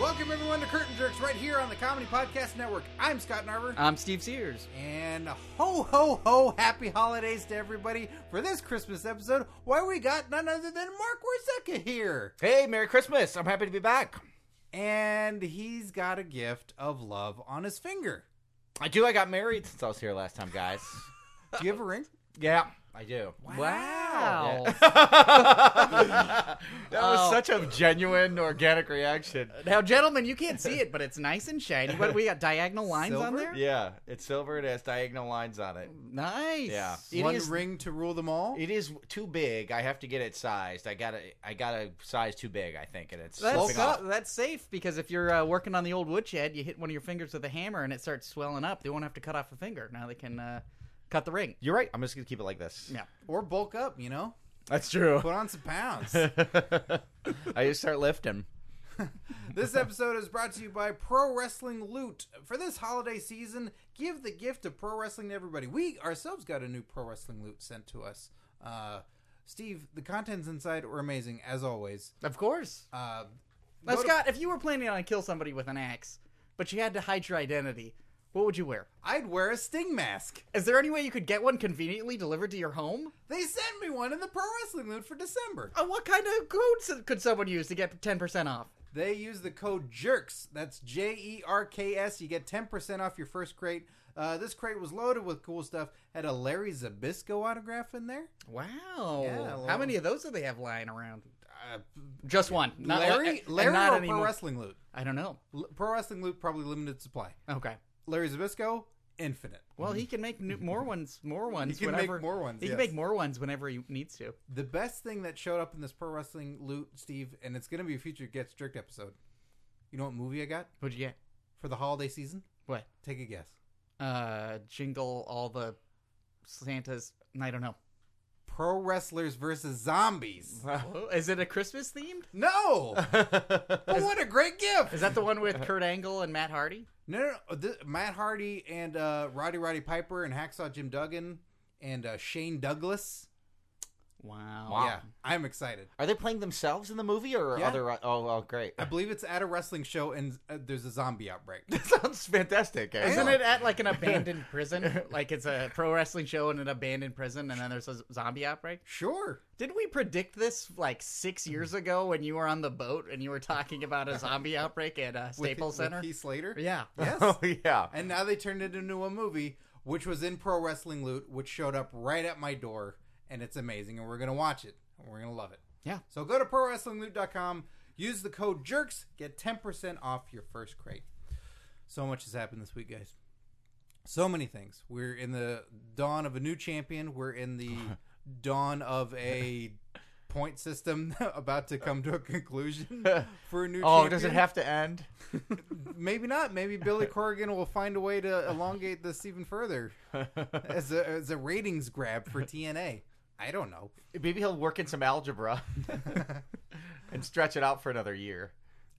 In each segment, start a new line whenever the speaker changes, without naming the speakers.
Welcome everyone to Curtain Jerks right here on the Comedy Podcast Network. I'm Scott Narver.
I'm Steve Sears.
And ho ho ho, happy holidays to everybody for this Christmas episode. Why we got none other than Mark Warzeka here.
Hey, Merry Christmas. I'm happy to be back.
And he's got a gift of love on his finger.
I do. I got married since I was here last time, guys.
Do you have a ring?
yeah, I do.
Wow.
that was
Oh.
such a genuine, organic reaction.
Now, gentlemen, you can't see it, but it's nice and shiny. What we got? Diagonal lines on
Silver?
there.
Yeah, it's silver. It has diagonal lines on it.
Nice.
Yeah.
It
One
is-
ring to rule them all.
It is too big. I have to get it sized. I got a, I got a size too big. I think, and it's
That's,
slipping off.
that's safe because if you're uh, working on the old woodshed, you hit one of your fingers with a hammer and it starts swelling up. They won't have to cut off a finger. Now they can uh, cut the ring.
You're right. I'm just gonna keep it like this.
Yeah.
or bulk up, you know?
that's true.
Put on some pounds.
I just start lifting.
This episode is brought to you by Pro Wrestling Loot. For this holiday season, give the gift of pro wrestling to everybody. We ourselves got a new pro wrestling loot sent to us. Uh, Steve, the contents inside were amazing as always.
Of course.
Uh,
Now,
go to-
Scott, if you were planning on kill somebody with an axe, but you had to hide your identity, what would you wear?
I'd wear a sting mask.
Is there any way you could get one conveniently delivered to your home?
They sent me one in the pro wrestling loot for December.
Uh, what kind of codes could someone use to get 10% off?
They use the code JERKS. That's J E R K S. You get 10% off your first crate. Uh, this crate was loaded with cool stuff. Had a Larry Zabisco autograph in there.
Wow.
Yeah,
How
well-
many of those do they have lying around?
Uh,
Just one. Not
Larry,
and
Larry,
not
or pro
anymore.
wrestling loot.
I don't know.
L- Pro Wrestling Loot probably limited supply.
Okay.
Larry Zabisco, infinite.
Well, he can make new, more ones, more ones.
Mm. can make
whenever,
more ones,
He can
yes.
make more ones whenever he needs to.
The best thing that showed up in this Pro Wrestling Loot, Steve, and it's going to be a future Get Strict episode. You know what movie I got
What'd you get?
for the holiday season?
What?
Take a guess.
Uh, jingle all the Santas. I don't know.
Pro Wrestlers versus Zombies.
Oh, Is it a Christmas themed?
No! but what a great gift!
Is that the one with Kurt Angle and Matt Hardy?
No, no, no. Th- Matt Hardy and uh, Roddy Roddy Piper and Hacksaw Jim Duggan and uh, Shane Douglas.
Wow.
Wow.
Yeah, I'm excited.
Are they playing themselves in the movie or
Yeah.
other? Oh, oh, great.
I believe it's at a wrestling show and uh, there's a zombie outbreak.
That sounds fantastic. eh? actually.
Isn't it at like an abandoned prison? Like it's a pro wrestling show in an abandoned prison, and then there's a zombie outbreak.
Sure.
Didn't we predict this like six years ago when you were on the boat and you were talking about a zombie outbreak at uh,
With-
Staples
with
Center?
Heath Slater.
Yeah.
Yes.
Oh yeah.
and now they turned it into a movie, which was in pro wrestling loot, which showed up right at my door, and it's amazing, and we're gonna watch it, and we're gonna love it.
Yeah.
So go to prowrestlingloot.com, use the code jerks, get ten percent off your first crate. So much has happened this week, guys. So many things. We're in the dawn of a new champion. We're in the dawn of a point system about to come to a conclusion for a new
Oh,
champion
does it have to end?
maybe not. Maybe Billy Corrigan will find a way to elongate this even further as a as a ratings grab for TNA. I don't know.
Maybe he'll work in some algebra and stretch it out for another year.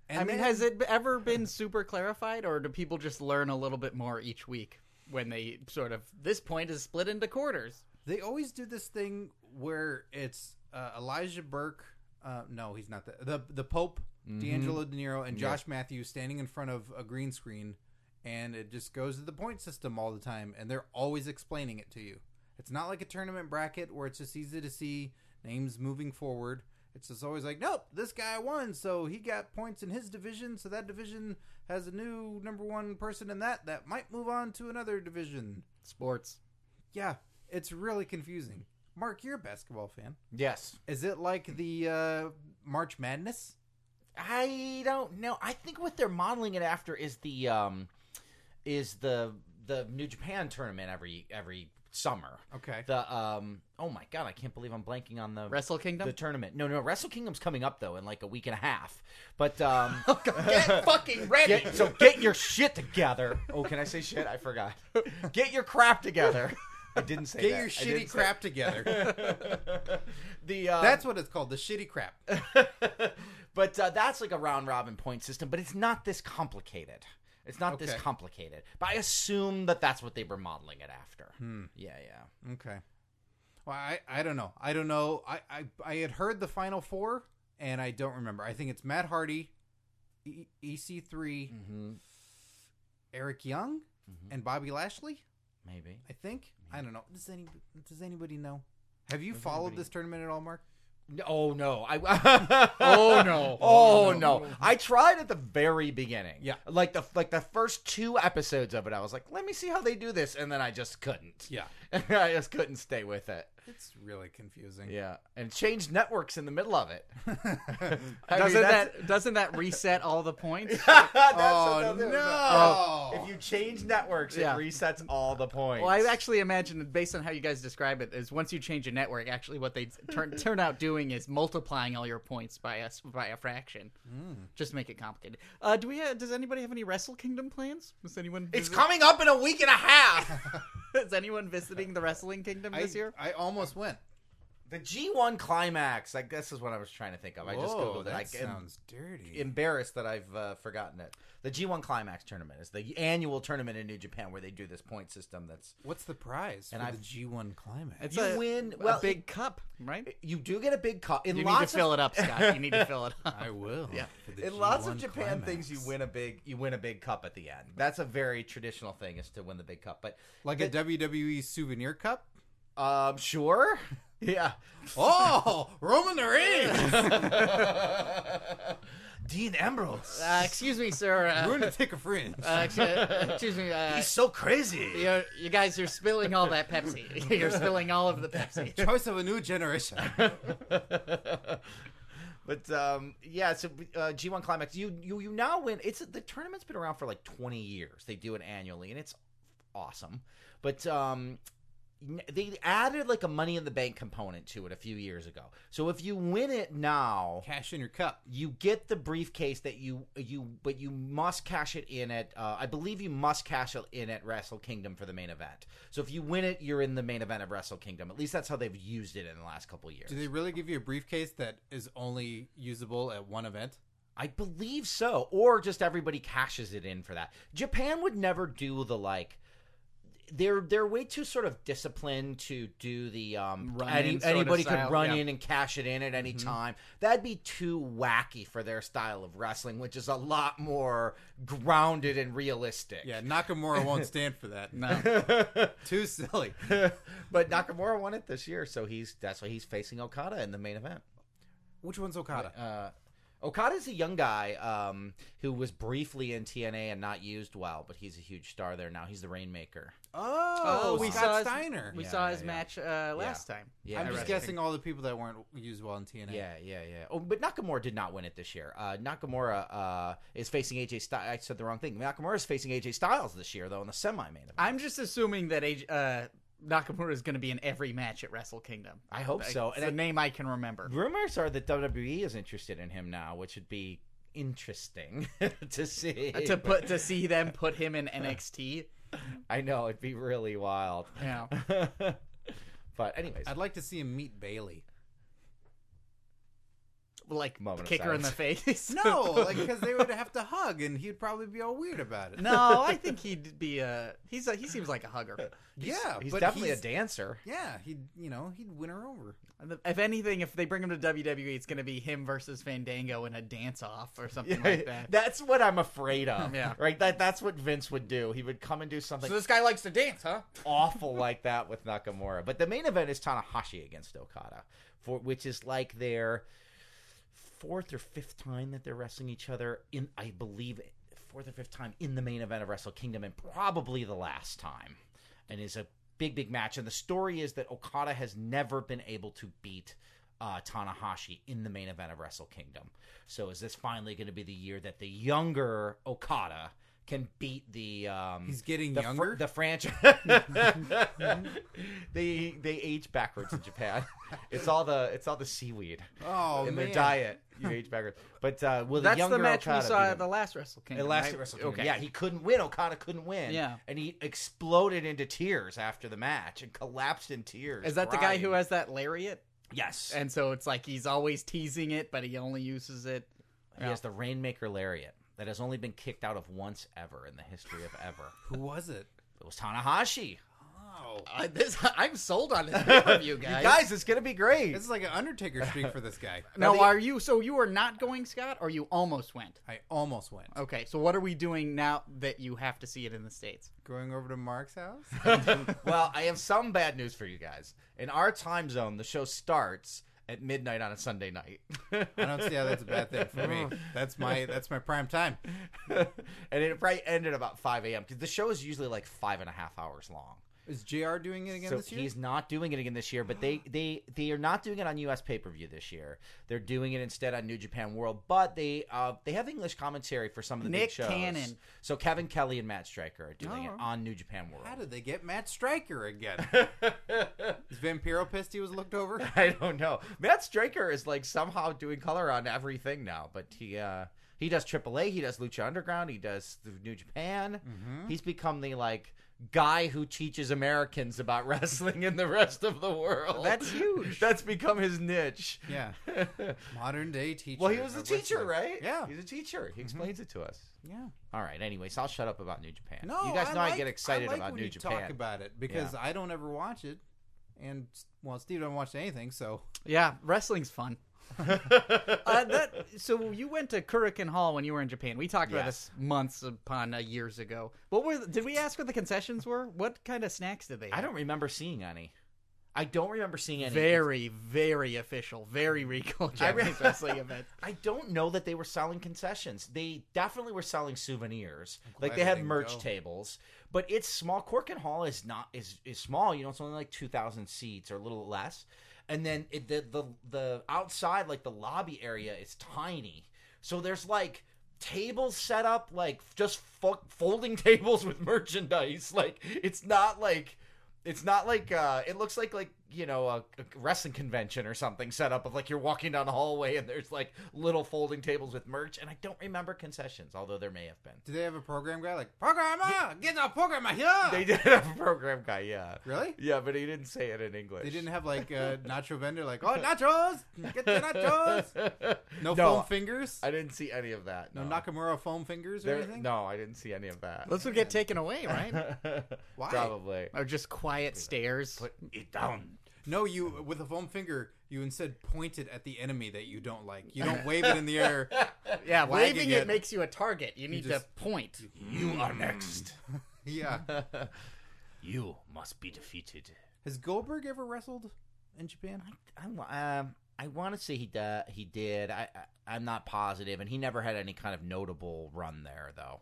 And
I mean,
then-
has it ever been super clarified, or do people just learn a little bit more each week when they sort of this point is split into quarters?
they always do this thing where it's uh, Elijah Burke. Uh, no, he's not the the, the Pope, D'Angelo De Niro, and Josh Matthews standing in front of a green screen, and it just goes to the point system all the time, and they're always explaining it to you. It's not like a tournament bracket where it's just easy to see names moving forward. It's just always like, nope, this guy won, so he got points in his division, so that division has a new number one person in that that might move on to another division.
Sports.
Yeah, it's really confusing. Mark, you're a basketball fan.
Yes.
Is it like the uh, March Madness?
I don't know. I think what they're modeling it after is the um is the the New Japan tournament every every summer.
Okay.
The um oh my god, I can't believe I'm blanking on the
Wrestle Kingdom.
the tournament. No, no, Wrestle Kingdom's coming up though in like a week and a half. But um
Oh, Get fucking ready.
Get, so get your shit together. Oh, can I say shit? I forgot. Get your crap together. I didn't say
Get
that.
your
I
shitty
didn't say-
crap together.
the uh,
That's what it's called, the shitty crap.
but uh, that's like a round robin point system, but it's not this complicated. It's not this
Okay.
complicated. But I assume that that's what they were modeling it after.
Hmm.
Yeah, yeah.
Okay. Well, I, I don't know. I don't know. I, I I had heard the final four, and I don't remember. I think it's Matt Hardy, E- EC3,
Mm-hmm.
Eric Young, and Bobby Lashley.
Maybe.
I think.
Mm-hmm.
I don't know. Does any Does anybody know? Have you followed
anybody-
this tournament at all, Mark?
No, oh no! I oh
no.
oh,
Oh,
no.
no.
I tried at the very beginning.
Yeah.
like the like the first two episodes of it, I was like, let me see how they do this, and then I just couldn't.
Yeah,
I just couldn't stay with it.
it's really confusing.
Yeah, and changed networks in the middle of it. I mean,
Doesn't
that's-
that doesn't that reset all the points?
That's
oh
another-
no! Oh.
If you change networks,
Yeah.
it resets all the points.
Well, I actually imagine that based on how you guys describe it is once you change a network, actually what they turn turn out doing is multiplying all your points by us by a fraction,
Hmm.
just to make it complicated. Uh, do we? Have, does anybody have any Wrestle Kingdom plans? Is anyone?
it's
visit-
coming up in a week and a half.
is anyone visiting the Wrestling Kingdom
I,
this year?
I almost went.
the G1 climax. Like this is what I was trying to think of. I just
Whoa,
googled it.
that
I, and
sounds dirty.
embarrassed that I've uh, forgotten it. The G1 Climax tournament is the annual tournament in New Japan where they do this point system. That's
What's the prize
And
for
I've-
the G1 climax?
It's
you
a,
win-
a
well,
big cup, right?
you do get a big cup. In
You need
lots
to fill
of,
it up, Scott. You need to fill it up.
I will.
Yeah.
for the
In lots of
G1
Japan
climax.
things, you win a big you win a big cup at the end. That's a very traditional thing is to win the big cup. But
like a WWE souvenir cup.
um, sure, yeah.
Oh, Roman Reigns!
Dean Ambrose,
Uh, excuse me, sir.
We're
Uh,
gonna take a fringe.
uh, excuse, uh, excuse me. Uh,
he's so crazy.
you're, you guys are spilling all that Pepsi. you're spilling all of the Pepsi.
Choice of a new generation.
but um, yeah, so uh, G1 Climax, you you you now win. It's the tournament's been around for like twenty years. They do it annually, and it's awesome. But um, n- they added like a Money in the Bank component to it a few years ago. So if you win it now,
Cash in your cup.
you get the briefcase that you you but you must cash it in at uh, I believe you must cash it in at Wrestle Kingdom for the main event. So if you win it, you're in the main event of Wrestle Kingdom. At least that's how they've used it in the last couple of years.
Do they really give you a briefcase that is only usable at one event?
I believe so. Or just everybody cashes it in for that. Japan would never do the like. They're they're way too sort of disciplined to do the um
Run-in
any,
sort of
anybody
style,
could run
yeah. Mm-hmm.
in and cash it in at any time. That'd be too wacky for their style of wrestling, which is a lot more grounded and realistic.
Yeah, Nakamura won't stand for that.
No.
Too silly.
but Nakamura won it this year, so he's that's why he's facing Okada in the main event.
Which one's Okada?
uh, Okada's a young guy um, who was briefly in TNA and not used well, but he's a huge star there now. He's the Rainmaker.
Oh,
we saw
Scott
his-
Steiner.
We
Yeah,
saw
yeah,
his
yeah.
match uh, last time.
Yeah,
I'm
I
just
read it.
guessing all the people that weren't used well in TNA.
Yeah, yeah, yeah. Oh, but Nakamura did not win it this year. Uh, Nakamura uh, is facing AJ Styles. I said the wrong thing. Nakamura is facing AJ Styles this year, though, in the semi main event.
I'm just assuming that AJ, uh, Nakamura is going to be in every match at Wrestle Kingdom.
I hope
Like,
so.
it's
And
a
I-
name I can remember.
rumors are that WWE is interested in him now, which would be interesting to see.
to put to see them put him in NXT.
I know it'd be really wild.
Yeah.
but anyways,
I'd like to see him meet Bailey.
Like
Moment of
kick her in the face.
No, like because they would have to hug, and he'd probably be all weird about it.
No, I think he'd be a he's a, he seems like a hugger.
yeah,
he's
but
definitely
he's-
a dancer.
Yeah, he'd you know he'd win her over.
If anything, if they bring him to WWE, it's going to be him versus Fandango in a dance off or something like that.
That's what I'm afraid of.
Yeah.
Right? That that's what Vince would do. He would come and do something
this guy likes to dance, huh?
awful like that with Nakamura. But the main event is Tanahashi against Okada, for which is like their fourth or fifth time that they're wrestling each other in I believe fourth or fifth time in the main event of Wrestle Kingdom and probably the last time. And is a big big match and the story is that Okada has never been able to beat uh, Tanahashi in the main event of Wrestle Kingdom. So is this finally going to be the year that the younger Okada can beat the um,
He's getting
the fr-
younger.
the franchise. they they age backwards in Japan. It's all the it's all the seaweed
oh
in
man,
their diet. You age backwards. But uh, will the
That's
younger
the match we
Okada
saw
beat
at
him?
the last Wrestle Kingdom.
At last
right?
Wrestle Kingdom. Yeah, he couldn't win. Okada couldn't win.
Yeah.
and he exploded into tears after the match and collapsed in tears.
Is that the guy who
crying.
has that lariat?
yes?
And so it's like he's always teasing it, but he only uses it.
he has the Rainmaker lariat that has only been kicked out of once ever in the history of ever.
who was it? Oh.
It was Tanahashi.
Wow.
Uh, this, I'm sold on this pay per view, guys.
Guys, it's gonna be great.
This is like an Undertaker streak for this guy.
now,
the-
are you? So you are not going, Scott, or you almost went?
I almost went.
Okay, so what are we doing now that you have to see it in the states?
Going over to Mark's house?
well, I have some bad news for you guys. In our time zone, the show starts at midnight on a Sunday night.
I don't see how that's a bad thing for me. That's my that's my prime time.
and it probably ended about 5 a.m. because the show is usually like five and a half hours long.
Is JR doing it again
so
this year?
he's not doing it again this year, but they they they are not doing it on U.S. pay per view this year. They're doing it instead on New Japan World, but they uh, they have English commentary for some of the big
Nick
shows.
Cannon.
So Kevin Kelly and Matt Stryker are doing
Oh.
it on New Japan World.
How did they get Matt Stryker again? Is Vampiro pissed he was looked over?
I don't know. Matt Stryker is like somehow doing color on everything now, but he uh he does AAA, he does Lucha Underground, he does the New Japan.
Mm-hmm.
He's become the like guy who teaches Americans about wrestling in the rest of the world.
That's huge.
That's become his niche.
Yeah. Modern day teacher.
Well, he was a
of
teacher,
wrestling.
right?
Yeah. Mm-hmm.
he's a teacher. He explains it to us.
Yeah.
All right. Anyway, so I'll shut up about New Japan.
No,
you guys know
like,
I get excited
like
about
when
New
you
Japan.
Talk about it because I don't ever watch it, and well, Steve don't watch anything. So
Yeah, wrestling's fun. uh, that, so you went to Kurikan Hall when you were in Japan. We talked about
Yes.
this months upon uh, years ago. What were? The, did we ask what the concessions were? What kind of snacks did they? Have?
I don't remember seeing any. I don't remember seeing any.
Very, very official, very regal Japanese wrestling event.
I don't know that they were selling concessions. They definitely were selling souvenirs.
glad
like they
we
had
didn't
merch
go.
tables, but it's small. Corkin Hall is not is is small. You know, it's only like two thousand seats or a little less. And then it, the the the outside, like the lobby area, is tiny. So there's like tables set up, like just fo- folding tables with merchandise. Like it's not like it's not like uh it looks like like you know a, a wrestling convention or something set up of like you're walking down a hallway and there's like little folding tables with merch and i don't remember concessions although there may have been
do they have a program guy like programmer? Get the programmer here.
they did have a program guy yeah
Really?
yeah but he didn't say it in english
They didn't have like a nacho vendor like oh nachos, get the nachos. No,
No,
foam fingers.
i didn't see any of that
no
no,
Nakamura foam fingers or
There-
anything.
no i didn't see any of that
Those would get taken away, right?
Why?
probably
or just quiet stares.
put it down
No, you with a foam finger, you instead point it at the enemy that you don't like. You don't wave it in the air.
Yeah,
wagging
waving
it.
it makes you a target. You need
just-
to point.
you are next
Yeah.
you must be defeated
Has Goldberg ever wrestled in Japan?
I wa- um I want to say he di- he did. I, I I'm not positive, and he never had any kind of notable run there though.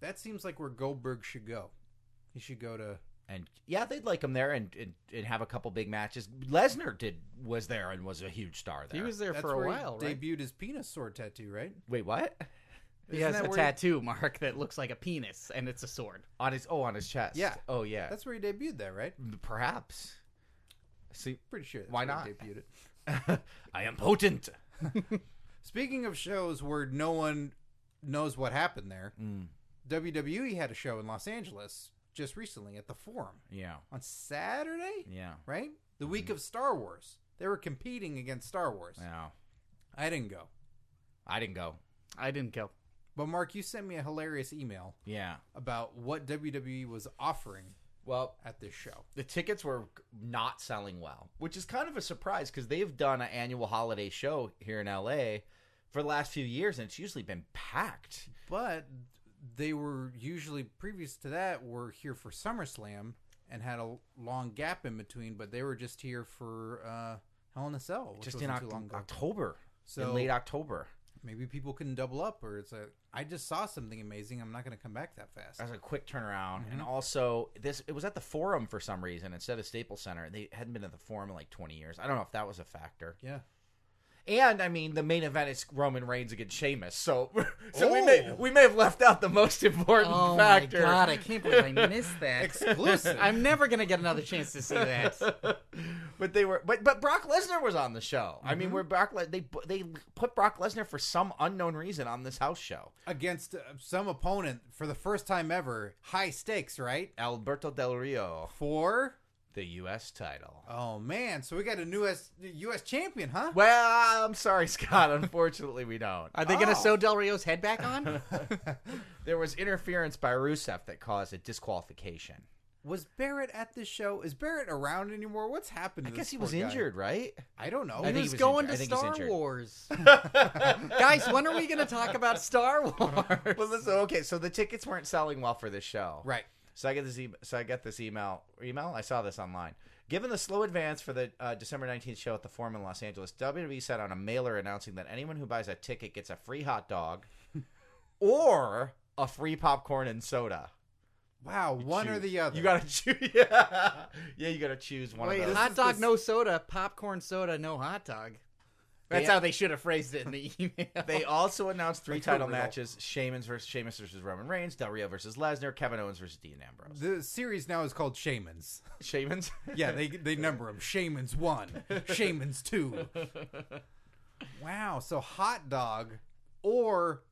That seems like where Goldberg should go. He should go to
And yeah, they'd like him there and and, and have a couple big matches. Lesnar did was there and was a huge star there.
He was there
that's
for a
where
while,
he
right?
debuted his penis sword tattoo, right?
wait what
He has
Isn't
a
that where-
tattoo, Mark, that looks like a penis, and it's a sword.
on his oh on his chest.
Yeah.
Oh yeah.
That's where he debuted that, right?
perhaps. See,
Pretty sure. That's
Why
where
not?
He debuted it.
I am potent.
Speaking of shows where no one knows what happened there, WWE had a show in Los Angeles just recently at the Forum
Yeah.
on Saturday,
Yeah.
right? The week of Star Wars. They were competing against Star Wars.
Yeah.
I didn't go.
I didn't go.
I didn't go.
But Mark, you sent me a hilarious email
Yeah.
about what WWE was offering
Well,
at this show.
the tickets were not selling well, which is kind of a surprise because they've done an annual holiday show here in LA for the last few years, and it's usually been packed.
But they were usually previous to that were here for SummerSlam and had a long gap in between, but they were just here for uh, Hell in a Cell, which
just in
wasn't
Oc-
too long ago.
October,
So-
in late October.
Maybe people couldn't double up, or it's like I just saw something amazing. I'm not going to come back that fast.
That was a quick turnaround, and
Mm-hmm.
also this it was at the Forum for some reason instead of Staples Center. They hadn't been at the Forum in like twenty years. I don't know if that was a factor.
Yeah,
And I mean, the main event is Roman Reigns against Sheamus, so so we
Oh.
may we may have left out the most important
Oh
factor.
my god, I can't believe I missed that.
exclusive.
I'm never gonna get another chance to see that.
but they were but but Brock Lesnar was on the show. I
Mm-hmm.
mean, where Brock Le- they they put Brock Lesnar for some unknown reason on this house show.
against uh, some opponent for the first time ever. High stakes, right?
Alberto Del Rio,
For
the U.S. title.
oh man, so we got a new US, US champion, huh?
Well, I'm sorry, Scott. Unfortunately, we don't.
Are they gonna
Oh.
sew Del Rio's head back on?
There was interference by Rusev that caused a disqualification.
Was Barrett at this show? Is Barrett around anymore? What's happened? To
I
this
guess he
poor
was
guy?
injured, right?
I don't know.
He
I think
was
he was
going
injured. I
to
think he's
Star
injured.
Wars. Guys, when are we going to talk about Star Wars?
Well, listen, okay, so the tickets weren't selling well for this show.
right.
So I get this. E- so I get this email. Email. I saw this online. Given the slow advance for the uh, December nineteenth show at the Forum in Los Angeles, WWE sent out a mailer announcing that anyone who buys a ticket gets a free hot dog, or a free popcorn and soda.
Wow. one or
Choose.
the other.
You gotta choose. Yeah, yeah. You gotta choose one
Wait,
of those.
hot
is
dog,
this-
no soda, popcorn soda, no hot dog. That's
They-
how they should have phrased it in the email.
They also announced three
Like the
title
real-
matches: Sheamus versus Sheamus versus Roman Reigns, Del Rio versus Lesnar, Kevin Owens versus Dean Ambrose.
the series now is called Shamans.
Sheamus.
Yeah, they they number them. Shamans one, Shamans two. Wow. So hot dog or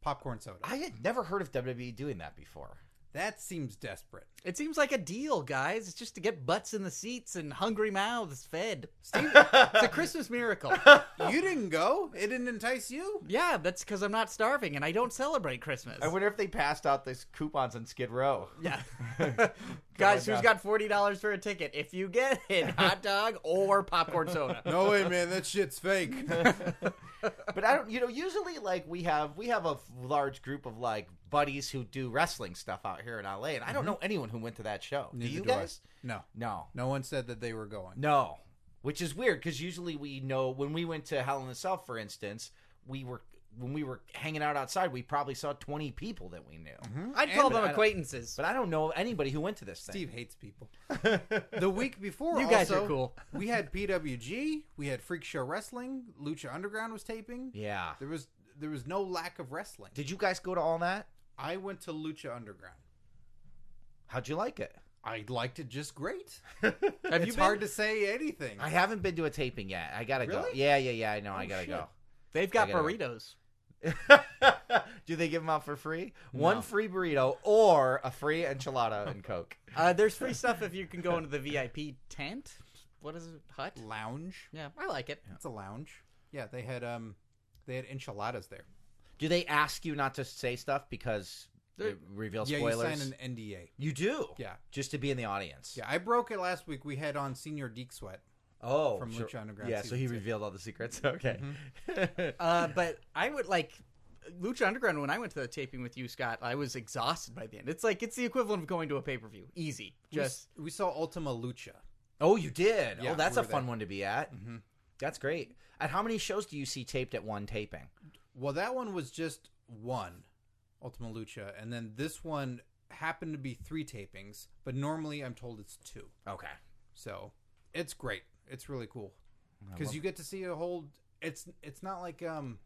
popcorn soda.
I had never heard of WWE doing that before.
That seems desperate.
It seems like a deal, guys. It's just to get butts in the seats and hungry mouths fed. Steve, it's a Christmas miracle.
You didn't go. It didn't entice you.
Yeah, that's because I'm not starving and I don't celebrate Christmas.
I wonder if they passed out these coupons on Skid Row.
yeah.
Guys,
Guys, who's got forty dollars for a ticket? If you get it, hot dog or popcorn soda.
No way, man. That shit's fake.
But I don't. You know, usually like we have we have a large group of like buddies who do wrestling stuff out here in LA, and I
Mm-hmm.
don't know anyone who went to that show.
Neither
do you
do I.
guys?
No.
No,
No one said that they were going.
no. Which is weird because usually we know when we went to Hell in a Cell, for instance, we were when we were hanging out outside, we probably saw twenty people that we knew.
I'd call
Hmm? And-
them acquaintances.
But I don't know anybody who went to this thing.
Steve hates people. the week before,
You guys
also,
are cool.
we had PWG, we had Freak Show Wrestling, Lucha Underground was taping.
Yeah.
There was there was no lack of wrestling.
Did you guys go to all that?
I went to Lucha Underground.
How'd you like it?
I liked it just great.
Have
it's
you been?
hard to say anything.
I haven't been to a taping yet. I gotta go.
Really?
Yeah, yeah, yeah. I know. I
Oh,
gotta
shit.
go.
They've got
I gotta-
burritos.
Do they give them out for free?
No.
One free burrito or a free enchilada and Coke.
Uh, there's free stuff if you can go into the VIP tent. What is it? Hut?
Lounge.
Yeah, I like it.
It's a lounge. Yeah, they had um they had enchiladas there.
Do they ask you not to say stuff because it
Oh,
reveals
yeah,
spoilers?
you sign an NDA.
You do?
Yeah.
Just to be in the audience.
Yeah, I broke it last week. We had on Senior Deke Sweat.
Oh,
From
sure.
Lucha Underground
Yeah, so
season
he
two. Mm-hmm.
revealed all the secrets. Okay.
Uh, but I would like Lucha Underground. When I went to the taping with you, Scott, I was exhausted by the end. It's like it's the equivalent of going to a pay per view. Easy,
We s-
just
we, saw Ultima Lucha.
oh, you did.
Yeah,
oh, that's
we
a
were
fun
there.
one to be at. Mm-hmm. That's great. And how many shows do you see taped at one taping?
Well, that one was just one Ultima Lucha, and then this one happened to be three tapings, but normally I'm told it's two.
Okay.
So it's great. It's really cool because you get to see a whole. It's it's not like um,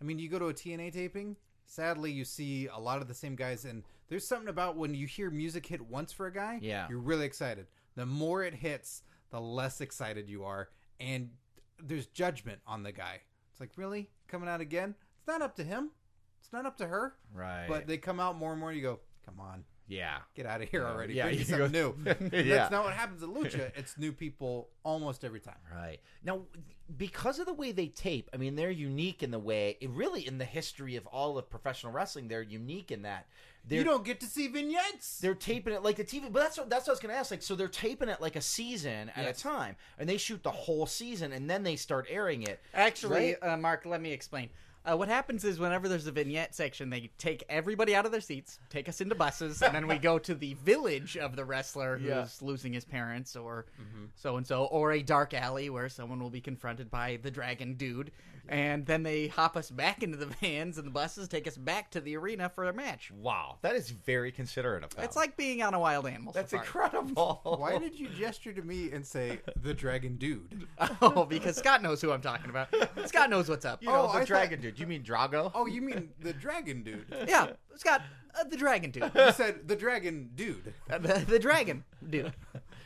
I mean, you go to a TNA taping. Sadly, you see a lot of the same guys, and there's something about when you hear music hit once for a guy,
Yeah.
you're really excited. The more it hits, the less excited you are, and there's judgment on the guy. It's like really coming out again. It's not up to him. It's not up to her.
Right.
But they come out more and more. You go, come on,
yeah.
get out of here already.
Uh, Yeah,
Yeah,
you
something new. But
Yeah.
That's not what happens at Lucha. It's new people almost every time.
Right. Now, because of the way they tape, I mean, they're unique in the way, really, in the history of all of professional wrestling, they're unique in that. They're,
you don't get to see vignettes.
they're taping it like the TV, but that's what, that's what I was going to ask. Like, so they're taping it like a season at
Yes.
a time, and they shoot the whole season, and then they start airing it.
actually, uh, Mark, let me explain. Uh, what happens is whenever there's a vignette section, they take everybody out of their seats, take us into buses, and then we go to the village of the wrestler who's
Yeah.
losing his parents or so and so, or a dark alley where someone will be confronted by the dragon dude, and then they hop us back into the vans and the buses, take us back to the arena for a match.
Wow, that is very considerate of them.
It's like being on a wild animal.
that's
safari.
incredible.
Why did you gesture to me and say the dragon dude?
oh, because Scott knows who I'm talking about. Scott knows what's up.
you know
Oh,
the
I
dragon dude? You mean Drago?
Oh, you mean the dragon dude?
Oh, Yeah, Scott, uh, the dragon dude,
You said the dragon dude.
the, the dragon dude.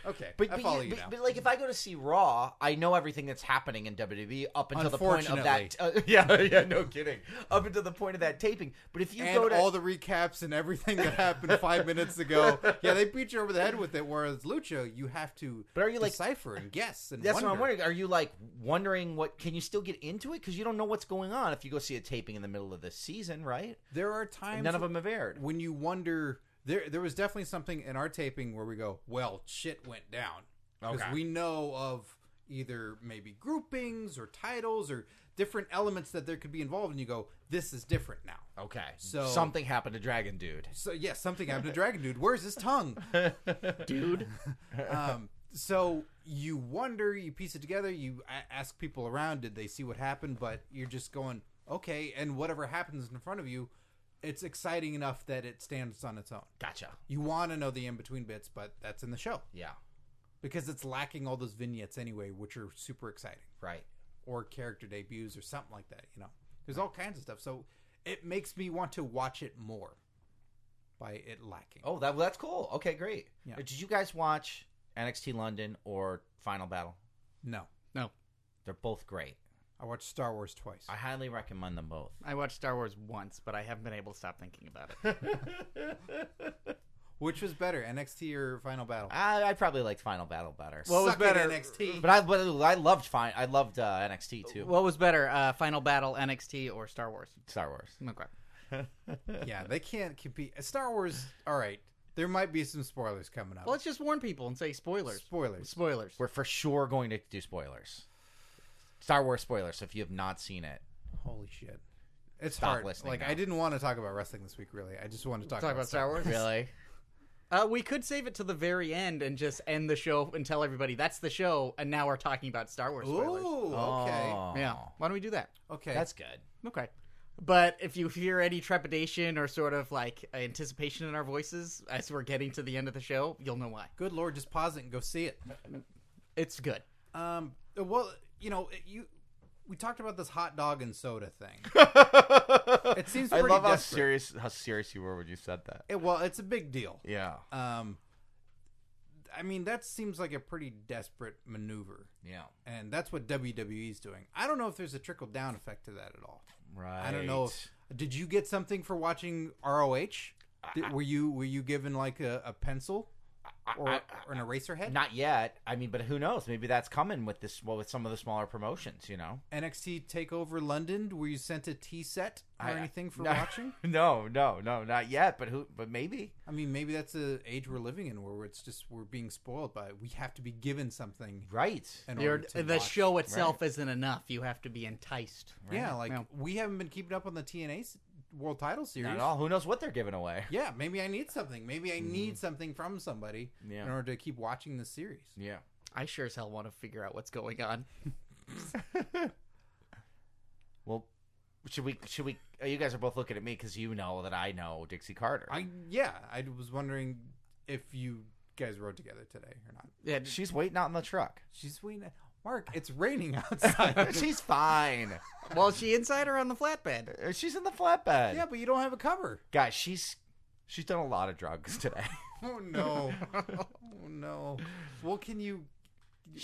Okay,
But,
I
but,
follow
you-
you,
but-
now.
but, like if I go to see Raw, I know everything that's happening in WWE up until the point of that. Uh, yeah, yeah, no kidding. Up until the point of that taping. But if you
and
go to
all the recaps and everything that happened five minutes ago. Yeah, they beat you over the head with it. Whereas Lucha, you have to
But are you, like-
decipher and guess and
that's
wonder.
what I'm wondering. Are you like wondering what? Can you still get into it because you don't know what's going on if you go see a taping in the middle of the season, right?
There are times
None of them have aired.
when you wonder there there was definitely something in our taping where we go, well, shit went down because
Okay.
we know of either maybe groupings or titles or different elements that there could be involved, and you go, this is different now.
Okay.
So-
something happened to Dragon Dude.
So yes, something happened to Dragon Dude. Where's his tongue?
dude.
um, so you wonder, you piece it together, you a- ask people around, did they see what happened? But you're just going, okay, and whatever happens in front of you, it's exciting enough that it stands on its own.
Gotcha.
You want to know the in between bits, but that's in the show
Yeah.
because it's lacking all those vignettes anyway, which are super exciting
Right.
or character debuts or something like that. You know, there's all kinds of stuff. So it makes me want to watch it more by it lacking.
Oh, that well, that's cool. Okay, great.
Yeah.
Did you guys watch NXT London or Final Battle?
No,
They're both great.
I watched Star Wars twice.
I highly recommend them both.
I watched Star Wars once, but I haven't been able to stop thinking about it.
Which was better, NXT or Final Battle?
I, I probably liked Final Battle better.
Well- What was
Suck it,
better?
NXT.
but I but I loved fine. I loved uh, NXT too.
What was better, uh, Final Battle, NXT, or Star Wars?
Star Wars.
Okay.
yeah, they can't compete. Star Wars. All right, there might be some spoilers coming up.
Well, let's just warn people and say spoilers.
spoilers.
Spoilers.
We're for sure going to do spoilers. Star Wars spoilers. So if you have not seen it,
Holy shit. It's
Stop
hard.
listening
Like
now.
I didn't want to talk about wrestling this week. Really, I just wanted to talk,
Talk about Star Wars.
really,
Uh, we could save it to the very end and just end the show and tell everybody that's the show, and now we're talking about Star Wars spoilers.
Ooh, okay,
Oh,
Yeah. Why don't we do that?
okay.
that's good.
Okay. But if you hear any trepidation or sort of like anticipation in our voices as we're getting to the end of the show, you'll know why.
good. Lord, just pause it and go see it.
It's good.
Um, well, you know, it- you we talked about this hot dog and soda thing. it seems
I
pretty
love how
desperate.
serious how serious you were when you said that.
It- well, it's a big deal.
Yeah.
Um, I mean, that seems like a pretty desperate maneuver.
Yeah.
and that's what WWE's doing. I don't know if there's a trickle down effect to that at all.
Right.
I don't know. If, did you get something for watching ROH? Did, were you were you given like a, a pencil or, or an eraser head?
Not yet. I mean, but who knows? Maybe that's coming with this. Well, with some of the smaller promotions, you know.
NXT Takeover London? Were you sent a tea set or
I- I-
anything for
no.
watching?
No, no, no, not yet. But who? But maybe.
I mean, maybe that's the age we're living in where it's just we're being spoiled by. it. We have to be given something.
Right.
In
You're,
order to
the
watch.
show itself isn't enough. You have to be enticed.
Yeah, like
Yeah.
we haven't been keeping up on the TNA s- World Title Series
Not at all. Who knows what they're giving away?
yeah, maybe I need something. Maybe I need something from somebody
Mm. Yeah.
in order to keep watching this series.
Yeah.
I sure as hell want to figure out what's going on.
Well, should we? Should we? uh, You guys are both looking at me because you know that I know Dixie Carter.
I yeah, I was wondering if you guys rode together today or not.
Yeah,
She's waiting out in the truck.
She's we Mark, it's raining outside.
She's fine.
well, is she inside or on the flatbed?
Uh, She's in the flatbed.
yeah, but you don't have a cover.
Guys, she's she's done a lot of drugs today.
Oh no. oh no. Well, can you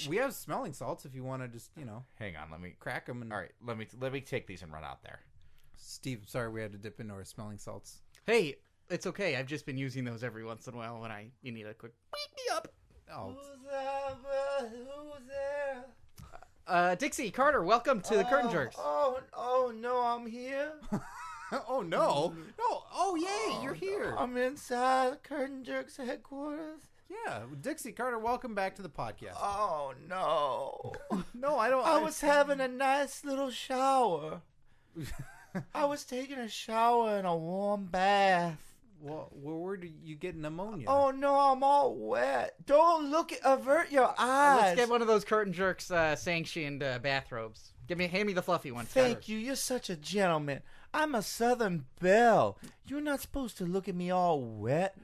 we have smelling salts if you want to just, you know,
Hang on, let me.
crack them and
All right, let me let me take these and run out there.
Steve, sorry we had to dip into our smelling salts.
Hey, it's okay. I've just been using those every once in a while when I you need a quick wake me up.
Oh,
Who's there?
Uh, Dixie Carter, welcome to the Curtain Jerks.
Oh, oh no, I'm here.
oh no. No. Oh yay, you're here.
I'm inside the Curtain Jerks headquarters.
Yeah, Dixie Carter, welcome back to the podcast.
Oh no.
No, I don't.
I was having a nice little shower. I was taking a shower in a warm bath.
Well, where, where do you get pneumonia?
Oh no, I'm all wet. Don't look at avert your eyes.
Uh, Let's get one of those Curtain Jerks uh, sanctioned uh, bathrobes. Give me, hand me the fluffy one. Carter.
Thank you. You're such a gentleman. I'm a Southern belle. You're not supposed to look at me all wet.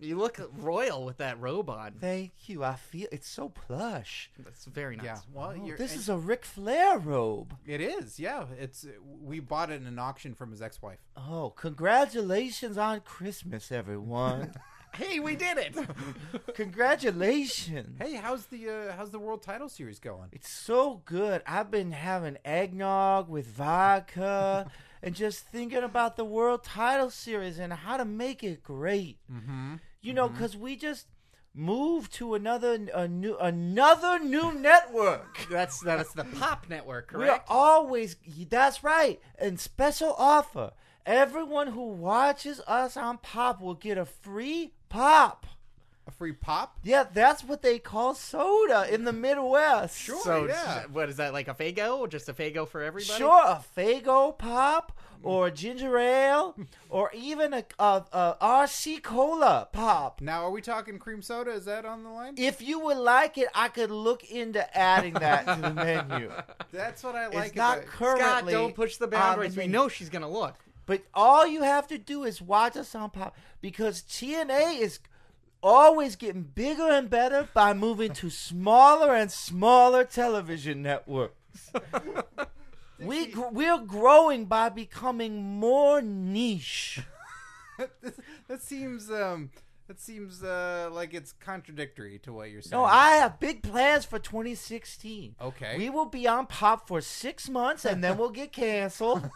You look royal with that robe on.
Thank you. I feel it's so plush. Oh,
That's very nice.
yeah. Well, you're,
This
and-
is a Ric Flair robe.
it is. Yeah, it's we bought it in an auction from his ex-wife.
Oh, congratulations on Christmas, everyone.
Hey, we did it.
congratulations.
Hey, how's the uh, how's the world title series going?
It's so good. I've been having eggnog with vodka and just thinking about the world title series and how to make it great.
Mm-hmm.
You know, because we just moved to another a new another new network.
that's that's the Pop Network,
We are
correct?
always that's right. And special offer. Everyone who watches us on Pop will get a free pop.
A free pop?
Yeah, that's what they call soda in the Midwest.
Sure.
So
yeah.
what is that like a Fago? Just a Fago for everybody?
Sure, a Fago Pop or a ginger ale or even a, a, a RC Cola Pop.
Now, are we talking cream soda? Is that on the line?
If you would like it, I could look into adding that to the menu.
That's what I like.
It's not
about-
currently.
Scott, don't push the
on
boundaries.
Um,
We
menu.
know she's gonna look.
But all you have to do is watch us on Pop because TNA is always getting bigger and better by moving to smaller and smaller television networks. we gr- we're growing by becoming more niche.
that seems um, that seems uh, like it's contradictory to what you're saying.
No, I have big plans for 2016.
Okay.
We will be on Pop for six months and then we'll get canceled.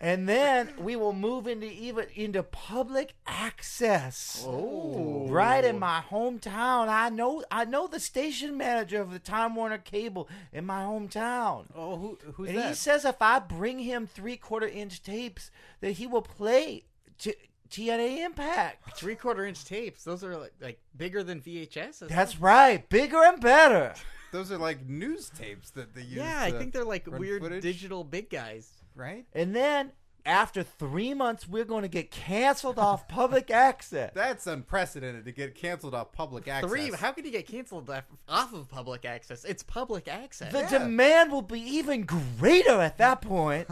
and then we will move into even into public access.
Oh,
Right in my hometown. I know I know the station manager of the Time Warner Cable in my hometown.
Oh, who, who's
And he
that?
says if I bring him three quarter inch tapes that he will play t- TNA Impact.
three quarter inch tapes. Those are like, like bigger than VHS.
That's right. Bigger and better.
Those are like news tapes that they use.
yeah. I
to
think they're like
run
weird
footage,
digital big guys.
right.
And then after three months, we're going to get canceled off public access.
That's unprecedented to get canceled off public access.
Three. How could you get canceled off- off of public access? It's public access.
the
Yeah.
demand will be even greater at that point.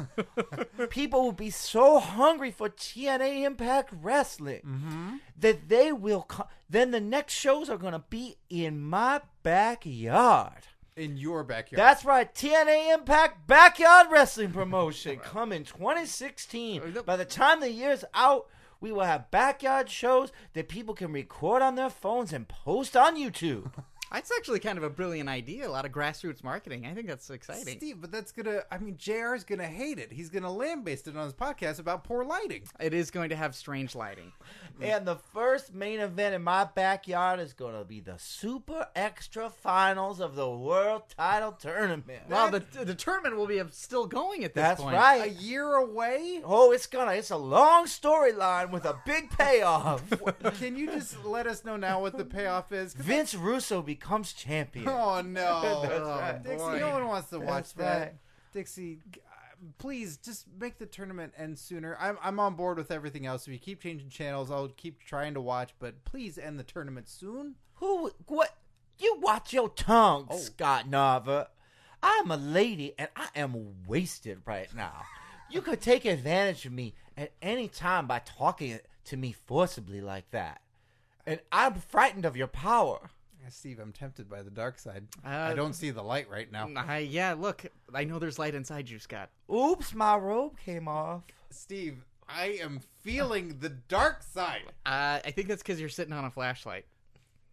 People will be so hungry for TNA Impact Wrestling that they will. Co- then the next shows are going to be in my backyard.
in your backyard?
That's right, TNA Impact Backyard Wrestling Promotion coming 2016. By the time the year's out, we will have backyard shows that people can record on their phones and post on YouTube.
That's actually kind of a brilliant idea. A lot of grassroots marketing. I think that's exciting.
Steve, but that's gonna. I mean, Jr's gonna hate it. He's gonna lambaste it on his podcast about poor lighting.
It is going to have strange lighting.
and the first main event in my backyard is going to be the Super Extra Finals of the World Title Tournament.
wow, the the tournament will be still going at this
That's
point.
A
right.
year away.
Oh, it's gonna it's a long storyline with a big payoff.
Can you just let us know now what the payoff is? 'Cause
Vince Russo becomes champion.
Oh no!
That's
Oh,
right.
Dixie,
boy.
no one wants to watch
That's
that.
right.
Dixie, g- uh, please just make the tournament end sooner. I'm I'm on board with everything else. If you keep changing channels, I'll keep trying to watch, but please end the tournament soon.
Who? What? You watch your tongue, Scott Nava. I'm a lady and I am wasted right now. you could take advantage of me at any time by talking to me forcibly like that. And I'm frightened of your power.
Uh, Steve, I'm tempted by the dark side.
Uh,
I don't see the light right now.
Um, I, yeah, look, I know there's light inside you, Scott.
Oops, my robe came off.
Steve, I am feeling the dark side.
Uh, I think that's because you're sitting on a flashlight.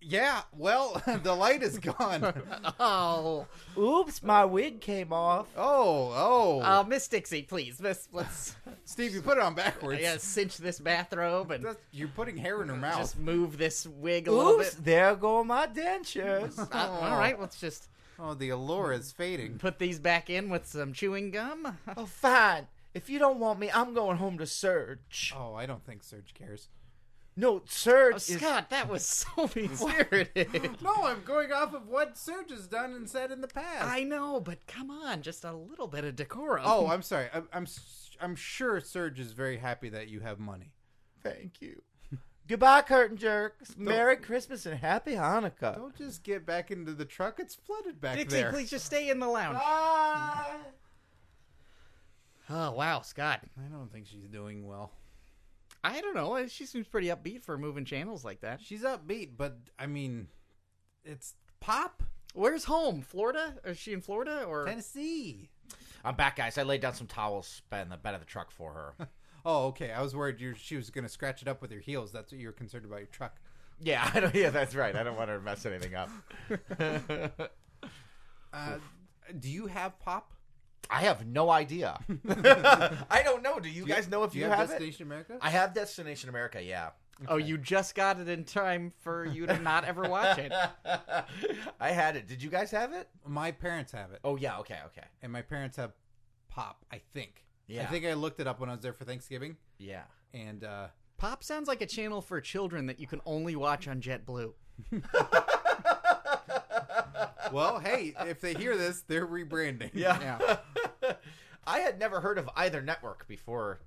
Yeah, well, the light is gone.
Oh,
Oops, my wig came off.
Oh, oh.
uh, Miss Dixie, please, Miss, let's
Steve, you put it on backwards.
I gotta cinch this bathrobe and
That's- You're putting hair in her mouth.
just move this wig a little
Oops,
bit.
there go my dentures.
Uh, all right, let's just
Oh, the allure is fading.
put these back in with some chewing gum.
oh, fine. If you don't want me, I'm going home to Surge.
Oh, I don't think Serge cares.
No, Surge
Oh,
is
Scott, that was so mean-spirited.
No, I'm going off of what Serge has done and said in the past.
I know, but come on, just a little bit of decorum.
oh, I'm sorry. I'm, I'm s- I'm sure Serge is very happy that you have money.
Thank you. Goodbye, curtain jerks. Merry Christmas and happy Hanukkah.
Don't just get back into the truck. It's flooded back
Dixie,
there.
please just stay in the lounge.
Ah. Bye.
Oh wow, Scott.
I don't think she's doing well.
I don't know. Uh, She seems pretty upbeat for moving channels like that.
She's upbeat, but I mean, it's pop
Where's home? Florida? Is she in Florida or?
Tennessee.
I'm back, guys. I laid down some towels by the bed of the truck for her.
Oh, okay. I was worried you she was going to scratch it up with her heels. That's what you were concerned about your truck.
yeah, I don't, yeah, that's right. I don't want her to mess anything up.
Uh, do you have pop?
I have no idea. I don't know. Do you guys know if
do
you,
you
have, it?
Destination America?
I have Destination America. Yeah,
Oh, you just got it in time for you to not ever watch it.
I had it. Did you guys have it?
my parents have it,
Oh yeah. Okay. Okay.
and my parents have pop. I think.
Yeah.
I think I looked it up when I was there for Thanksgiving,
Yeah.
and uh,
Pop sounds like a channel for children that you can only watch on JetBlue.
well, hey, if they hear this, they're rebranding.
Yeah. I had never heard of either network before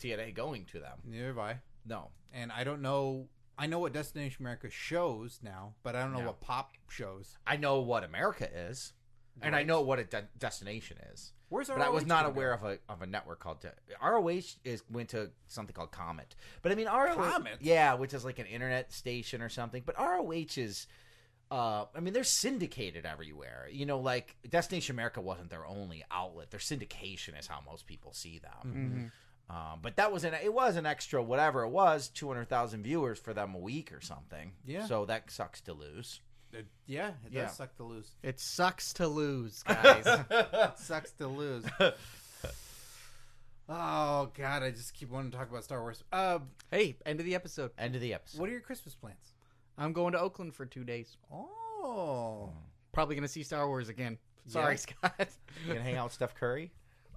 TNA going to them.
neither have I.
No.
And I don't know. I know what Destination America shows now, but I don't know
No.
what Pop shows.
I know what America is, and I
Right.
know what a de- destination is.
Where's
But I was not aware of a of a network called de- ROH is went to something called Comet. But I mean ROH,
Comet?
yeah, which is like an internet station or something. But ROH is, uh, I mean, they're syndicated everywhere. You know, like Destination America wasn't their only outlet. Their syndication is how most people see
Mm-hmm.
Mm-hmm.
them. Um, but that was an it was an extra whatever it was two hundred thousand viewers for them a week or something.
Yeah.
so that sucks to lose.
It, Uh, yeah, it
Yeah.
does suck to lose.
It sucks to lose, guys.
It sucks to lose. oh God, I just keep wanting to talk about Star Wars. Uh,
hey, end of the episode.
End of the episode.
what are your Christmas plans?
I'm going to Oakland for two days.
Oh,
Probably going to see Star Wars again. Sorry, Scott.
You gonna hang out with Steph Curry?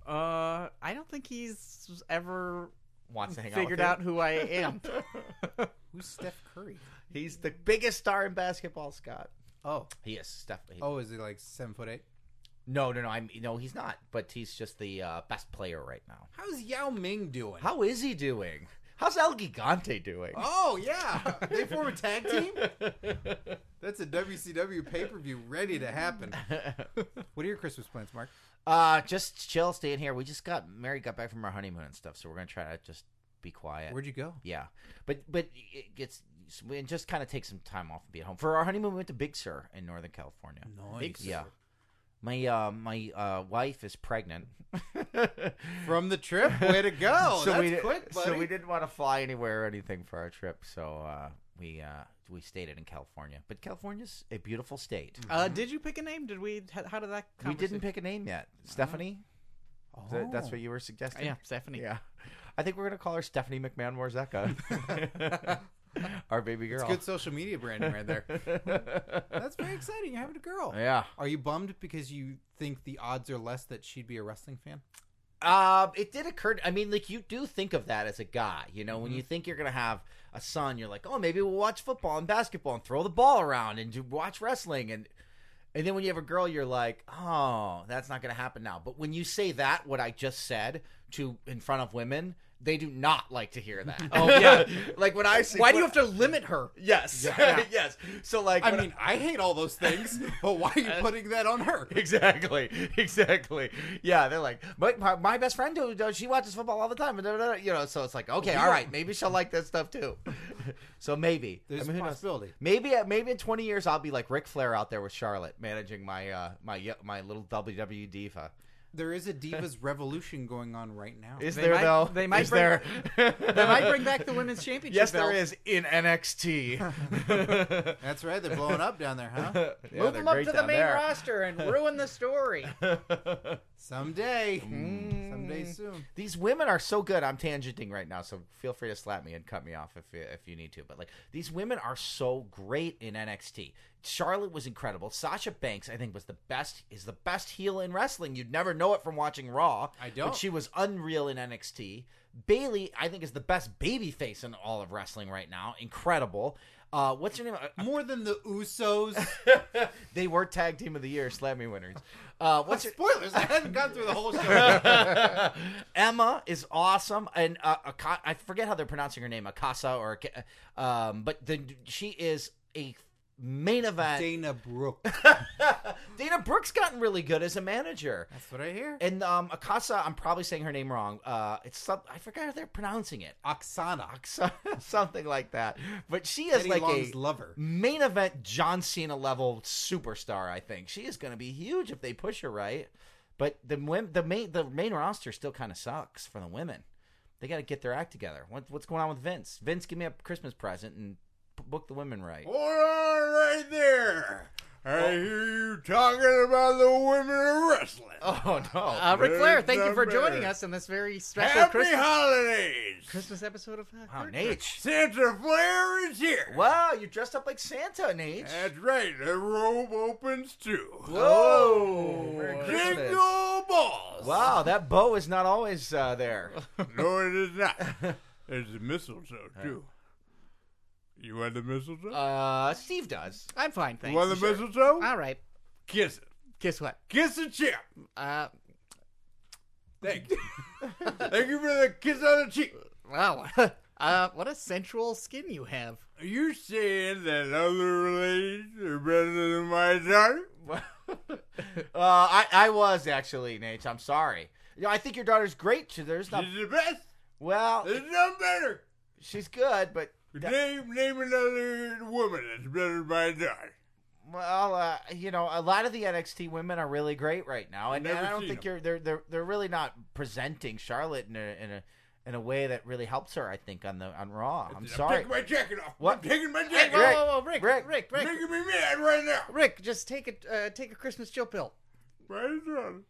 Uh, I don't think he's ever
Wants to hang
figured
out.
out who I am.
who's Steph Curry?
He's the biggest star in basketball, Scott.
Oh,
He is Steph. he-
oh, is he like seven foot eight?
No, no, no. I'm no. He's not. But he's just the uh, best player right now.
How's Yao Ming doing?
How is he doing? How's El Gigante doing?
Oh yeah, they form a tag team. That's a WCW pay per view ready to happen. What are your Christmas plans, Mark?
uh, just chill, staying here. We just got Mary got back from our honeymoon and stuff, so we're gonna try to just be quiet.
Where'd you go?
yeah, but but it gets and just kind of take some time off and be at home. For our honeymoon, we went to Big Sur in Northern California.
Nice.
Yeah. My uh, my uh, wife is pregnant.
From the trip, way to go! Oh, That's
di-
quick, buddy.
so we didn't want to fly anywhere or anything for our trip, so uh, we uh, we stayed it in California. But California's a beautiful state.
Mm.
uh, did you pick a name? Did we? How, how did that?
we
conversation-
didn't pick a name yet.
Uh-huh.
Stephanie, Is that- that's what you were suggesting.
Yeah, Stephanie.
yeah. I think we're gonna call her Stephanie McMahon Morzeka, our baby
It's
girl.
good social media branding right there. That's very exciting. You're having a girl.
yeah.
Are you bummed because you think the odds are less that she'd be a wrestling fan?
Um, it did occur. I mean, like you do think of that as a guy, you know, when
Mm-hmm.
you think you're gonna have a son, you're like, oh, maybe we'll watch football and basketball and throw the ball around and do, watch wrestling, and and then when you have a girl, you're like, oh, that's not gonna happen now. But when you say that, what I just said to in front of women, they do not like to hear that. oh yeah, like when I see,
Why do you have to limit her?
Yes, yes. So like,
I
when
mean, I hate all those things, but why are you putting that on her?
Exactly, exactly. Yeah, they're like, my, my, my best friend who does she watches football all the time, and da, da, da," you know. So it's like, okay, all right, maybe she'll like that stuff too. so maybe
There's
I mean,
a
who knows?
possibility.
Maybe uh, maybe in 20 years I'll be like Ric Flair out there with Charlotte managing my uh, my my little WWE diva.
There is a divas revolution going on right now.
Is
They
there
might-
though?
they might
Is
bring-
there?
They might bring back the women's championship.
yes,
belt.
there is in NXT.
That's right. They're blowing up down there, huh?
Yeah,
Move
they're
them up
great
to the
down
main
there.
roster and ruin the story.
Someday, someday soon.
These women are so good. I'm tangenting right now, so feel free to slap me and cut me off if you, if you need to. But like these women are so great in NXT. Charlotte was incredible. Sasha Banks, I think, was the best is the best heel in wrestling. You'd never know it from watching Raw.
I don't.
But she was unreal in NXT. Bailey, I think, is the best baby face in all of wrestling right now. Incredible. Uh, what's her name? Uh,
More than the Usos.
They were tag team of the year, Slammy winners. Uh, what's her,
Spoilers. I haven't gone through the whole show. yet.
Emma is awesome, and uh, Aka- I forget how they're pronouncing her name, Akasa or, Ak- um, but the, she is a main event.
Dana Brooke.
Dana Brooks gotten really good as a manager,
That's what I hear.
and um, Akasa, I'm probably saying her name wrong. Uh, it's some, I forgot how they're pronouncing it,
Oksana.
Aksa, something like that. But she is
Eddie
like
Long's
a
lover.
main event John Cena level superstar. I think she is going to be huge if they push her right. But the women, the main the main roster still kind of sucks for the women. They got to get their act together. What, what's going on with Vince? Oh. Vince, give me a Christmas present and p- book the women right.
All right, there.
I hear you talking about the women of wrestling.
Oh no!
Uh, Ric Flair,
There's
thank you for
the
joining
bear.
us on this very special
Happy
Christmas,
holidays!
Christmas episode of uh,
wow,
Card Tricks.
Nate.
Santa Flair is here.
Wow, you're dressed up like Santa, Nate.
That's right. The robe opens too.
Whoa! oh, Merry Christmas.
Jingle balls.
Wow, that bow is not always uh, there.
No, it is not. There's the mistletoe too. You want the mistletoe?
Uh, Steve does.
I'm fine,
you
thanks.
want the mistletoe?
All right.
Kiss it.
Guess what?
Kiss the chip.
Uh,
Thank you. Thank you for the kiss on the cheek.
wow. uh, what a sensual skin you have.
Are you saying that other ladies are better than my daughter?
uh, I I was actually Nate. I'm sorry. You know, I think your daughter's great. too. There's not.
She's the best.
Well,
There's none better.
she's good, but
Name name another woman that's better than my daughter.
well, uh, you know, a lot of the NXT women are really great right now, and,
Never
and I don't
seen
think
them.
you're they're they're they're really not presenting Charlotte in a in a in a way that really helps her. I think on the on Raw. I'm sorry.
taking my jacket off.
What?
I'm taking my
Hey,
jacket
whoa,
off.
whoa, whoa, Rick, Rick,
Rick,
Rick, Rick, Rick,
Making me mad right now.
just take a uh, take a Christmas chill pill.
My son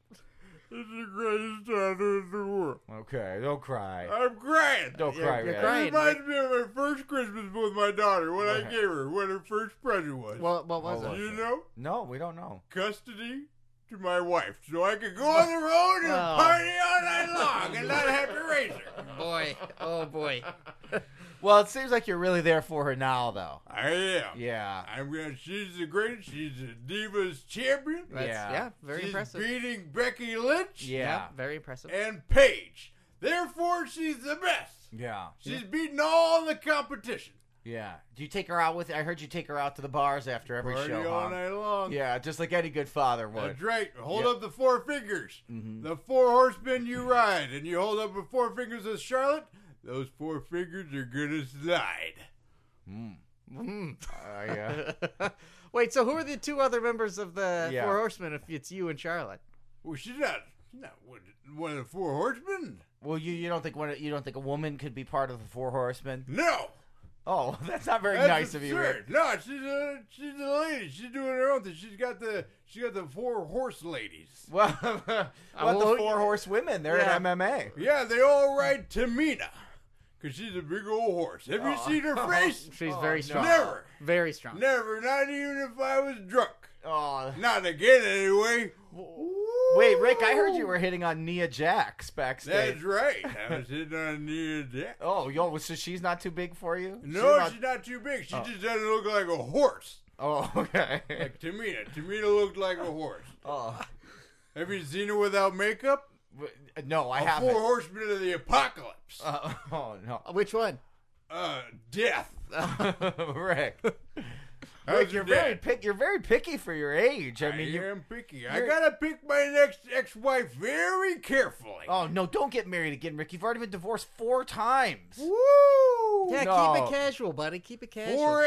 is the greatest daughter in the world.
Okay, don't cry.
I'm crying.
Don't
You're-
cry.
you're
Rick.
It
crying.
reminds me of my first Christmas with my daughter, what I
Right.
gave her, what her first present was.
Oh, Well, what was
What
it?
was
you
it?
know,
No, we don't know.
custody to my wife, so I could go on the road and
Oh.
party all night long and not have to raise her.
Boy, oh boy.
Well, it seems like you're really there for her now, though.
I am.
Yeah.
I'm gonna. She's the greatest. She's the Divas champion.
That's, yeah.
Yeah.
very
she's
impressive.
Beating Becky Lynch.
Yeah.
very impressive.
and Paige. Therefore, she's the best.
Yeah.
She's beaten all the competition.
Yeah. Do you take her out with? I heard you take her out to the bars after every
Party
show.
all
huh?
night long.
Yeah, just like any good father would.
That's right. Hold
Yeah. Mm-hmm.
up the four fingers. The four horsemen you ride, and you hold up the four fingers of Charlotte. Those four fingers are gonna slide.
Uh, yeah.
Wait, so who are the two other members of the
Yeah.
Four Horsemen if it's you and Charlotte?
Well, she's not. She's not one, one of the four horsemen.
Well, you you don't think one of- you don't think a woman could be part of the four horsemen?
No.
Oh, that's not very
That's
nice of you.
absurd.
Rick.
No, she's a she's a lady. She's doing her own thing. She's got the she got the four horse ladies.
Well, well,
well,
the four horsewomen, they're
yeah.
in MMA.
Yeah, they all ride Tamina because she's a big old horse. Have you seen her face?
Oh,
She's very strong.
Never,
Very strong.
never, not even if I was drunk.
Oh.
Not again, anyway.
Wait, Rick, I heard you were hitting on Nia Jax backstage.
That's right. I was hitting on Nia Jax.
Oh, yo, so she's not too big for you?
No,
not-
she's not too big. She just doesn't look like a horse.
Oh, okay.
Like Tamina. Tamina looked like a horse.
oh.
Have you seen her without makeup?
But- No, I
Four
haven't.
horsemen of the apocalypse.
Uh, oh no,
Which one?
Uh, death.
Rick!
How's
Rick, you're
your
very
dad?
pick. You're very picky for your age. I
I
mean, you.
am picky. I
you're-
gotta pick my next ex-wife very carefully.
Oh no! Don't get married again, Rick. You've already been divorced four times.
Woo!
Yeah,
No.
keep it casual, buddy. Keep it casual.
Four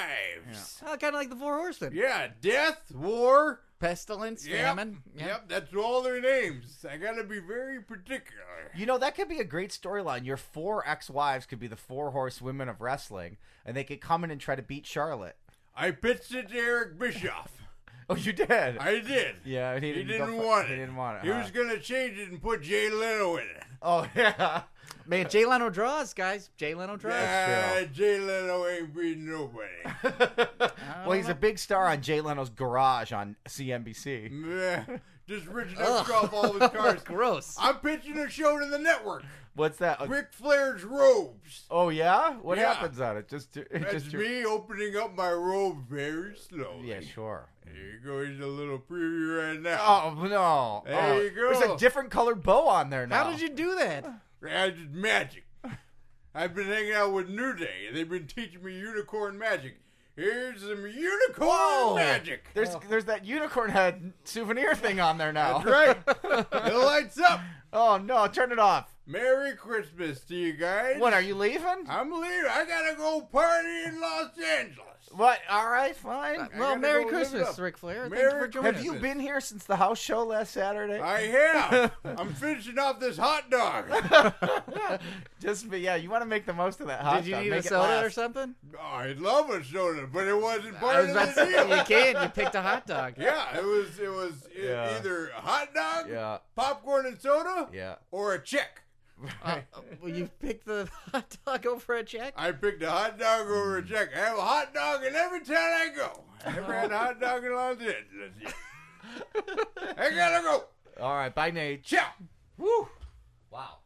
ex-wives.
Oh, kind of like the Four Horsemen.
Yeah. death, war.
Pestilence,
Yep.
famine.
Yep. that's all their names. I gotta be very particular.
You know that could be a great storyline. Your four ex-wives could be the four horsewomen of wrestling, and they could come in and try to beat Charlotte.
I pitched it to Eric Bischoff.
Oh, you did.
I did.
yeah, he
He
didn't,
didn't,
go for-
want it.
He didn't want it.
He
huh?
was gonna change it and put Jay Leno in it.
oh yeah.
Man, Jay Leno draws, guys. Jay Leno draws.
Ah, Jay Leno ain't beating nobody.
well, he's a big star on Jay Leno's Garage on CNBC.
Meh. Just Richard off all his cars.
Gross.
I'm pitching a show to the network.
What's that?
Ric Flair's robes.
Uh, Oh yeah. What
Yeah.
happens on it? Just, it
That's
just
me opening up my robe very slowly.
Yeah, sure.
Here you go. Here's a little preview right now.
Oh no!
There
Oh,
you go.
There's a different colored bow on there now.
How did you do that? Uh,
I did magic. I've been hanging out with New Day. They've been teaching me unicorn magic. Here's some unicorn
Oh,
magic.
There's there's that unicorn head souvenir thing on there now.
That's right. the lights up.
Oh no! Turn it off.
Merry Christmas to you guys.
What are you leaving?
I'm leaving. I gotta go party in Los
Angeles.
What? All right, fine.
well,
gotta
Merry
go live it
Christmas,
up.
Ric Flair. Thank you for
Merry
joining
Have
us.
you
Christmas.
been here since the house show last Saturday?
I am. I'm finishing off this hot dog.
Just, but yeah, you want to make the most of that hot
Did you
dog.
need
Make
a
it
soda
last.
or something?
I'd Oh, love a soda, but it wasn't
I
part of
was about
the
to say,
deal.
you can't. You picked a hot dog.
Yeah, it was. It was e-
Yeah.
either a hot dog,
Yeah,
popcorn and soda,
yeah.
or a check.
Uh, well, you picked the hot dog over a check?
I picked a hot dog over
Mm.
a check. I have a hot dog in every town I go. I never had a hot dog in Los Angeles. yet. I gotta go.
All right, bye, Nate.
Ciao.
Woo! Wow.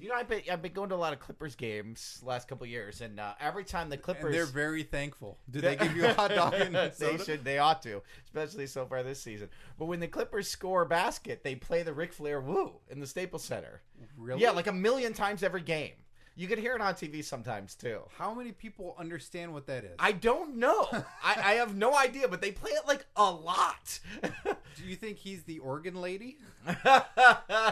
You know, I've been I've been going to a lot of Clippers games last couple years, and uh, every time the Clippers
very thankful. Do
they should. They ought to, especially so far this season. But when the Clippers score a basket, they play the Ric Flair "Woo" in the Staples Center.
Really?
Yeah, like a million times every game. You could hear it on TV sometimes too.
How many people understand what that is?
I don't know. I, I have no idea, but they play it like a lot.
Do you think he's the organ lady?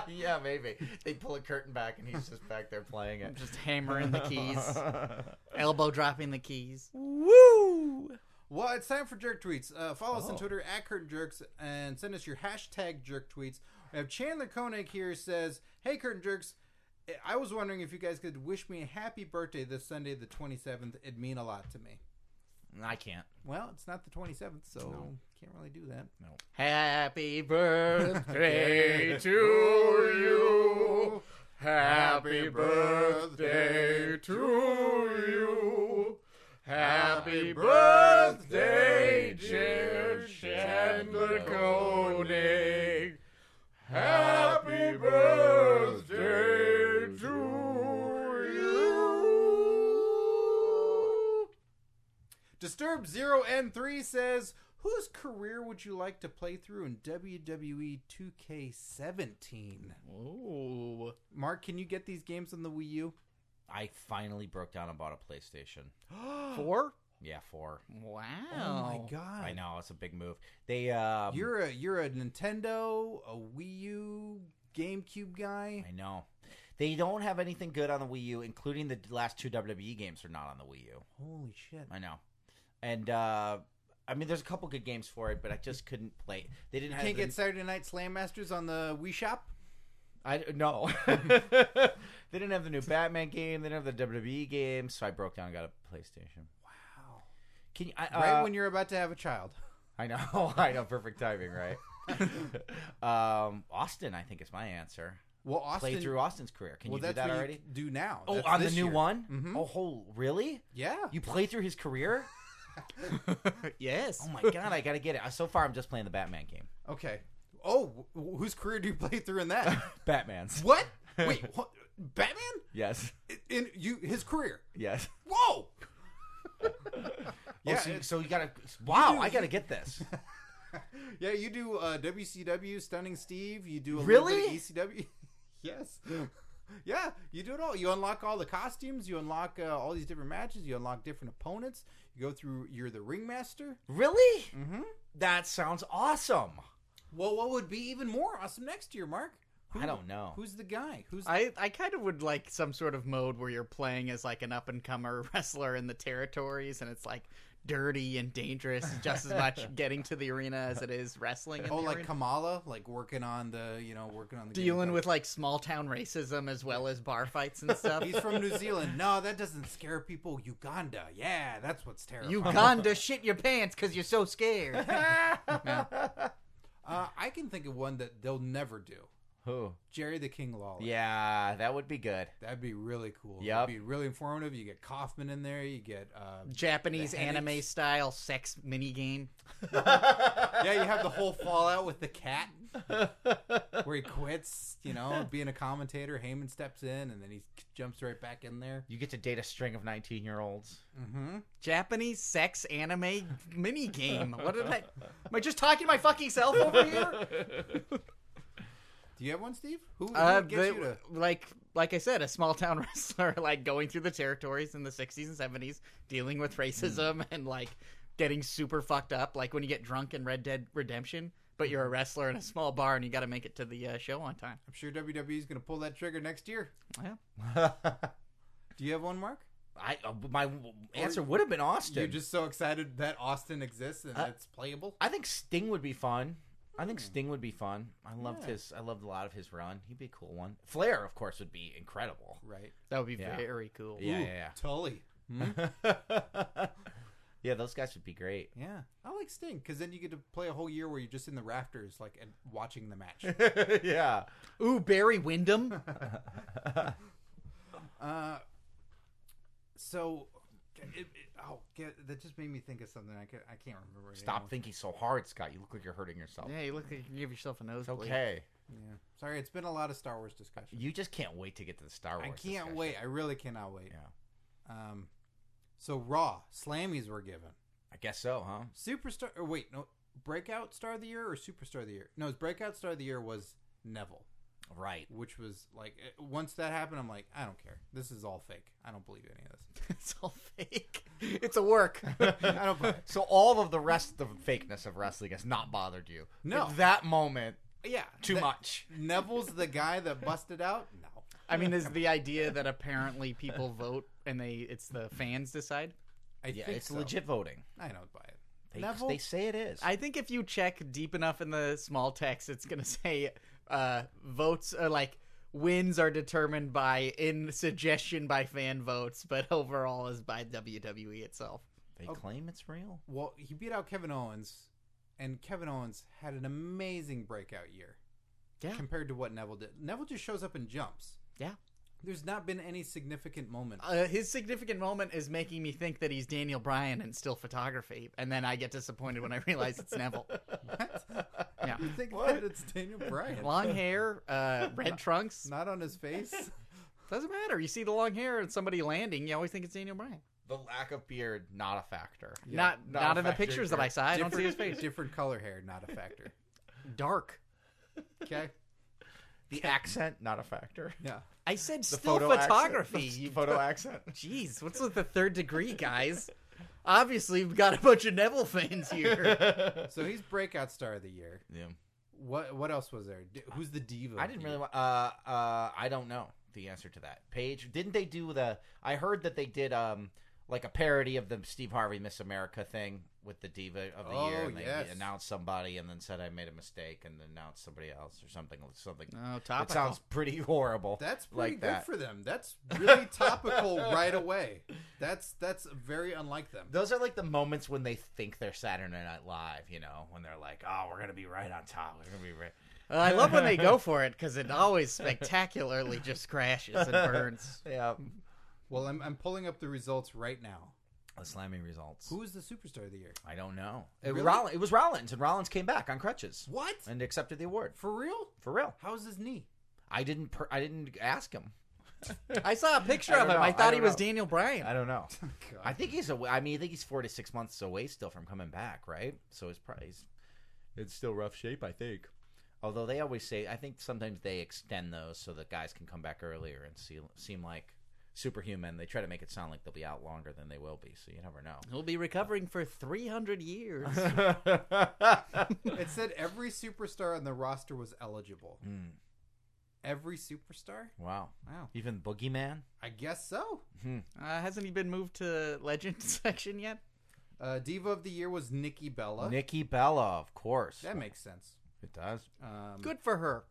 yeah, maybe they pull a curtain back and he's just back there playing it.
Just hammering the keys, elbow dropping the keys.
Woo!
Well, it's time for jerk tweets. Uh, follow us on
Oh.
Twitter at Curtain Jerks and send us your hashtag jerk tweets. We have Chandler Koenig here says, "Hey Curtain Jerks, I was wondering if you guys could wish me a happy birthday this Sunday, the 27th. It'd mean a lot to me."
I can't.
Well, it's not the 27th, so can't really do that.
Happy birthday to you. Happy birthday to you. Happy birthday, dear Chandler Koenig. Happy birthday to you.
Disturb 0N3 says, "Whose career would you like to play through in E WWE 2K17?"
Oh.
Ooh.
Mark, can you get these games on the Wii U?
I finally broke down and bought a PlayStation.
Four?
Yeah, four.
Wow.
Oh my god.
I know it's a big move. They um,
You're a you're a Nintendo, a Wii U, GameCube guy.
I know. They don't have anything good on the Wii U, including the last two WWE games are not on the Wii U.
Holy shit.
I know. And uh I mean there's a couple good games for it, but I just couldn't play. it. They didn't
You
have
can't
the-
get Saturday Night Slam Masters on the Wii Shop.
I no. they didn't have the new Batman game, they didn't have the WWE game, so I broke down and got a PlayStation.
Wow.
Can you I,
Right
uh,
when you're about to have a child.
I know. I know perfect timing, right? um Austin I think is my answer.
Well,
Play
Austin.
through Austin's career. Can
well,
you do
that's
that
what
already?
you do now.
Oh,
That's
on the
this
new
year.
one?
Mhm.
Oh, whole, really?
Yeah.
You play through his career?
Yes.
Oh my god, I gotta get it. So far, I'm just playing the Batman game.
Okay. Oh, wh- whose career do you play through in that?
Batman's.
what? Wait, what? Batman?
Yes.
In you his career?
Yes.
Whoa.
Yeah.
Yeah,
so, you,
it's-
so you gotta. Wow,
do-
I gotta
you-
get this.
Yeah, you do uh, WCW, Stunning Steve. You do a
Really?
little bit of ECW. yes. Yeah, you do it all. You unlock all the costumes. You unlock uh, all these different matches. You unlock different opponents. You go through. You're the ringmaster.
really?
Mm-hmm.
That sounds awesome.
Well, what would be even more awesome next year, Mark?
I don't know.
Who's the guy? Who's
I, I kind of would like some sort of mode where you're playing as like an up and comer wrestler in the territories, and it's like dirty and dangerous just as much getting to the arena as it is wrestling. In
oh,
the
like
arena.
Kamala, like working on the you know working on the
dealing
game.
with like small town racism as well as bar fights and stuff.
He's from New Zealand. No, that doesn't scare people. Uganda. Yeah, that's what's terrible.
Uganda, shit your pants because you're so scared.
Uh, I can think of one that they'll never do.
Who?
Jerry the King Lawler.
Yeah, that would be good.
That'd be really cool.
Yep.
That'd be really informative. You get Kaufman in there. You get uh,
Japanese
The
anime
headaches.
style sex minigame.
yeah, you have the whole fallout with the cat where he quits. You know, being a commentator, Heyman steps in and then he jumps right back in there.
You get to date a string of 19 year olds.
Mm-hmm.
Japanese sex anime minigame. What did I? Am I just talking to my fucking self over here?
Do you have one, Steve? Who, who
Uh,
would get
they-
you to?
like like I said, a small town wrestler, like going through the territories in the '60s and '70s, dealing with racism and like getting super fucked up, like when you get drunk in Red Dead Redemption. But you're a wrestler in a small bar, and you got to make it to the uh, show on time.
I'm sure WWE's going to pull that trigger next year.
Yeah.
Do you have one, Mark?
I uh, my answer would have been Austin.
You're just so excited that Austin exists and
Uh,
it's playable.
I think Sting would be fun. I think Sting would be fun. I loved
Hmm. Yeah.
his. I loved a lot of his run. He'd be a cool one. Flair, of course, would be incredible.
Right.
That would be
Yeah.
very cool.
Yeah,
Ooh,
yeah,
Tully. Hmm?
yeah. yeah, those guys would be great.
yeah. I like Sting because then you get to play a whole year where you're just in the rafters, like and watching the match.
yeah.
Ooh, Barry Windham.
Uh, so, it, it, oh, get, that just made me think of something. I can't, I can't remember. it
Stop
anymore.
thinking so hard, Scott. You look like you're hurting yourself.
yeah, you look like you can give yourself a
It's
nosebleed.
okay.
Yeah. Sorry, it's been a lot of Star Wars discussion.
You just can't wait to get to the Star Wars.
I can't
discussion.
wait. I really cannot wait.
Yeah.
Um, so Raw Slammies were given
I guess so, huh?
superstar. Or wait, no, Breakout Star of the Year or Superstar of the Year? No, his Breakout Star of the Year was Neville,
Right.
which was like eh, once that happened, I'm like, I don't care. This is all fake. I don't believe any of this.
it's all fake. It's a work.
I don't. Buy
So all of the rest of the fakeness of wrestling has not bothered you.
No.
In that moment,
it. Yeah,
too
that-
much.
Neville's the guy that busted out. No.
I mean, is the idea that apparently people vote and they it's the fans decide?
I
Yeah,
think
it's
so.
legit voting.
I don't buy it.
They,
Neville,
they say it is.
I think if you check deep enough in the small text, it's going to say uh, votes are like wins are determined by in suggestion by fan votes, but overall is by WWE itself.
they
Oh.
claim it's real.
well, he beat out Kevin Owens, and Kevin Owens had an amazing breakout year.
Yeah.
Compared to what Neville did, Neville just shows up and jumps.
Yeah.
There's not been any significant moment.
Uh, his significant moment is making me think that he's Daniel Bryan and still photography, and then I get disappointed when I realize it's Neville. Yeah.
You think that it's Daniel Bryan?
Long hair, uh, red trunks.
Not on his face.
Doesn't matter. You see the long hair and somebody landing, you always think it's Daniel Bryan.
The lack of beard, not a factor.
not
not
not,
a
in the
factor,
pictures that I saw. I don't see his face.
Different color hair, not a factor.
Dark.
Okay.
The accent, not a factor.
Yeah.
I said
The
still
photo
photography.
accent,
you-
the photo accent.
Jeez, what's with the third degree, guys? Obviously, we've got a bunch of Neville fans here.
So he's breakout star of the year.
Yeah.
What What else was there? D- Who's the diva?
I
of
didn't
the
really.
year?
wa- Uh, uh, I don't know the answer to that. Paige, didn't they do the? I heard that they did um like a parody of the Steve Harvey Miss America thing with the diva of the
Oh,
year, and they
yes.
announced somebody and then said I made a mistake and announced somebody else or something something.
No,
That
Oh, topical.
sounds pretty horrible.
Uh, That's pretty
like
good
that.
for them. That's really topical right away. That's that's very unlike them.
Those are like the moments when they think they're Saturday Night Live, you know, when they're like, "Oh, we're gonna be right on top. We're gonna be right."
Uh, I love when they go for it because it always spectacularly just crashes and burns.
Yeah,
Well, I'm I'm pulling up the results right now.
the slamming results.
Who is the superstar of the year?
I don't know. It,
Really?
Roll- it was Rollins, and Rollins came back on crutches
What?
and accepted the award
For real?
for real.
How's his knee?
I didn't. Per- I didn't ask him.
I saw a picture
I
of him.
don't know,
I
I
thought he
don't
was
know.
Daniel Bryan.
don't know.
God.
I think he's. Away, I mean, I think he's four to six months away still from coming back, right? So his price. It's still rough shape, I think. Although they always say, I think sometimes they extend those so that guys can come back earlier and see, seem like superhuman. They try to make it sound like they'll be out longer than they will be. So you never
He'll be recovering for 300 years. Uh,
know.
It said every superstar on the roster was eligible.
Hmm.
Every superstar?
wow.
Wow.
Even Boogeyman.
I guess so.
Uh, hasn't he been moved to legend section yet?
Uh, Diva of the year was Nikki Bella.
Nikki Bella, of course.
that makes sense.
it does.
Um,
Good for her.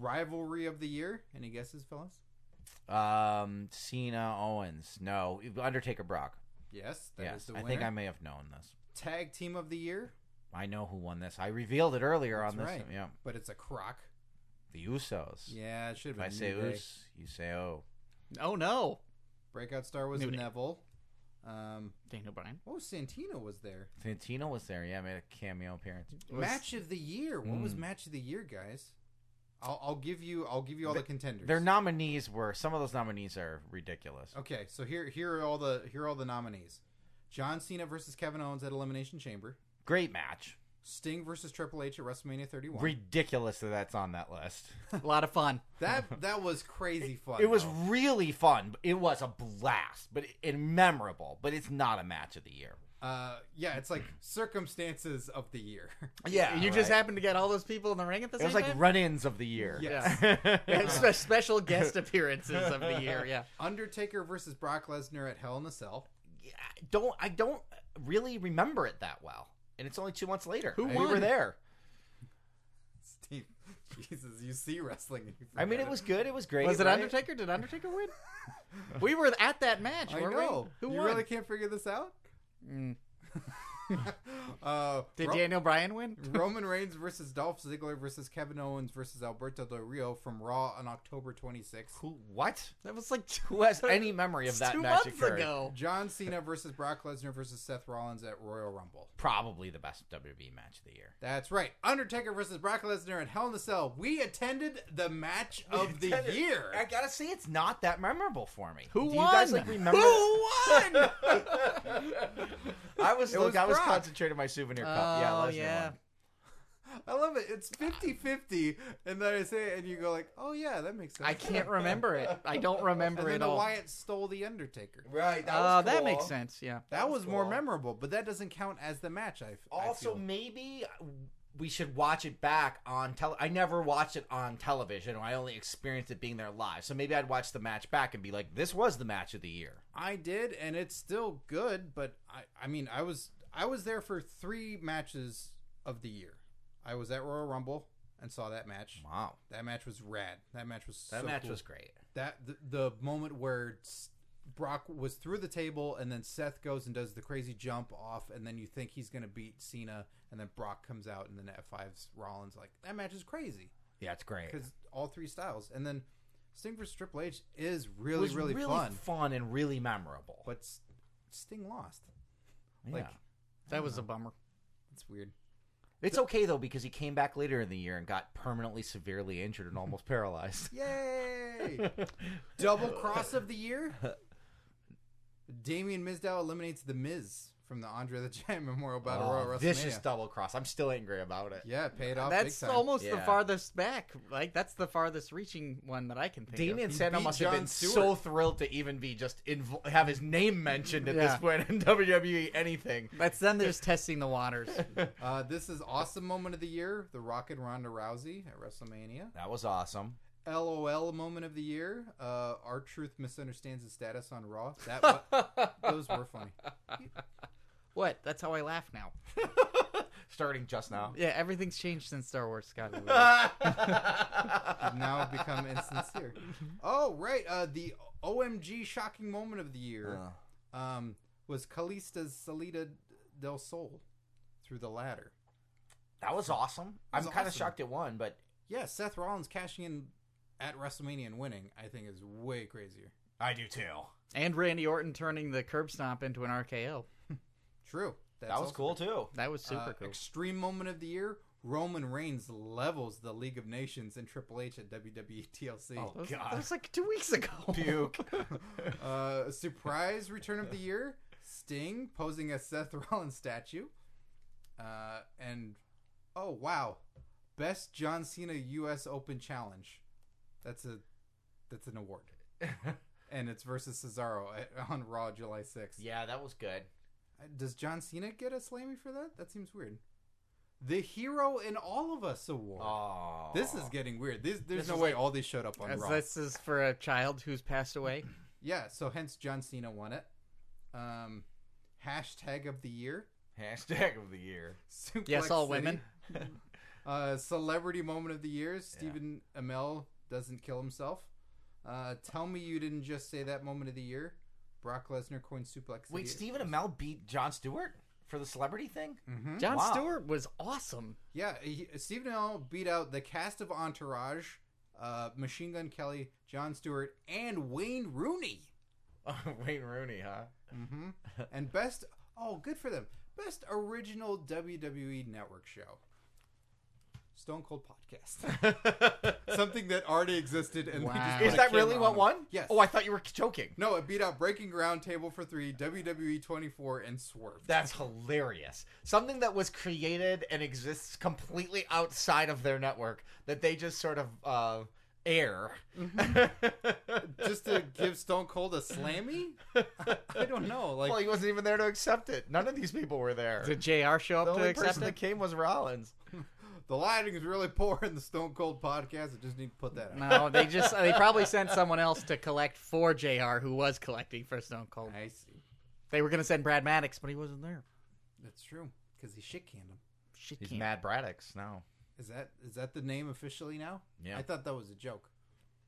rivalry of the year. Any guesses, fellas?
Um, Cena Owens. No, Undertaker Brock.
Yes, that is
yes,
the
I
winner.
think I may have known this.
Tag team of the year,
I know who won this. I revealed it earlier on this.
That's right.
Yeah,
but it's a crock.
the Usos.
Yeah, it should have
If
been.
I say
New Day.
Us, you say Oh.
Oh, no.
Breakout star was
New Day.
Neville. Um,
Daniel Bryan.
oh, Santino was there.
Santino was there. Yeah, made a cameo appearance.
Was-
match of the year. What was
Mm.
match of the year, guys? I'll, I'll give you. I'll give you all the, contenders.
Their nominees were some of those nominees are ridiculous.
Okay, so here here are all the here are all the nominees. John Cena versus Kevin Owens at Elimination Chamber.
Great match.
Sting versus Triple H at WrestleMania 31.
Ridiculous that that's on that list.
A lot of fun.
that that was crazy fun.
It was
though.
really fun. It was a blast, but and memorable. But it's not a match of the year.
Uh, yeah, it's like circumstances of the year.
Yeah,
you just happened to get all those people in the ring at the
It
same
was like
time.
run-ins of the year.
Yes.
Yeah, spe- special guest appearances of the year. Yeah,
Undertaker versus Brock Lesnar at Hell in a Cell.
I don't I don't really remember it that well, and it's only two months later.
Who
we
won?
were there.
Steve, Jesus, you see wrestling. and you
I mean,
forget
it was good. It was great.
was it
right?
Undertaker? Did Undertaker win? we were at that match.
I
weren't we?
know.
Who
you
won?
really can't figure this out?
Mm.
uh,
Did
Ro-
Daniel Bryan win?
Roman Reigns versus Dolph Ziggler versus Kevin Owens versus Alberto Del Rio from Raw on October 26th.
Who? What?
That was like two,
Who has any memory of that
two
match
months
occurring?
ago.
John Cena versus Brock Lesnar versus Seth Rollins at Royal Rumble.
Probably the best WWE match of the year.
That's right. Undertaker versus Brock Lesnar at Hell in a Cell. We attended the match of the
That is-
year.
I gotta say, it's not that memorable for me.
Who
Do
won?
You guys like remember?
Who won?
I was
It
look,
was
I was
Brock.
concentrating on my souvenir cup. Yeah,
Oh,
Lesnar
yeah.
won.
I love it. It's 50-50. And then I say it and you go like, oh yeah, that makes sense.
I can't remember it. I don't remember
And
it
then the
all.
Wyatt stole the Undertaker.
Right.
Oh, that makes sense. Yeah.
That, was, more
cool.
memorable, but that doesn't count as the match. I f- I
Also,
feel.
maybe we should watch it back on tele. I never watched it on television. I only experienced it being there live. So maybe I'd watch the match back and be like, "This was the match of the year."
I did, and it's still good. But I, I mean, I was I was there for three matches of the year. I was at Royal Rumble and saw that match.
Wow,
That match was rad. That match was
that
so
match
cool.
was great.
that the, the moment where S- Brock was through the table, and then Seth goes and does the crazy jump off, and then you think he's gonna beat Cena, and then Brock comes out, and then F fives Rollins. Like that match is crazy
Yeah, it's great.
because all three styles, and then Sting versus Triple H is really
it was
really,
fun.
fun,
and really memorable.
but S- Sting lost.
Yeah.
Like
That was a bummer.
it's weird.
it's okay though because he came back later in the year and got permanently severely injured and almost paralyzed.
Yay! Double cross of the year. Damian Mizdow eliminates the Miz from the Andre the Giant Memorial Battle
Oh,
Royal WrestleMania.
this is double cross. I'm still angry about it.
yeah, it paid off.
That's
Oh, big time.
almost the
Yeah.
farthest back. Like that's the farthest reaching one that I can think
Damien
of.
Sandow
beat
must have
Jon
been
Stewart.
so thrilled to even be just inv- have his name mentioned at
Yeah.
this point in WWE anything.
That's them just testing the waters.
Uh, this is awesome moment of the year: the Rock and Ronda Rousey at WrestleMania.
That was awesome.
LOL moment of the year: uh, our truth misunderstands his status on Raw. That wa- those were funny.
what? That's how I laugh now.
Starting just now.
Yeah, everything's changed since Star Wars Scott.
I've now become insincere. Oh right, uh, the OMG shocking moment of the year
Uh,
um, was Kalista's Salida del Sol through the ladder.
that was awesome.
That
I'm
was
kind of
awesome.
shocked it won, but
Yeah, Seth Rollins cashing in at WrestleMania and winning, I think, is way crazier.
I do too.
and Randy Orton turning the curb stomp into an RKO.
True. That's
that was
also
cool too.
That was super
Uh,
cool.
Extreme moment of the year: Roman Reigns levels the League of Nations and Triple H at E WWE TLC.
Oh.
that, was,
God.
that was like two weeks ago.
Puke.
Uh, surprise return of the year: Sting posing as Seth Rollins statue. Uh, and oh wow, best John Cena U.S. Open challenge. That's a that's an award, and it's versus Cesaro at, on Raw July sixth. Uh,
yeah, that was good.
Does John Cena get a slammy for that? That seems weird. The Hero in All of Us award.
Oh,
This is getting weird. This, there's
This
no
is
way
like-
all these showed up on
As
Raw.
this is for a child who's passed away.
Mhm.
Yeah, so hence John Cena won it. Um, hashtag of the year.
hashtag of the year.
Suplex
Yes, all
City.
women.
Uh, celebrity moment of the year. Stephen Amell doesn't kill himself. Uh, tell me you didn't just say that moment of the year. Brock Lesnar coined suplex.
Wait, Stephen Amell beat John Stewart for the celebrity thing?
Mm-hmm.
John
Wow.
Stewart was awesome.
Yeah, he, Stephen Amell beat out the cast of Entourage, uh, Machine Gun Kelly, John Stewart, and Wayne Rooney.
Oh, Wayne Rooney, huh?
hmm and best, oh, good for them. Best original WWE network show. E Stone Cold Podcast. Something that already existed and they
Wow.
just
Is
put a
that
camera
really what
on it.
won?
Yes.
Oh, I thought you were joking.
No, it beat out Breaking Ground, Table for Three, WWE 24, and Swerve.
That's hilarious. Something that was created and exists completely outside of their network that they just sort of uh, air. Mm-hmm.
just to give Stone Cold a slammy? I don't know. Like
well, he wasn't even there to accept it. None of these people were there.
Did JR show
the
up to
only
accept
person that
it?
came was Rollins.
the lighting is really poor in the Stone Cold podcast. I just need to put that out.
No, they just they probably sent someone else to collect for JR who was collecting for Stone Cold.
I see.
They were gonna send Brad Maddox, but he wasn't there.
That's true. Because he shit canned him.
Shit
He's
can't.
Mad Braddock's now.
Is that is that the name officially now?
Yeah.
I thought that was a joke.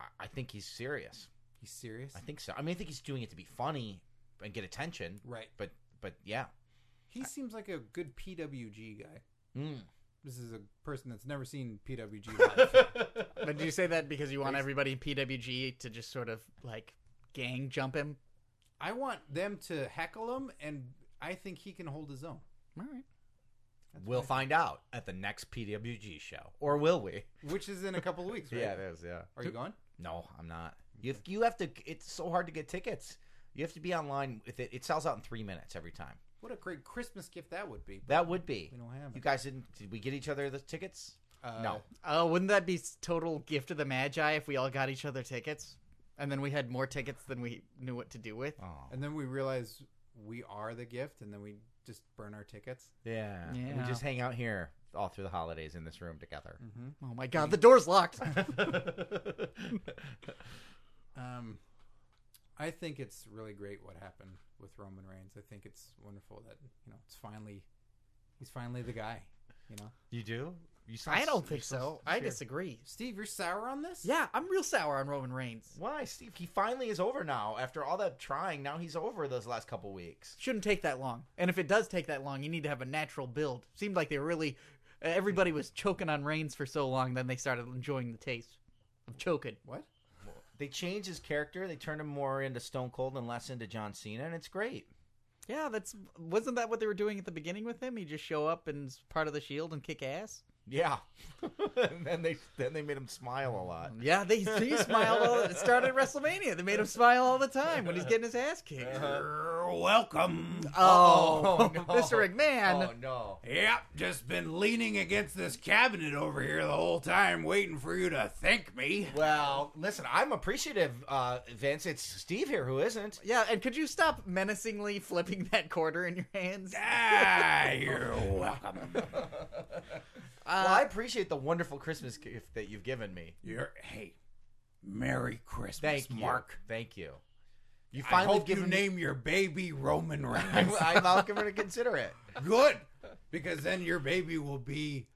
I- I think he's serious.
He's serious?
I think so. I mean, I think he's doing it to be funny and get attention.
Right.
But but yeah.
He seems like a good PWG guy.
Mm.
This is a person that's never seen PWG live.
But did you say that because you want everybody in PWG to just sort of like gang jump him?
I want them to heckle him, and I think he can hold his own.
All right.
we'll find out at the next PWG show, or will we?
Which is in a couple of weeks, right?
is. Yeah.
Are you going?
No, I'm not. You have, you have to. It's so hard to get tickets. You have to be online with it. It sells out in three minutes every time.
What a great Christmas gift that would be.
That would be.
We don't have
You
it.
guys didn't? Did we get each other the tickets?
Uh,
no.
Oh, wouldn't that be s- total gift of the Magi if we all got each other tickets? And then we had more tickets than we knew what to do with.
Oh.
And then we realize we are the gift, and then we just burn our tickets.
Yeah. We
Yeah.
just hang out here all through the holidays in this room together.
Oh my god, the door's locked.
Mm. Um, I think it's really great what happened with Roman Reigns. I think it's wonderful that you know it's finally he's finally the guy. You know,
you do? You sound
I don't
s-
think
you're
so.
s-
I
serious.
disagree.
Steve, you're sour on this.
Yeah, I'm real sour on Roman Reigns.
Why, Steve? He finally is over now. After all that trying, now he's over those last couple weeks.
Shouldn't take that long. And if it does take that long, you need to have a natural build. Seemed like they really everybody was choking on Reigns for so long, then they started enjoying the taste of choking.
What?
They changed his character. They turned him more into Stone Cold and less into John Cena, and it's great.
Yeah, that's wasn't that what they were doing at the beginning with him? He just show up and s- part of the shield and kick ass.
Yeah. and then they then they made him smile a lot.
Yeah, they he smiled. All, it started at WrestleMania. They made him smile all the time when he's getting his ass kicked.
Welcome.
Oh,
Uh-huh. Oh, no.
Mr. McMahon.
Oh no.
Yep, just been leaning against this cabinet over here the whole time, waiting for you to thank me.
Well, listen, I'm appreciative, uh, Vince. It's Steve here who isn't.
Yeah, and could you stop menacingly flipping that quarter in your hands?
Ah, you're welcome.
Uh,
well, I appreciate the wonderful Christmas gift that you've given me.
You're hey, Merry Christmas,
Thank you,
Mark.
Thank you. You
I
finally
hope you
given me-
name your baby Roman Reigns.
I'm not going to consider it.
Good, because then your baby will be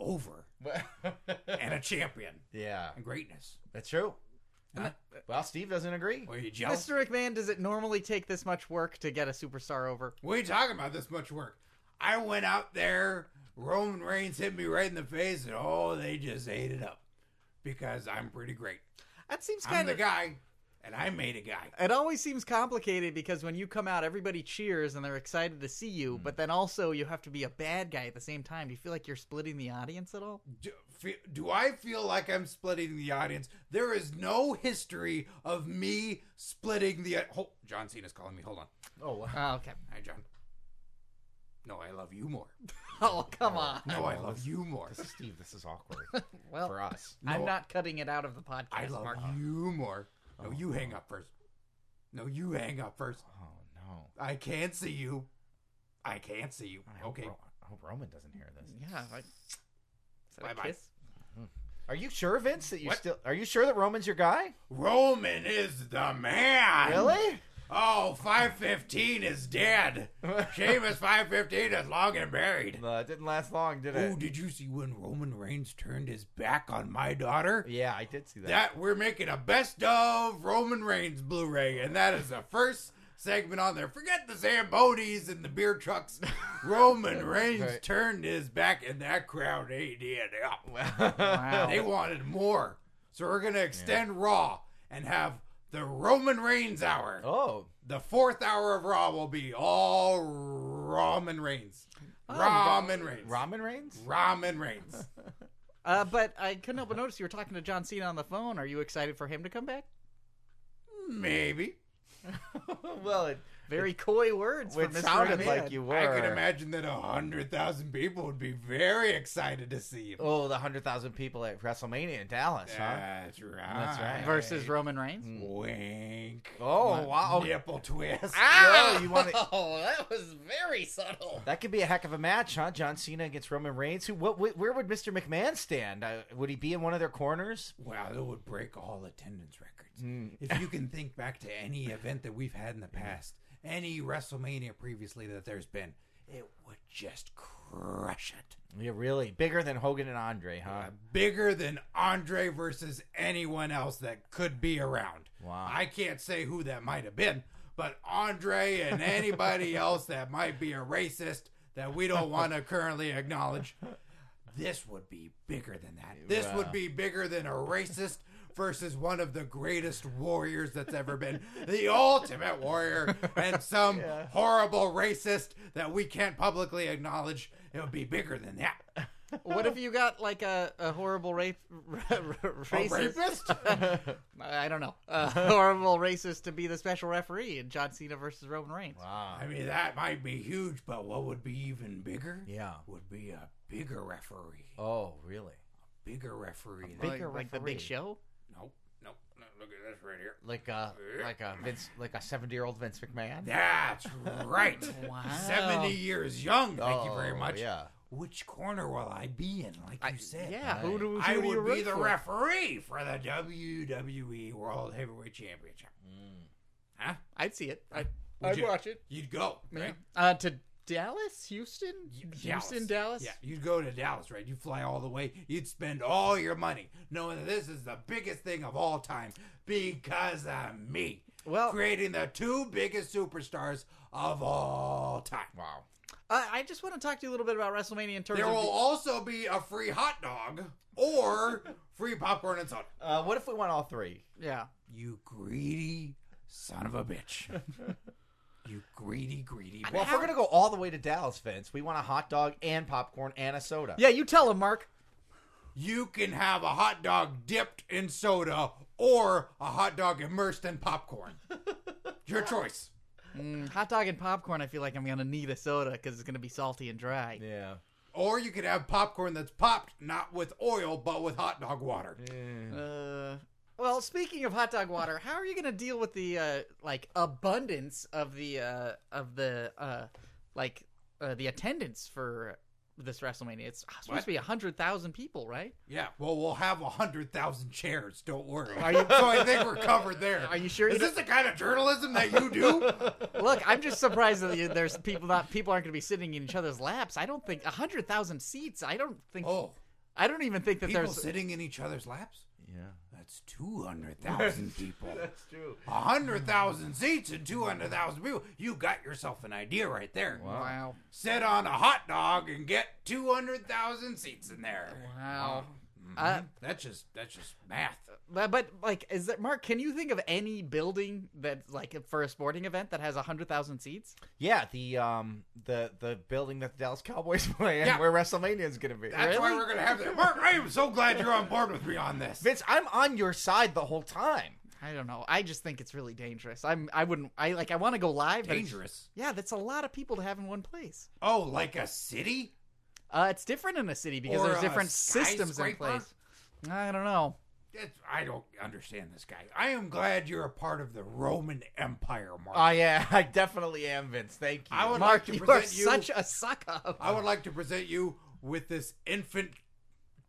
over and a champion
yeah,
and greatness.
that's true.
Huh?
Well, Steve doesn't agree.
Are you jealous?
Mr. McMahon, does it normally take this much work to get a superstar over?
What are you talking about? This much work? I went out there. Roman Reigns hit me right in the face, and oh, they just ate it up because I'm pretty great.
That seems
I'm
kind
the
of.
guy, and I made a guy.
It always seems complicated because when you come out, everybody cheers and they're excited to see you,
Hmm.
but then also you have to be a bad guy at the same time. Do you feel like you're splitting the audience at all?
Do, fe- do I feel like I'm splitting the audience? There is no history of me splitting the. Hold, John Cena's calling me. Hold on.
Oh, wow.
Oh, okay.
Hi, John. No, I love you more.
Oh, come on.
No, I love you more.
Steve, this is awkward
Well,
for us.
I'm
No.
not cutting it out of the podcast.
I love
Mark.
you more. No, you hang up first. No, you hang up first.
Oh no.
I can't see you. I can't see you.
I hope
Okay.
Ro- I hope Roman doesn't hear this.
Yeah. I, is that a
Bye-bye.
kiss?
Are you sure, Vince, that you
What?
still are you sure that Roman's your guy?
Roman is the man.
Really?
Oh, 515 is dead. Sheamus 515 is long and buried.
No, it didn't last long, did
Oh, did you see when Roman Reigns turned his back on my daughter?
yeah, I did see that.
That we're making a best of Roman Reigns Blu-ray, and that is the first segment on there. Forget the Zambonis and the beer trucks. Roman Reigns
Right.
turned his back, and that crowd ate it Oh, up.
Wow.
They wanted more, so we're gonna extend Raw and have the Roman Reigns hour.
oh,
The fourth hour of Raw will be all
Oh,
Roman Reigns. Ramen Reigns.
Ramen Reigns?
Ramen Reigns.
Uh, but I couldn't help but notice you were talking to John Cena on the phone. Are you excited for him to come back?
Maybe.
well, it,
Very coy words.
it
from Mr.
sounded
McMahon.
like you were.
I could imagine that a hundred thousand people would be very excited to see him.
Oh, the hundred thousand people at WrestleMania in Dallas, huh?
That's right.
That's right.
versus Roman Reigns.
Hmm.
Wink.
Oh wow,
Nipple twist.
Ah! you want
Oh, that was very subtle.
that could be a heck of a match, huh? John Cena against Roman Reigns. Who? What? wh- Where would Mr. McMahon stand? Uh, would he be in one of their corners?
Wow, that would break all attendance records. If you can think back to any event that we've had in the past, any WrestleMania previously that there's been, it would just crush it.
Yeah, really, bigger than Hogan and Andre, huh?
Uh, Bigger than Andre versus anyone else that could be around.
Wow.
I can't say who that might have been, but Andre and anybody else that might be a racist that we don't want to currently acknowledge, this would be bigger than that. This would be bigger than a racist versus one of the greatest warriors that's ever been, the ultimate warrior, and some horrible racist that we can't publicly acknowledge. It would be bigger than that.
What
Oh.
if you got like a, a horrible rape, racist?
rapist?
I don't know. A horrible racist to be the special referee in John Cena versus Roman Reigns.
Wow.
I mean, that might be huge, but what would be even bigger?
Yeah.
Would be a bigger referee.
Oh, really?
Bigger referee.
Like,
than-
Bigger
like the
referee.
Big Show.
Nope. Nope. No, Look at this right here.
Like a like a Vince like a seventy year old Vince McMahon.
That's right.
Wow.
70 years young. Thank you very
Oh,
much.
Yeah.
Which corner will I be in, like you said?
Yeah, who
Right.
do, who
I
do you
would
root
be the
for?
referee for the WWE World Heavyweight Championship.
Mm,
Huh?
I'd see it. I'd,
Would
I'd
you?
watch it.
You'd go,
Yeah.
right?
Uh, to Dallas, Houston, Houston, Dallas.
Yeah, you'd go to Dallas, right? You'd fly all the way. You'd spend all your money knowing that this is the biggest thing of all time because of me.
Well-
creating the two biggest superstars of all time.
Wow.
Uh, I just want to talk to you a little bit about WrestleMania in terms
There will
of.
also be a free hot dog or free popcorn and soda.
Uh, what if we want all three?
the- yeah.
You greedy son of a bitch. you greedy, greedy.
Well, if we're gonna go all the way to Dallas, Vince, we want a hot dog and popcorn and a soda.
Yeah, you tell him, Mark.
you can have a hot dog dipped in soda or a hot dog immersed in popcorn. Your choice. Mm.
Hot dog and popcorn. I feel like I'm gonna need a soda because it's gonna be salty and dry.
Yeah.
Or you could have popcorn that's popped, not with oil, but with hot dog water.
Uh, well, speaking of hot dog water, how are you gonna deal with the uh, like abundance of the uh, of the uh, like uh, the attendance for this WrestleMania? It's supposed
What?
to be hundred thousand people, right?
Yeah, well, we'll have a 100,000 chairs, don't worry. so I think we're covered there.
Are you sure you
Is this the kind of journalism that you do?
Look, I'm just surprised that you- there's people not people aren't gonna be sitting in each other's laps. I don't think hundred thousand seats. I don't think.
oh,
I don't even think that
people
there's.
sitting in each other's laps?
Yeah.
That's 200,000 people.
That's true.
100,000 seats and 200,000 people. You got yourself an idea right there.
Wow.
Sit on a hot dog and get 200,000 seats in there.
Wow. Uh,
That's just that's just math.
But, but like, is that Mark? Can you think of any building that like for a sporting event that has hundred thousand seats?
Yeah, the um the the building that the Dallas Cowboys play in
Yeah.
where WrestleMania's gonna be.
That's why we're gonna have that. Mark, I am so glad you're on board with me on this.
Vince, I'm on your side the whole time.
I don't know. I just think it's really dangerous. I'm. I wouldn't. I like. I want to go live. but it's-
Dangerous.
Yeah, that's a lot of people to have in one place.
Oh, like a city?
Uh, it's different in a city because
Or
there's
a
different systems in
skyscraper?
place. I don't know.
That's, I don't understand this guy. I am glad you're a part of the Roman Empire, Mark.
Oh yeah, I definitely am, Vince. Thank you.
I would
Mark,
like to
you are
present you.
such a suck up.
I would like to present you with this infant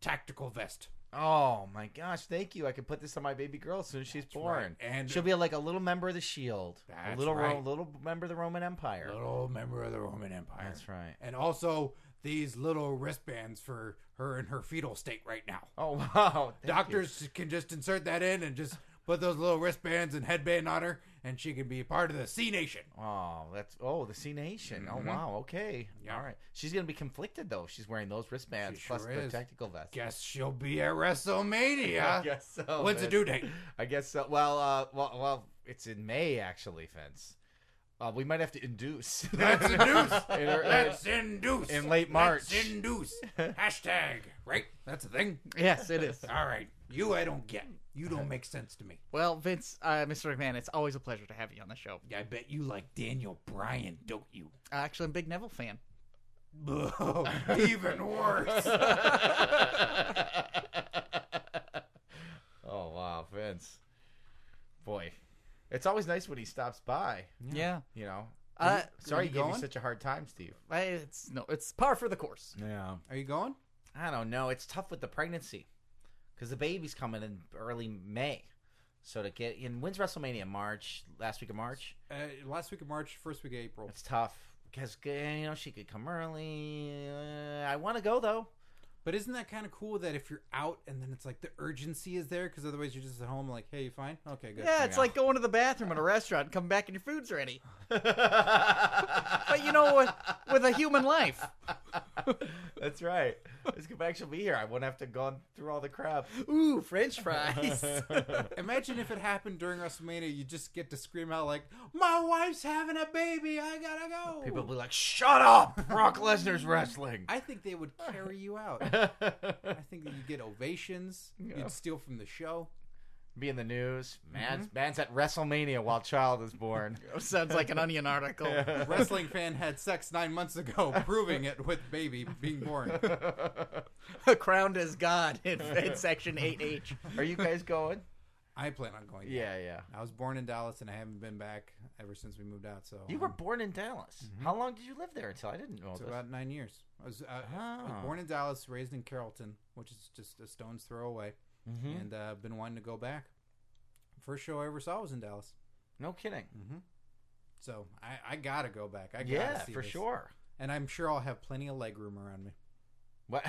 tactical vest.
Oh my gosh, thank you. I can put this on my baby girl as soon as she's born.
right. And-
she'll be like a little member of the shield.
That's
a little Ro-
right.
little member of the Roman Empire.
Little member of the Roman Empire.
That's right.
And also these little wristbands for her in her fetal state right now.
Oh wow. Thank you.
Doctors can just insert that in and just put those little wristbands and headband on her, and she can be a part of the C Nation.
Oh, that's oh the C Nation. Oh wow, okay.
Mm-hmm. Yeah.
All right. She's gonna be conflicted though. if She's wearing those wristbands
She
plus
sure
the
is.
tactical vest.
Guess she'll be at WrestleMania.
I guess so.
When's the
Vince.
due date?
uh, I guess so. Well, uh, well, well, it's in May actually, Vince. Uh, we might have to induce.
That's induce.
In our-
That's induce.
in late March.
That's induce. Hashtag. Right? That's a thing.
Yes, it is.
All right. You, I don't get. You don't make sense to me.
Well, Vince, uh, Mr. McMahon, it's always a pleasure to have you on the show.
I bet you like Daniel Bryan, don't you?
Uh, actually, I'm a big Neville fan.
Oh, even worse.
oh wow, Vince. Boy, it's always nice when he stops by.
Yeah,
You know.
Uh,
Sorry,
you
you gave me
going?
such a hard time, Steve.
I- it's no, it's par for the course.
Yeah.
Are you going?
I don't know. It's tough with the pregnancy because the baby's coming in early May. So to get in, when's WrestleMania? March, last week of March.
Uh, last week of March, first week of April.
It's tough because you know she could come early. Uh, I want to go though.
But isn't that kind of cool that if you're out and then it's like the urgency is there because otherwise you're just at home like, hey, you fine? Okay, good.
Yeah, it's like going to the bathroom at a restaurant, and coming back and your food's ready. But you know what? With a human life,
That's right. Let's go back. She'll be here. I won't have to go through all the crap.
ooh, French fries.
Imagine if it happened during WrestleMania, you just get to scream out like, "My wife's having a baby, I gotta go."
People will be like, "Shh."
Shut up! Brock Lesnar's wrestling.
I think they would carry you out. I think that you'd get ovations. You'd steal from the show.
Be in the news. Man's man's at WrestleMania while child is born.
Sounds like an Onion article.
Wrestling fan had sex nine months ago, proving it with baby being born.
Crowned as God in, in section eight H.
Are you guys going?
I plan on going.
Yeah, yeah.
I was born in Dallas and I haven't been back ever since we moved out. So
You were
um,
born in Dallas. How long did you live there until I didn't know
it's
this?
about nine years. I was, uh, I was
Ah.
born in Dallas, raised in Carrollton, which is just a stone's throw away,
Mhm.
and uh, been wanting to go back. First show I ever saw was in Dallas,
No kidding.
Mm-hmm. so I, I gotta go back. I gotta
Yeah,
see
for
this.
sure.
And I'm sure I'll have plenty of leg room around me.
What?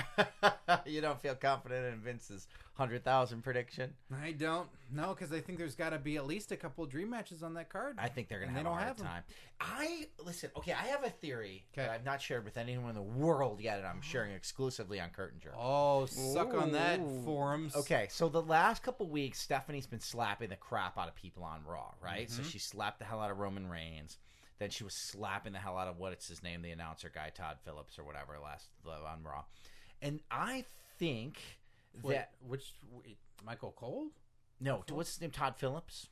you don't feel confident in Vince's hundred thousand prediction?
I don't know because I think there's got to be at least a couple dream matches on that card.
I think they're gonna
And they
have a
don't
hard
have 'em.
time. I listen. Okay, I have a theory that
Okay.
I've not shared with anyone in the world yet, and I'm sharing exclusively on Curtain Jerk.
oh, suck on that
Ooh.
forums.
Okay, so the last couple weeks, Stephanie's been slapping the crap out of people on Raw, right?
Mm-hmm.
So she slapped the hell out of Roman Reigns. Then she was slapping the hell out of what it's his name, the announcer guy, Todd Phillips or whatever, last on Raw. And I think
Wait,
that
which wait, Michael Cole
no, what's his name? Todd Phillips?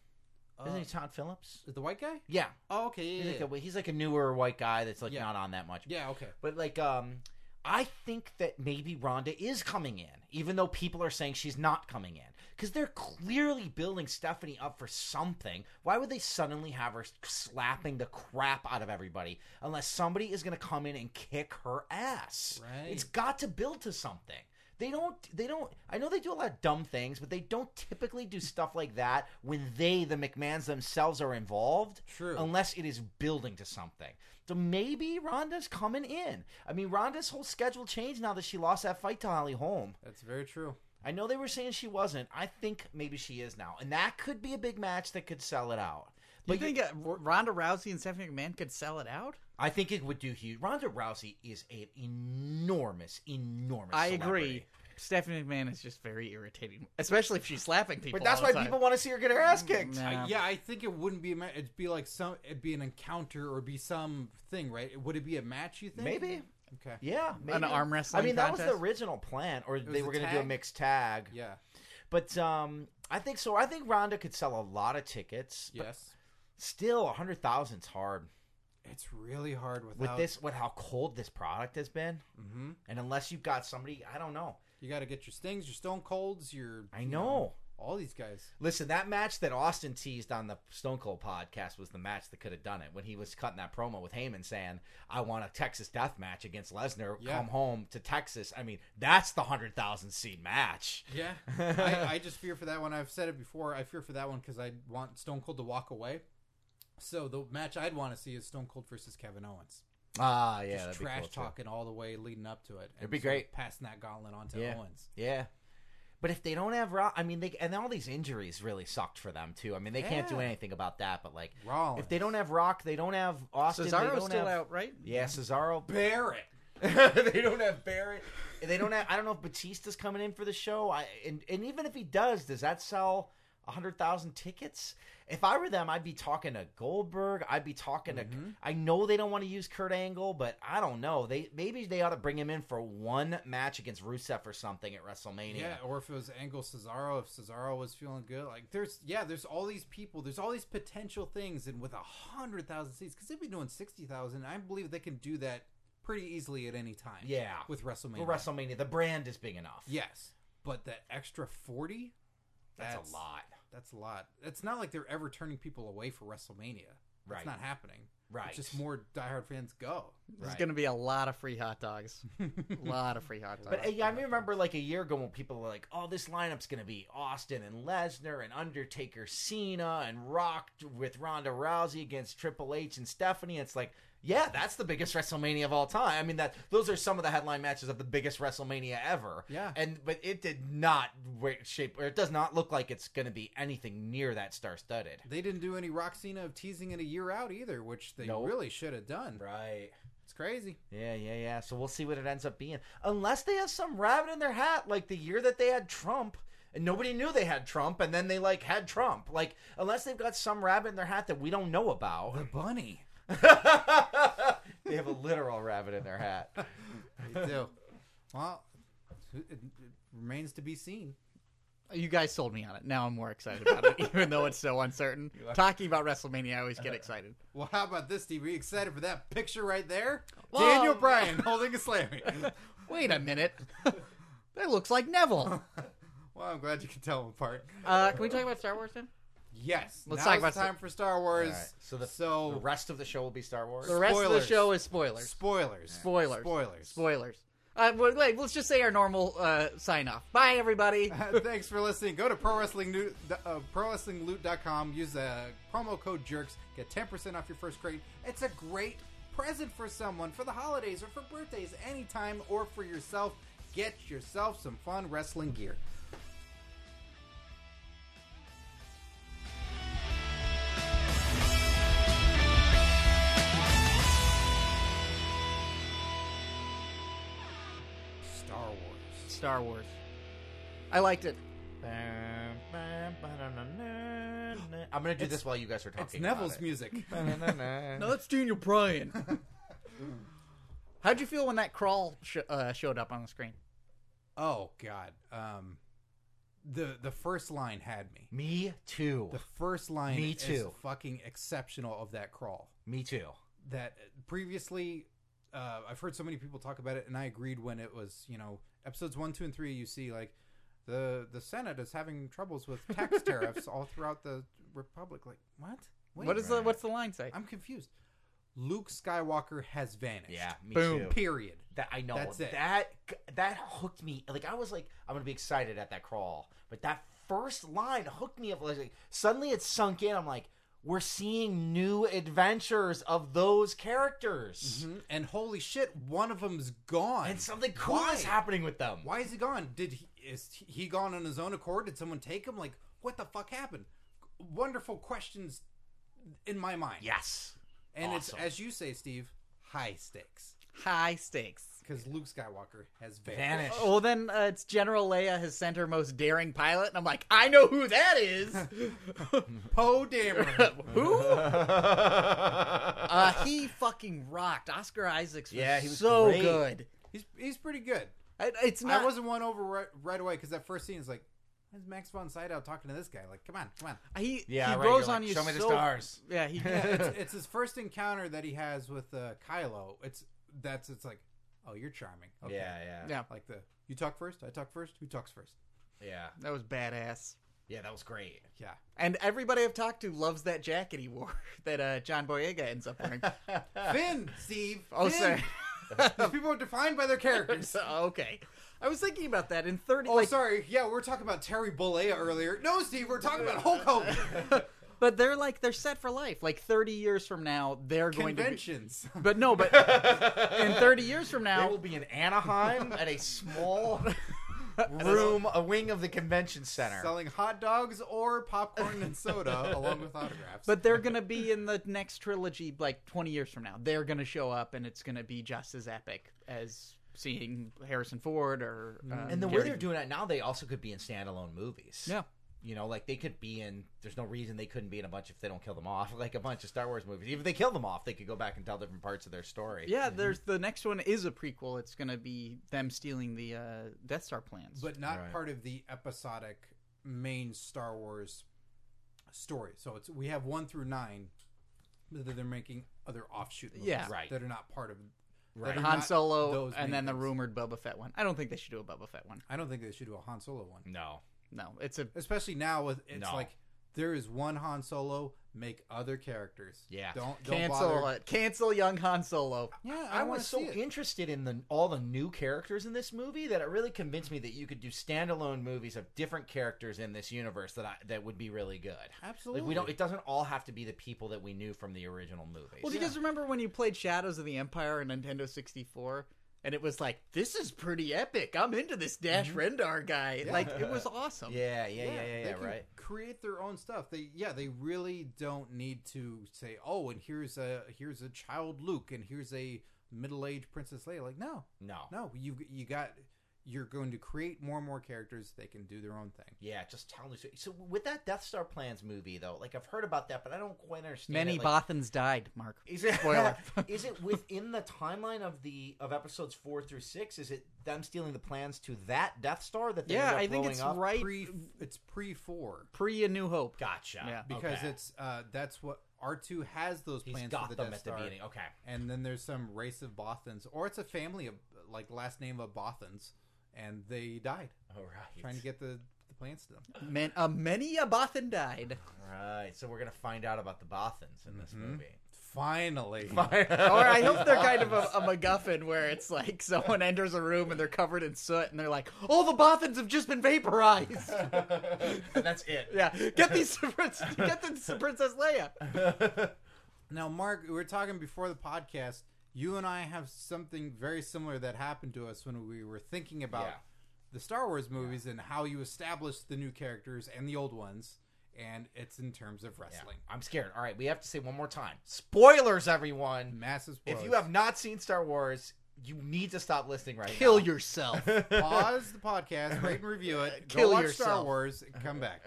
Isn't he Todd Phillips?
is the white guy?
Yeah,
Oh, okay, yeah,
he's,
Uh, yeah, yeah.
Like a, he's like a newer white guy that's like
Yeah.
not on that much.
Yeah, okay.
But like, um, I think that maybe Rhonda is coming in, even though people are saying she's not coming in, because they're clearly building Stephanie up for something. Why would they suddenly have her slapping the crap out of everybody unless somebody is going to come in and kick her ass?
Right.
It's got to build to something. They don't. They don't. I know they do a lot of dumb things, but they don't typically do stuff like that when they, the McMahons themselves, are involved
True.
unless it is building to something. So maybe Ronda's coming in. I mean, Ronda's whole schedule changed now that she lost that fight to Holly Holm.
That's very true.
I know they were saying she wasn't. I think maybe she is now, and that could be a big match that could sell it out.
Do you think uh, R- Ronda Rousey and Stephanie McMahon could sell it out?
I think it would do huge. Ronda Rousey is an enormous, enormous.
I
celebrity.
agree. Stephanie McMahon is just very irritating, especially if she's slapping people.
but that's
all the
why
time.
people want to see her get her ass kicked.
No.
I, yeah, I think it wouldn't be a match. It'd be like some. It'd be an encounter or be some thing, right? Would it be a match? You think?
Maybe.
Okay.
Yeah, maybe.
arm
I
wrestling
mean, that was
contest?
the original plan, or they
was
were
a
going to do a
tag?
mixed tag.
Yeah.
But um, I think so. I think Ronda could sell a lot of tickets. But
Yes.
still, a hundred thousand's hard
It's really hard without
with this. With how cold this product has been,
hmm
and unless you've got somebody, I don't know.
You got to get your stings, your stone colds, your.
I
you
know.
all these guys.
Listen, that match that Austin teased on the Stone Cold podcast was the match that could have done it when he was cutting that promo with Heyman saying, I want a Texas death match against Lesnar.
Yeah.
Come home to Texas. I mean, that's the 100,000 seed match.
Yeah. I, I just fear for that one. I've said it before. I fear for that one because I want Stone Cold to walk away. So the match I'd want to see is Stone Cold versus Kevin Owens.
Ah, yeah.
Just
that'd be
trash
cool, too.
talking all the way leading up to it. and sort
be
of
great.
Passing that gauntlet on to
Yeah.
Owens.
Yeah. But if they don't have Raw, I mean, they and all these injuries really sucked for them too. I mean, they can't do
Yeah. Oh,
anything about that. But like,
Rollins.
if they don't have Rock, they don't have Austin. they
Cesaro's
don't
still
have,
out, right?
Yeah,
Mm-hmm.
Cesaro.
Barrett.
they don't have Barrett. They don't have. I don't know if Batista's coming in for the show. I and, and even if he does, does that sell hundred thousand tickets. If I were them, I'd be talking to Goldberg. I'd be talking
Mm-hmm.
to. I know they don't want to use Kurt Angle, but I don't know. They maybe they ought to bring him in for one match against Rusev or something at WrestleMania.
Yeah, or if it was Angle Cesaro, if Cesaro was feeling good, like there's yeah, there's all these people, there's all these potential things, and with a hundred thousand seats, because they've been doing sixty thousand, I believe they can do that pretty easily at any time.
Yeah.
with WrestleMania.
For WrestleMania, the brand is big enough.
Yes, but that extra forty,
that's, a lot.
That's a lot. It's not like they're ever turning people away for WrestleMania. That's
Right.
not happening.
Right.
It's just more diehard fans go.
There's
Right.
going to be a lot of free hot dogs. a lot of free hot dogs.
But uh, yeah, I remember like a year ago when people were like, "Oh, this lineup's gonna be Austin and Lesnar and Undertaker, Cena and Rock with Ronda Rousey against Triple H and Stephanie." It's like, yeah, that's the biggest WrestleMania of all time. I mean, that those are some of the headline matches of the biggest WrestleMania ever.
Yeah.
and but it did not wa- shape or it does not look like it's gonna be anything near that star-studded.
They didn't do any Roxina of teasing it a year out either, which they
Nope.
really should have done.
Right.
It's crazy.
Yeah, yeah, yeah. So we'll see what it ends up being. Unless they have some rabbit in their hat, like the year that they had Trump, and nobody knew they had Trump, and then they like had Trump. Like, unless they've got some rabbit in their hat that we don't know about.
Bunny.
they have a literal rabbit in their hat.
They do. well, it, it remains to be seen.
You guys sold me on it. Now I'm more excited about it, even though it's so uncertain. Talking about WrestleMania, I always get excited.
Well, how about this, Steve? Are you excited for that picture right there?
Whoa.
Daniel Bryan holding a slammy.
Wait a minute. that looks like Neville.
well, I'm glad you can tell them apart.
Uh, can we talk about Star Wars then?
Yes.
Let's
now
talk
is the
about
time for Star Wars.
All right, so the- The
so
rest of the show will be Star Wars.
The rest of
Spoilers.
the show is spoilers.
spoilers.
Spoilers.
Spoilers.
spoilers. Uh, well, wait, let's just say our normal uh, sign off. Bye, everybody.
Thanks for listening. Go to pro wrestling new, uh, prowrestlingloot.com. Use the promo code jerks. Get 10% off your first crate. It's a great present for someone for the holidays or for birthdays, anytime, or for yourself. Get yourself some fun wrestling gear. Star Wars.
Star Wars. I liked it.
I'm gonna do this while you guys are talking.
It's Neville's music.
music.
No, that's Daniel Bryan. How'd you feel when that crawl sh- uh, showed up on the screen?
Oh God. Um, the the first line had me.
Me too.
The first line
Me
is
too.
fucking exceptional of that crawl.
Me too.
That previously, uh, I've heard so many people talk about it, and I agreed when it was you know episodes one, two, and three. You see like the the Senate is having troubles with tax tariffs all throughout the Republic. Like what? Wait,
What is the what's the line say?
I'm confused. Luke Skywalker has vanished.
Yeah. Me
Boom.
Too.
Period.
That I know.
That's it.
That that hooked me. Like I was like, I'm gonna be excited at that crawl, but that first line hooked me up. Like suddenly it sunk in. I'm like, we're seeing new adventures of those characters,
Mhm. And holy shit, one of them's gone.
Mm-hmm. and something cool
Why?
is happening with them.
Why is he gone? Did he is he gone on his own accord? Did someone take him? Like what the fuck happened? Wonderful questions in my mind.
Yes.
and
awesome.
it's as you say, Steve, high stakes
High stakes.
because Luke Skywalker has vanished.
Vanished.
Well, then uh, it's General Leia has sent her most daring pilot, and I'm like, I know who that is.
Poe Dameron.
who? Uh, he fucking rocked. Oscar Isaacs was,
Yeah, he was
so
great.
good.
he's he's pretty good.
I, it's not.
I wasn't won over right, right away because that first scene is like, why is Max von Sydow talking to this guy? Like, come on, come on.
He
yeah.
he
right,
grows
you're
on
like,
you.
Show me the
so-
stars.
Yeah, he.
Yeah, it's, it's his first encounter that he has with uh, Kylo. It's that's it's like, oh, you're charming. Okay.
Yeah. Yeah.
yeah,
Like the you talk first, I talk first. Who talks first?
Yeah.
that was badass.
Yeah. That was great.
Yeah.
And everybody I've talked to loves that jacket he wore that uh, John Boyega ends up wearing.
Finn, Steve.
Oh,
Finn.
sorry.
These people are defined by their characters.
okay. I was thinking about that in 30.
Oh,
like,
sorry. Yeah, we were talking about Terry Bollea earlier. No, Steve, we're talking about Hulk Hogan.
But they're like, they're set for life. Like 30 years from now, they're going to. Be,
Conventions.
but no, but in 30 years from
They
now,
will be in Anaheim at a small room, a wing of the convention center.
Selling hot dogs or popcorn and soda along with autographs.
But they're gonna be in the next trilogy, like twenty years from now. They're gonna show up, and it's gonna be just as epic as seeing Harrison Ford or uh,
and the way
Mm-hmm. Gary-
they're doing it now, they also could be in standalone movies.
Yeah,
You know, like they could be in. There's no reason they couldn't be in a bunch if they don't kill them off. Like a bunch of Star Wars movies. Even if they kill them off, they could go back and tell different parts of their story.
Yeah, there's the next one is a prequel. It's gonna be them stealing the uh, Death Star plans.
but not
Right.
part of the episodic main Star Wars story. So it's we have one through nine, but then they're making other offshoot movies
Yeah.
Right.
that are not part of. that
Right.
are
Han
not
Solo,
those main
and then the
ones.
rumored Boba Fett one. I don't think they should do a Boba Fett one.
I don't think they should do a Han Solo one,
No.
No, it's a
especially now with it's
No.
like there is one Han Solo. Make other characters.
Yeah.
Don't, don't
cancel
bother.
it. Cancel young Han Solo.
Yeah, I,
I
want
was
to see
so
it.
interested in the all the new characters in this movie that it really convinced me that you could do standalone movies of different characters in this universe that I, that would be really good.
Absolutely.
Like we don't. It doesn't all have to be the people that we knew from the original movies.
Well, do you guys remember when you played Shadows of the Empire on Nintendo 64? And it was like, this is pretty epic. I'm into this Dash Rendar guy. Like, it was awesome.
yeah, yeah, yeah, yeah, yeah,
they can
right.
Create their own stuff. They yeah, they really don't need to say, oh, and here's a here's a child Luke, and here's a middle aged Princess Leia. Like no,
No.
no, you you got you're going to create more and more characters. They can do their own thing.
Yeah, just tell me. So with that Death Star plans movie though, like I've heard about that, but I don't quite understand.
Many
it. Like,
Bothans died, Mark.
Is it
Spoiler.
is it within the timeline of the of episodes four through six? Is it them stealing the plans to that Death Star that they
yeah,
ended up
I think
blowing
it's
up?
right
Pre it's pre four
pre A New Hope.
Gotcha.
Yeah.
because
Okay.
it's uh that's what R two has those
he's
plans
got
for the
them
Death
at
Star.
the beginning. Okay.
And then there's some race of Bothans, or it's a family of like last name of Bothans, and they died
All right.
trying to get the the plans to them.
Man, uh, many a Bothan died.
All right. So we're gonna find out about the Bothans in this
Mm-hmm.
movie.
Finally.
Or I hope they're kind of a, a MacGuffin where it's like someone enters a room and they're covered in soot and they're like, all the Bothans have just been vaporized.
and that's it.
yeah, get these, get the Princess Leia.
Now, Mark, we were talking before the podcast. You and I have something very similar that happened to us when we were thinking about
Yeah.
the Star Wars movies and how you establish the new characters and the old ones, and it's in terms of
Yeah.
wrestling.
I'm scared. All right, we have to say one more time. Spoilers, everyone.
Massive spoilers.
If you have not seen Star Wars, you need to stop listening right
Kill
now.
yourself.
pause the podcast, rate and review it,
Kill
go watch Star
yourself.
Wars, and come back.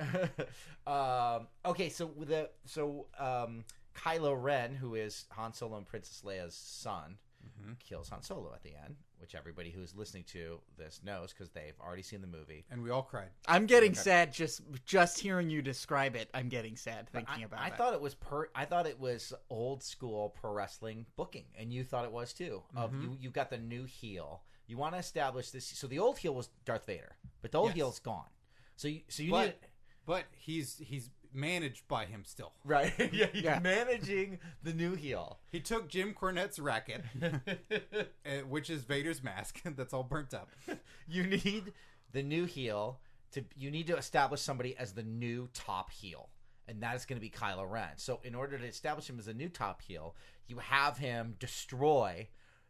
um, okay, so with the so um, Kylo Ren, who is Han Solo and Princess Leia's son,
Mm-hmm.
Mm-hmm.
kills Han Solo at the end, which everybody who's listening to this knows because they've already seen the movie.
And we all cried.
I'm getting sad just just hearing you describe it. I'm getting sad thinking
I,
about
I
it.
thought it was per. I thought it was old school pro wrestling booking, and you thought it was too. Of
Mm-hmm.
you, you got the new heel. You want to establish this. So the old heel was Darth Vader, but the old
Yes.
heel's gone. So you, so you
But-
need
But he's he's managed by him still.
right. yeah, you're
Yeah.
managing the new heel.
He took Jim Cornette's racket, uh, which is Vader's mask that's all burnt up.
you need the new heel to. You need to establish somebody as the new top heel. And that is going to be Kylo Ren. So, in order to establish him as the new top heel, you have him destroy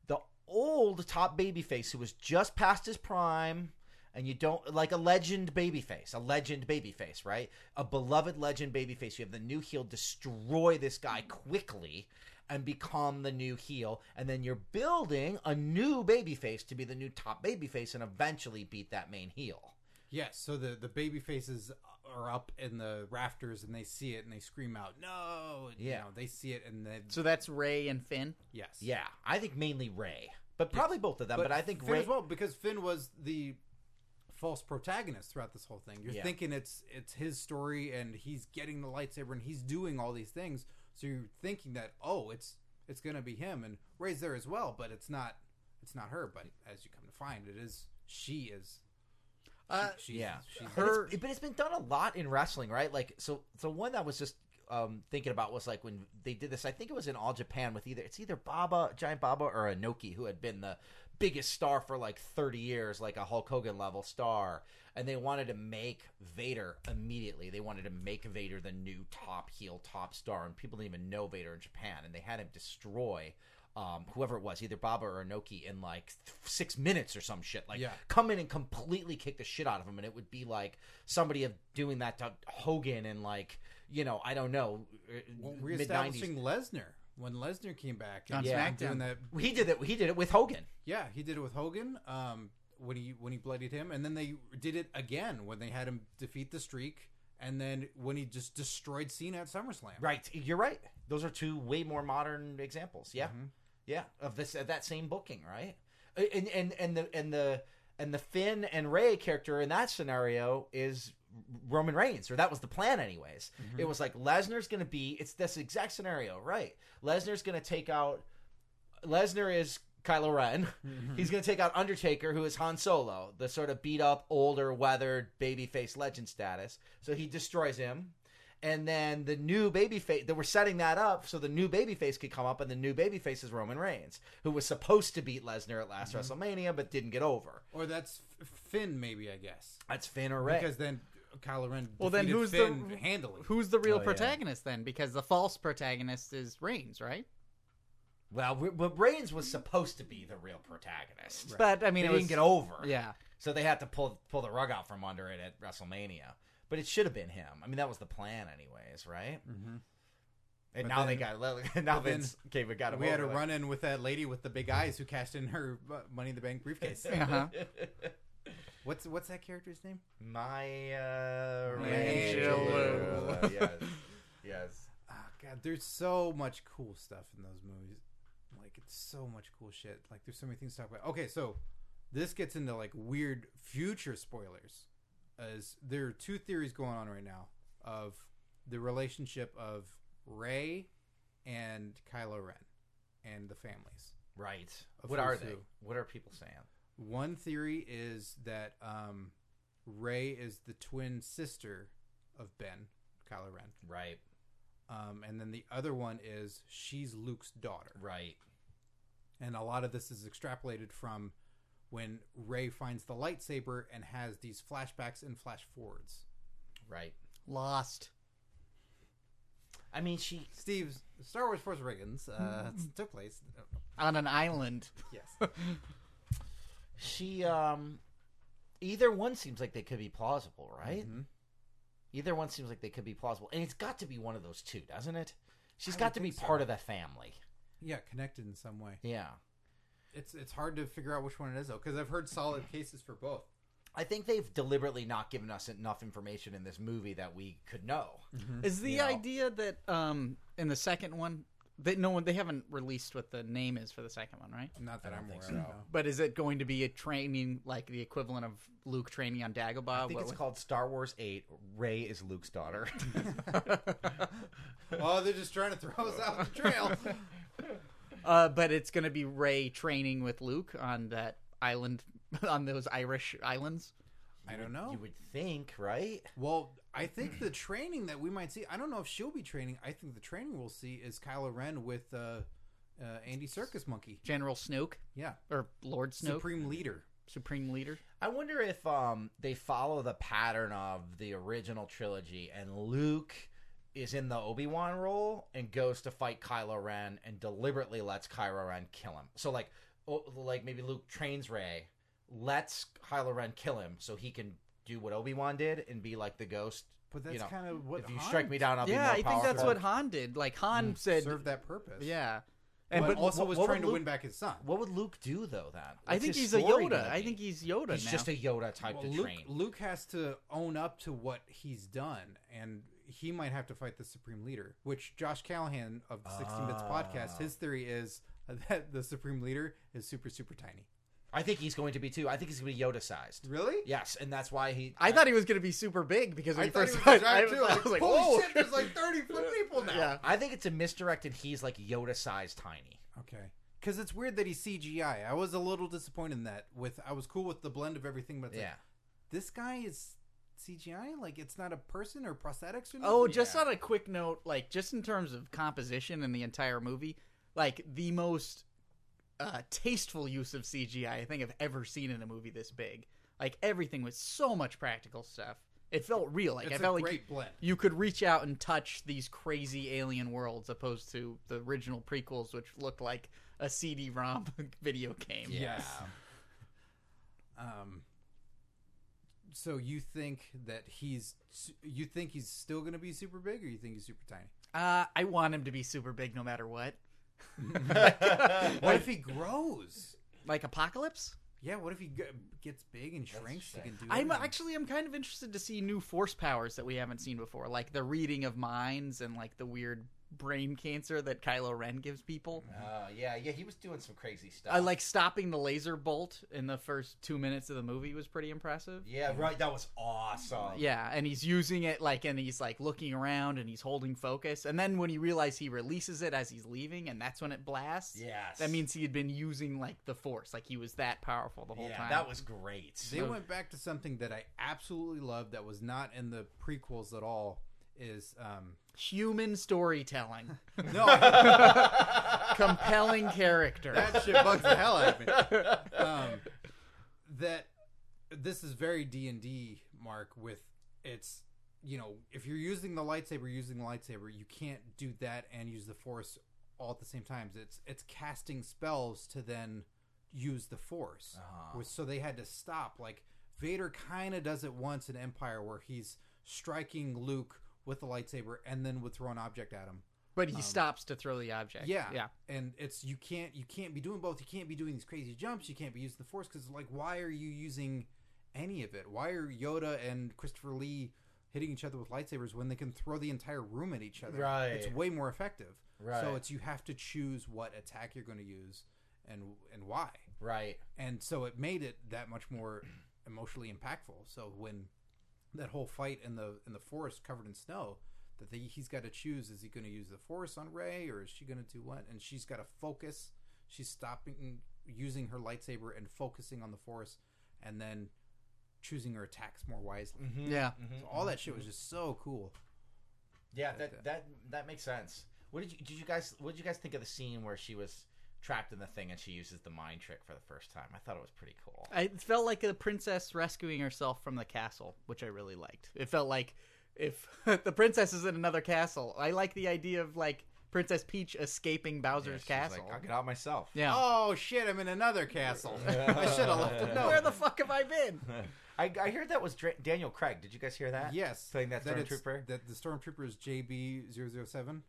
the old top babyface who was just past his prime and you don't like a legend babyface a legend babyface right a beloved legend babyface you have the new heel destroy this guy quickly and become the new heel and then you're building a new babyface to be the new top babyface and eventually beat that main heel
Yes, so the the baby faces are up in the rafters and they see it and they scream out, "No!" And,
Yeah.
you know, they see it and then
so that's Ray and Finn.
yes,
yeah i think mainly ray but probably both of them Uh, but, i think
Finn
ray
as well because Finn was the false protagonist throughout this whole thing. You're
Yeah.
thinking it's it's his story and he's getting the lightsaber and he's doing all these things, so you're thinking that oh, it's it's gonna be him and Ray's there as well, but it's not it's not her. But as you come to find, it is she is
Uh,
she's,
yeah.
she's
But
Her-
it's- but it's been done a lot in wrestling, right? Like, so so one that was just um, thinking about was like when they did this. I think it was in all Japan with either it's either Baba, Giant Baba, or Anoki, who had been the biggest star for like thirty years, like a Hulk Hogan level star. And they wanted to make Vader immediately. They wanted to make Vader the new top heel, top star, and people didn't even know Vader in Japan. And they had him destroy. Um, whoever it was, either Baba or Anoki, in like th- six minutes or some shit, like
Yeah.
come in and completely kick the shit out of him, and it would be like somebody of doing that to Hogan and like you know I don't know uh,
Well,
mid nineties.
reestablishing Lesnar when Lesnar came back and
On
yeah,
SmackDown.
doing that.
He did it. He did it with Hogan.
Yeah, he did it with Hogan um, when he when he bloodied him, and then they did it again when they had him defeat the streak and then when he just destroyed Cena at SummerSlam.
Right, you're right. Those are two way more modern examples. Yeah, yeah, of this of that same booking, right? And and and the and the and the Finn and Ray character in that scenario is Roman Reigns, or that was the plan, anyways. It was like Lesnar's going to be. It's this exact scenario, right? Lesnar's going to take out. Lesnar is Kylo Ren. He's going to take out Undertaker, who is Han Solo, the sort of beat up, older, weathered, babyface legend status. So he destroys him. And then the new babyface, that we're setting that up so the new babyface could come up, and the new babyface is Roman Reigns, who was supposed to beat Lesnar at last
Mm-hmm.
WrestleMania, but didn't get over.
Or that's F- Finn, maybe I guess,
That's Finn or Ray.
because then Kylo Ren.
Well, then
defeated
who's
Finn
the
handily?
Who's the real
Oh, yeah.
protagonist then? Because the false protagonist is Reigns, right?
well, we- but Reigns was supposed to be the real protagonist.
But I
They
mean, it
didn't
was,
get over.
Yeah,
So they had to pull pull the rug out from under it at WrestleMania. But it should have been him. I mean, that was the plan, anyways, right? Mm-hmm.
But
And now they
then-
got now
then
Vince came and got him.
we had a
over with.
run in with that lady with the big eyes who cashed in her uh, Money in the Bank briefcase.
uh-huh.
what's what's that character's name?
Maya
Angelou.
Angelou. uh, yes, yes.
Oh, God, there's so much cool stuff in those movies. Like it's so much cool shit. Like there's so many things to talk about. Okay, so this gets into like weird future spoilers. As there are two theories going on right now of the relationship of Ray and Kylo Ren and the families.
Right.
Of
what are
who's
they?
who.
What are people saying?
One theory is that um, Ray is the twin sister of Ben Kylo Ren,
Right.
um, and then the other one is she's Luke's daughter.
Right.
and a lot of this is extrapolated from when Ray finds the lightsaber and has these flashbacks and flash forwards.
Right.
Lost.
I mean, she.
Steve's Star Wars Force Awakens uh, took place. Oh,
on an island.
Yes,
She. Um. Either one seems like they could be plausible, right?
Mm-hmm.
Either one seems like they could be plausible, and it's got to be one of those two, doesn't it? She's
I
got
would
to be
think so.
part of that family.
yeah, connected in some way.
Yeah.
It's it's hard to figure out which one it is though, because I've heard solid cases for both.
I think they've deliberately not given us enough information in this movie that we could know.
Uh,
Is the
You know.
idea that um in the second one that no one they haven't released what the name is for the second one, right?
Not that
I
I'm
don't
aware
think
of.
so.
no.
But is it going to be a training like the equivalent of Luke training on Dagobah?
I think
What
it's
was-
called Star Wars 8. Ray is Luke's daughter.
Oh, they're just trying to throw us off the trail.
uh, but it's going to be Ray training with Luke on that island on those Irish islands.
I don't know.
you would think, right?
Well, I think the training that we might see, I don't know if she'll be training. I think the training we'll see is Kylo Ren with uh, uh, Andy Circus Monkey.
General Snoke
Yeah.
or Lord Snoke, Supreme,
Supreme Leader.
leader.
I wonder if um, they follow the pattern of the original trilogy and Luke is in the Obi Wan role and goes to fight Kylo Ren and deliberately lets Kylo Ren kill him. So like, oh, like maybe Luke trains Ray, lets Kylo Ren kill him so he can do what Obi Wan did and be like the ghost.
But that's
you know,
kind of what
if you strike me down, I'll
yeah, I
be
think
more powerful.
that's what Han did. Like Han said,
served that purpose.
yeah.
and
And
but,
but
also
wh-
was
what
trying
would
to
Luke-
win back his son.
What would Luke do though? Then
I
What's
think he's
his
a
story
Yoda.
gonna
I
be?
think he's Yoda
he's
now.
just a Yoda type
Well,
to
Luke,
train.
Luke has to own up to what he's done, and he might have to fight the Supreme Leader. Which Josh Callahan of the 16 Bits podcast, his theory is that the Supreme Leader is super super tiny.
I think he's going to be too. I think he's going to be Yoda sized.
Really?
Yes, and that's why he.
I thought he was going to be super big because when
I
he
thought he
first
was
saw
a
it, I,
giant too.
I
Like,
was like,
holy
"Whoa!"
shit, there's like 30 people now.
Yeah.
I think it's a misdirected. He's like Yoda sized tiny.
Okay. Because it's weird that he's CGI. I was a little disappointed in that. With I was cool with the blend of everything, but it's like,
Yeah.
this guy is CGI. Like it's not a person or prosthetics or
Oh,
nothing.
just
Yeah.
on a quick note, like just in terms of composition in the entire movie, like the most uh, tasteful use of CGI I think I've ever seen in a movie this big. Like everything was so much practical stuff. It felt real. Like
it's
I
a
felt
great
like
blend.
you could reach out and touch these crazy alien worlds, opposed to the original prequels, which looked like a CD-ROM video game.
Yes. Um. So you think that he's su- you think he's still going to be super big, or you think he's super tiny?
Uh, I want him to be super big no matter what.
What if he grows?
Like Apocalypse?
Yeah, what if he g- gets big and shrinks? He can do.
I'm
everything.
actually I'm kind of interested to see new force powers that we haven't seen before, like the reading of minds and like the weird brain cancer that Kylo Ren gives people.
Oh yeah, yeah. He was doing some crazy stuff.
I like stopping the laser bolt in the first two minutes of the movie was pretty impressive.
Yeah, right. That was awesome.
Yeah, and he's using it like, and he's like looking around and he's holding focus. And then when you realize he releases it as he's leaving, and that's when it blasts.
Yes.
That means he had been using like the force, like he was that powerful the whole
yeah,
time.
that was great.
They went back to something that I absolutely loved that was not in the prequels at all. Is um
human storytelling,
no
compelling character.
that shit bugs the hell out of me. Um, that this is very D and D, Mark. With it's you know if you're using the lightsaber, using the lightsaber, you can't do that and use the force all at the same time. It's it's casting spells to then use the force.
Uh-huh.
With- So they had to stop. Like Vader kind of does it once in Empire, where he's striking Luke with the lightsaber and then would throw an object at him.
but
Um,
he stops to throw the object.
Yeah,
yeah.
And it's you can't you can't be doing both. You can't be doing these crazy jumps. You can't be using the force because like why are you using any of it? Why are Yoda and Christopher Lee hitting each other with lightsabers when they can throw the entire room at each other?
Right.
It's way more effective.
Right.
So it's you have to choose what attack you're going to use and and why.
right.
And so it made it that much more emotionally impactful. So when that whole fight in the in the forest covered in snow that they, he's got to choose is he going to use the force on Ray or is she going to do what and she's got to focus she's stopping using her lightsaber and focusing on the force and then choosing her attacks more wisely
Mm-hmm,
Yeah.
so all that shit was just so cool
Yeah, that that that makes sense. What did you did you guys what did you guys think of the scene where she was trapped in the thing and she uses the mind trick for the first time? I thought it was pretty cool.
I it felt like a princess rescuing herself from the castle, which I really liked. It felt like if the princess is in another castle, I like the idea of like Princess Peach escaping
Yeah,
Bowser's
she's
castle.
like, I'll get out myself.
yeah.
oh shit I'm in another castle I should have left a note
Where the fuck have I been?
I, I heard that was Dra- Daniel Craig. Did you guys hear that?
Yes,
playing that,
it's-
stormtrooper.
That the stormtrooper is JB007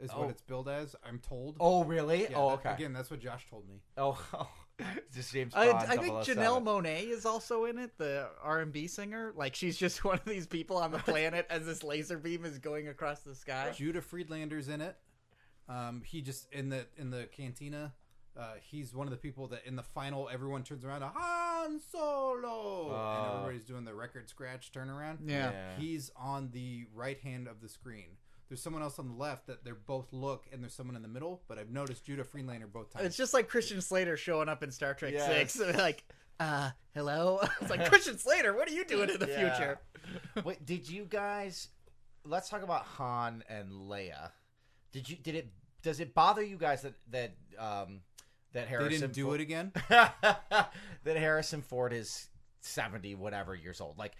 is
Oh.
what it's billed as. I'm told.
Oh really?
Yeah,
oh
that-
okay.
Again, that's what Josh told me.
Oh, just James
I,
Bond,
I think
007.
Janelle Monet is also in it, the R and B singer. Like she's just one of these people on the planet as this laser beam is going across the sky.
Judah Friedlander's in it. Um, he just in the in the cantina. Uh, he's one of the people that in the final everyone turns around to Han Solo, and
Oh.
everybody's doing the record scratch turnaround.
Yeah.
Yeah.
he's on the right hand of the screen. There's someone else on the left that they're both look, and there's someone in the middle. But I've noticed Judah Friedlander both times.
It's just like Christian Slater showing up in Star Trek
Yes.
Six. Like, uh, hello. it's like Christian Slater. What are you doing in the
Yeah.
future?
Wait, did you guys? Let's talk about Han and Leia. Did you? Did it? Does it bother you guys that that um that
they
Harrison
didn't do
Fo-
it again.
that Harrison Ford is seventy whatever years old? Like,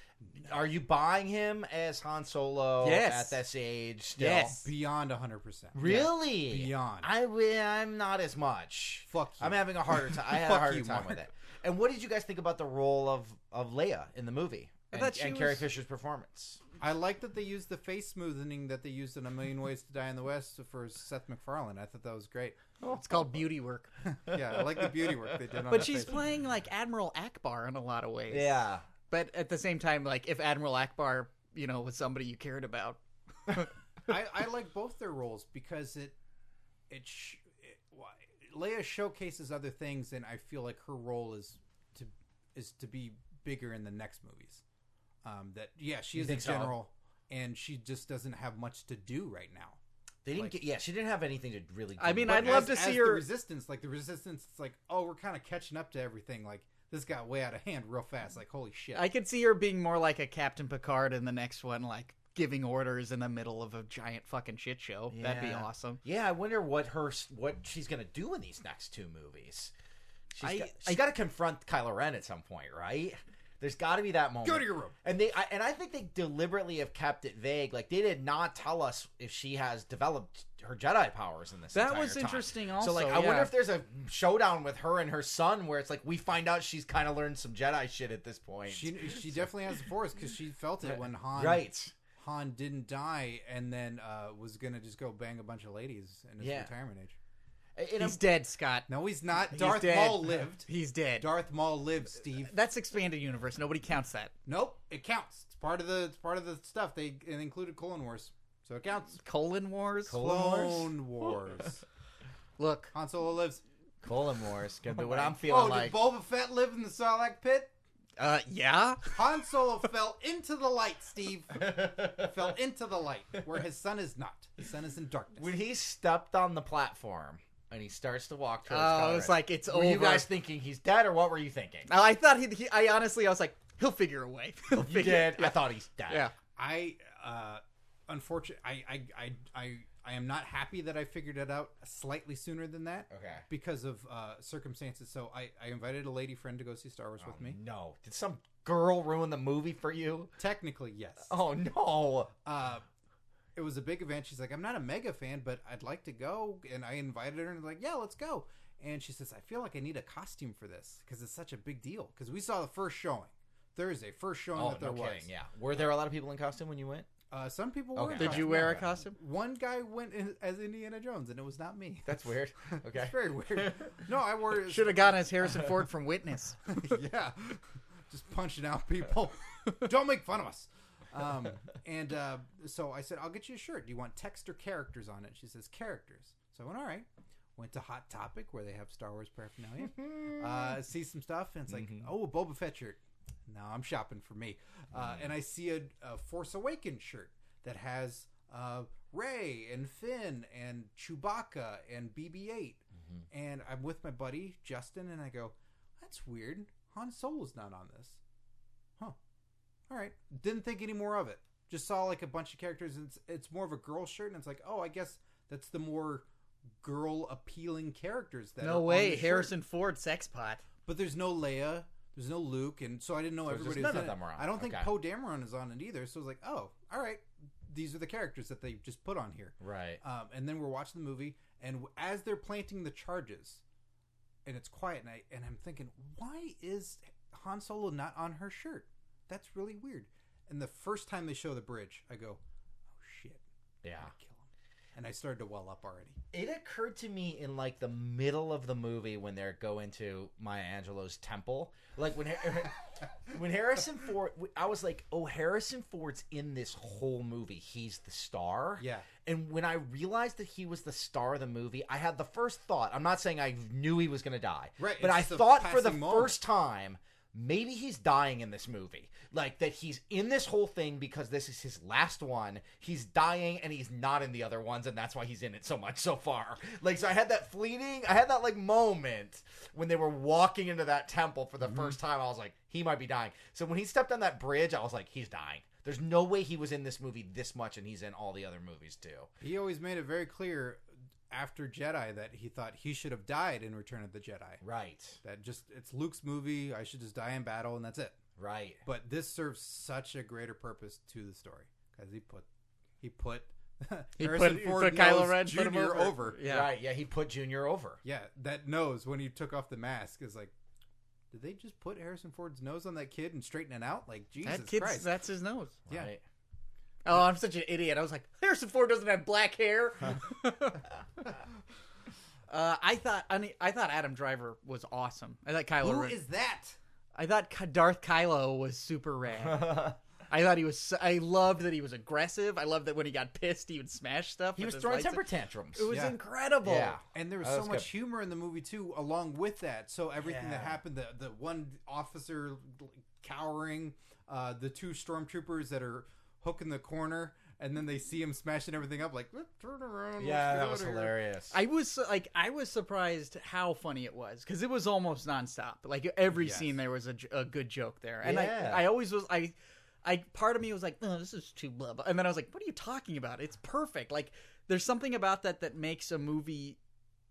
are you buying him as Han Solo
Yes.
at this age? Still?
Yes.
Beyond 100. percent
Really?
Beyond.
I wi- I'm not as much.
Fuck you.
I'm having a harder time. I had a
Fuck
harder
you,
time
Mark.
with it. And what did you guys think about the role of of Leia in the movie and,
thought she
and Carrie
was-
Fisher's performance?
I like that they used the face smoothing that they used in A Million Ways to Die in the West for Seth MacFarlane. I thought that was great.
It's called beauty work.
Yeah, I like the beauty work they did on.
But
that
she's
face.
playing like Admiral Akbar in a lot of ways.
Yeah.
But at the same time, like if Admiral Akbar, you know, was somebody you cared about,
I, I like both their roles because it it, sh- it why- Leia showcases other things, and I feel like her role is to is to be bigger in the next movies. Um, that yeah, she is a
think so?
general, and she just doesn't have much to do right now.
They didn't
Like-
get yeah, she didn't have anything to really do
I mean,
with
I'd
it.
love
as-
to
as
see
the
her-
resistance. Like the resistance, it's like, oh, we're kind of catching up to everything. Like this got way out of hand real fast. Like holy shit.
I could see her being more like a Captain Picard in the next one, like giving orders in the middle of a giant fucking shit show. That'd be
Yeah.
awesome.
Yeah, I wonder what her s- what she's gonna do in these next two movies. She's
I-
got,
I-
she's got to confront Kylo Ren at some point, right? There's got to be that moment.
Go to your room.
And they I, and I think they deliberately have kept it vague. Like they did not tell us if she has developed her Jedi powers in this.
That
entire
was
time.
interesting
so
also,
like, I wonder
yeah.
if there's a showdown with her and her son where it's like we find out she's kind of learned some Jedi shit at this point.
she she definitely has the force because she felt it when Han
right.
Han didn't die and then uh, was gonna just go bang a bunch of ladies in his
Yeah.
retirement age.
And I'm-
He's dead, Scott.
No, he's not. Darth
dead.
Maul lived.
He's dead.
Darth Maul lived, Steve.
That's expanded universe. Nobody counts that.
Nope, it counts. It's part of the it's part of the stuff. They it included Clone Wars, so it counts.
Colon Wars.
Clone Wars.
Look,
Han Solo lives.
Colin Moore's gonna be
Oh
what
my-
I'm feeling
Oh,
like.
did Boba Fett live in the Sarlacc pit?
uh, yeah.
Han Solo fell into the light, Steve. fell into the light, where his son is not. His son is in darkness.
when he stepped on the platform and he starts to walk
Oh,
towards
I
Colorado,
was like, it's
were
over.
you guys thinking he's dead or what were you thinking?
Oh, I thought he, he. I honestly, I was like, he'll figure a way. He'll
You
figure.
did. I thought he's dead.
Yeah.
I, uh, unfortunately, I, I, I, I, I am not happy that I figured it out slightly sooner than that.
Okay.
Because of uh, circumstances, so I, I invited a lady friend to go see Star Wars
Um,
with me.
Oh, No. Did some girl ruin the movie for you?
Technically, yes.
Oh no.
uh, it was a big event. She's like, I'm not a mega fan, but I'd like to go. And I invited her and like, yeah, let's go. And she says, I feel like I need a costume for this because it's such a big deal. Because we saw the first showing Thursday, first showing
Oh,
that there
no
was.
kidding. Yeah. Were there a lot of people in costume when you went?
Uh, some people were.
Okay.
in
Did you
costume.
wear a costume?
One guy went in, as Indiana Jones, and it was not me.
That's weird. Okay.
It's very weird. No, I wore.
Should have gotten as Harrison Ford from Witness.
yeah, just punching out people. Don't make fun of us. Um, and uh, so I said, I'll get you a shirt. Do you want text or characters on it? She says characters. So I went, all right. Went to Hot Topic where they have Star Wars paraphernalia. uh, see some stuff, and it's like, oh, a Boba Fett shirt. No, I'm shopping for me. Uh, and I see a, a Force Awakens shirt that has uh, Ray and Finn and Chewbacca and BB-8.
Mm-hmm.
And I'm with my buddy Justin, and I go, that's weird. Han Solo's not on this. Huh. All right. Didn't think any more of it. Just saw like a bunch of characters, and it's, it's more of a girl shirt, and it's like, oh, I guess that's the more girl appealing characters that. are
No
on the
way,
shirt.
Harrison Ford sex pot.
But there's no Leia. There's no Luke, and so I didn't know
So just
everybody.
none
was in
of
it.
them are on.
I don't think
Okay.
Poe Dameron is on it either. So I was like, oh, all right. These are the characters that they just put on here.
Right.
Um, and then we're watching the movie, and w- as they're planting the charges, and it's quiet, and, I, and I'm thinking, why is Han Solo not on her shirt? That's really weird. And the first time they show the bridge, I go, oh shit,
Yeah.
I kill him. And I started to well up already.
It occurred to me in like the middle of the movie when they're going to Maya Angelou's temple, like when Har- when Harrison Ford, I was like, oh, Harrison Ford's in this whole movie. He's the star.
Yeah.
And when I realized that he was the star of the movie, I had the first thought. I'm not saying I knew he was going to die,
Right,
But
it's
I
just a
thought for the
passing moment.
first time, maybe he's dying in this movie. Like that he's in this whole thing because this is his last one. He's dying and he's not in the other ones, and that's why he's in it so much so far. Like so, I had that fleeting, I had that like moment when they were walking into that temple for the
Mm-hmm.
first time. I was like, he might be dying. So when he stepped on that bridge, I was like, he's dying. There's no way he was in this movie this much, and he's in all the other movies too.
He always made it very clear after Jedi that he thought he should have died in Return of the Jedi.
Right,
That just, it's Luke's movie. I should just die in battle, and that's it.
right.
but this serves such a greater purpose to the story because he put he put
He
Harrison
put- he
Ford
put Kylo
knows
Ren,
Jr.
put him over. Yeah.
Right, yeah, he put Junior over.
Yeah, that nose when he took off the mask is like, did they just put Harrison Ford's nose on that kid and straighten it out? Like Jesus
that kid's
Christ!
that's his nose.
yeah,
Right.
Oh, I'm such an idiot. I was like, Harrison Ford doesn't have black hair. uh, I thought I, mean, I thought Adam Driver was awesome. I thought Kylo
who
Ren.
is that?
I thought K- Darth Kylo was super rad. I thought he was. So, I loved that he was aggressive. I loved that when he got pissed, he would smash stuff.
He
with
was
his
throwing
lightsa-
temper tantrums.
It was
Yeah.
incredible.
Yeah.
And there was
Oh,
so
that's
much
good.
humor in the movie too, along with that. So everything that
Yeah.
happened, the the one officer cowering, uh, the two stormtroopers that are hooking the corner, and then they see him smashing everything up. Like turn around. let's
yeah,
get
that
out
was
of here."
hilarious.
I was su- like, I was surprised how funny it was because it was almost nonstop. Like every
Yes.
scene, there was a, j- a good joke there, and
Yeah.
I, I always was, I, I part of me was like, oh, this is too blah, blah, and then I was like, what are you talking about? It's perfect. Like, there's something about that that makes a movie,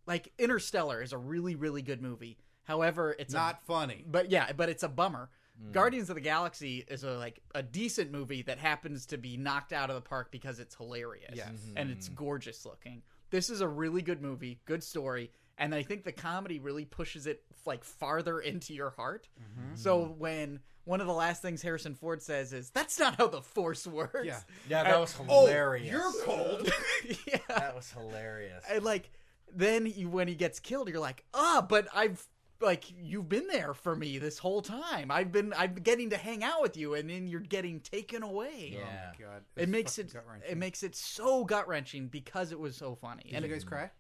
like Interstellar, is a really, really good movie. However, it's a-
Not funny.
but yeah, but it's a bummer. Guardians of the Galaxy is a like a decent movie that happens to be knocked out of the park because it's hilarious
Yes.
and it's gorgeous looking. This is a really good movie, good story, and I think the comedy really pushes it like farther into your heart. So when one of the last things Harrison Ford says is, "That's not how the Force works."
Yeah.
yeah, that was
Oh,
hilarious.
you're cold.
yeah.
That was hilarious.
And like then you, when he gets killed, you're like, ah, but I've like you've been there for me this whole time. I've been I've been getting to hang out with you, and then you're getting taken away.
Oh
Yeah.
my god.
It
was
makes
fucking
it
gut-wrenching.
it makes it so gut wrenching because it was so funny.
Did
and
you
it-
guys cry?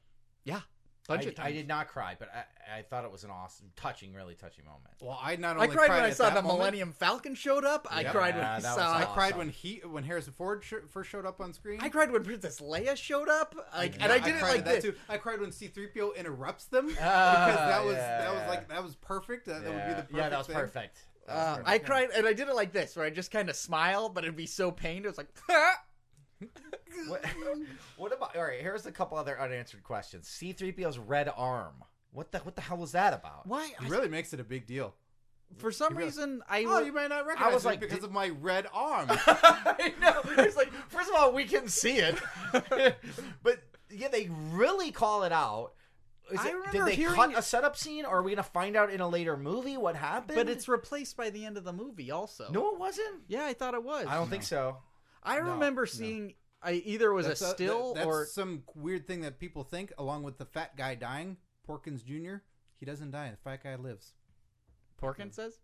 yeah, bunch
I,
of times.
I did not cry, but I, I thought it was an awesome, touching, really touching moment.
Well, I not
I
only
cried when I
at
saw
that
the
moment,
Millennium Falcon showed up. I
Yep.
cried when
Yeah,
I
that was
saw.
I
awesome.
cried when he when Harrison Ford sh- first showed up on screen.
I cried when Princess Leia showed up. Like, and I did it
cried at
like
that
this.
too. I cried when C three PO interrupts them because
Ah,
that was
yeah,
that was
yeah.
like that was perfect. That, that would be the perfect
yeah, that was
thing.
perfect. That was
Uh,
perfect.
I cried, and I did it like this, where I just kind of smile, but it'd be so pained. It was like,
What, what about? All right, here's a couple other unanswered questions. C-3PO's red arm. What the? What the hell was that about?
why?
He really makes it a big deal.
for some reason, I
Oh, you might not recognize I
was
was like,
like,
because
did-
of my red arm.
I know. It's like, first of all, we can see it, but yeah, they really call it out. Is
I
it-
remember
did they
hearing
cut
it-
a setup scene, or are we gonna find out in a later movie what happened?
but it's replaced by the end of the movie, also.
no, it wasn't.
yeah, I thought it was.
I don't think so.
I remember seeing. I either was
That's
a still
that- that's
or
some weird thing that people think, along with the fat guy dying, Porkins Jr. He doesn't die. The fat guy lives.
Porkin says.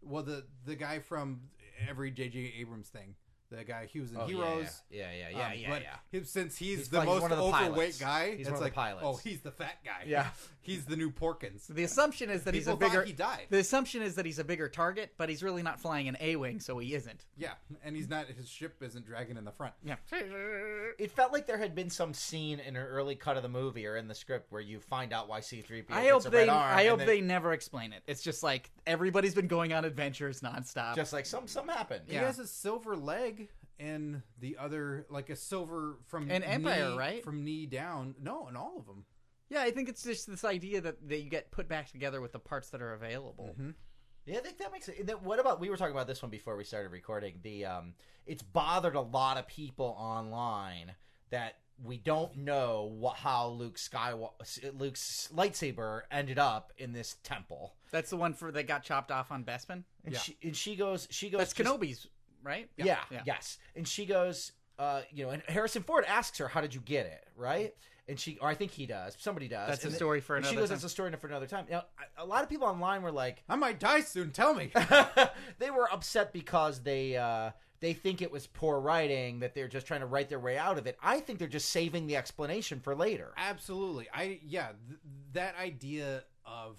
Well, the the guy from every J.J. Abrams thing, the guy he was in Heroes.
Oh, Yeah, yeah,
um, but he- since he's,
He's
the
like- he's
most
one of the
overweight
pilots.
guy,
He's
it's
one of the
like,
pilots.
oh, he's the fat guy.
Yeah.
he's the new Porkins.
So the assumption is that he's a
People thought
bigger.
he died.
The assumption is that he's a bigger target, but he's really not flying an A-wing, so he isn't.
Yeah, and he's not. His ship isn't dragging in the front.
Yeah.
It felt like there had been some scene in an early cut of the movie or in the script where you find out why C-3PO
I
gets
hope
a
they.
red arm.
I
and
hope
then
they never explain it. It's just like everybody's been going on adventures nonstop.
just like some some happened.
He has a silver leg and the other like a silver from
And Empire,
knee-
right?
From knee down. No, in all of them.
Yeah, I think it's just this idea that, that you get put back together with the parts that are available.
Yeah, I think that makes it. and then What about we were talking about this one before we started recording? The um, it's bothered a lot of people online that we don't know wha how Luke Skywalker, Luke's lightsaber ended up in this temple.
That's the one for that got chopped off on Bespin.
And
Yeah.
she and she goes, she goes,
That's
just-
Kenobi's, right?
Yeah, yes. And she goes, uh, you know, and Harrison Ford asks her, "How did you get it?" Right? And she, or I think he does. Somebody does.
That's a
And then-
story for
and
another
She goes,
time.
"That's a story for another time." Now, a- a lot of people online were like,
I might die soon. Tell me.
they were upset because they uh, they think it was poor writing that they're just trying to write their way out of it. I think they're just saving the explanation for later.
Absolutely. I yeah. Th- that idea of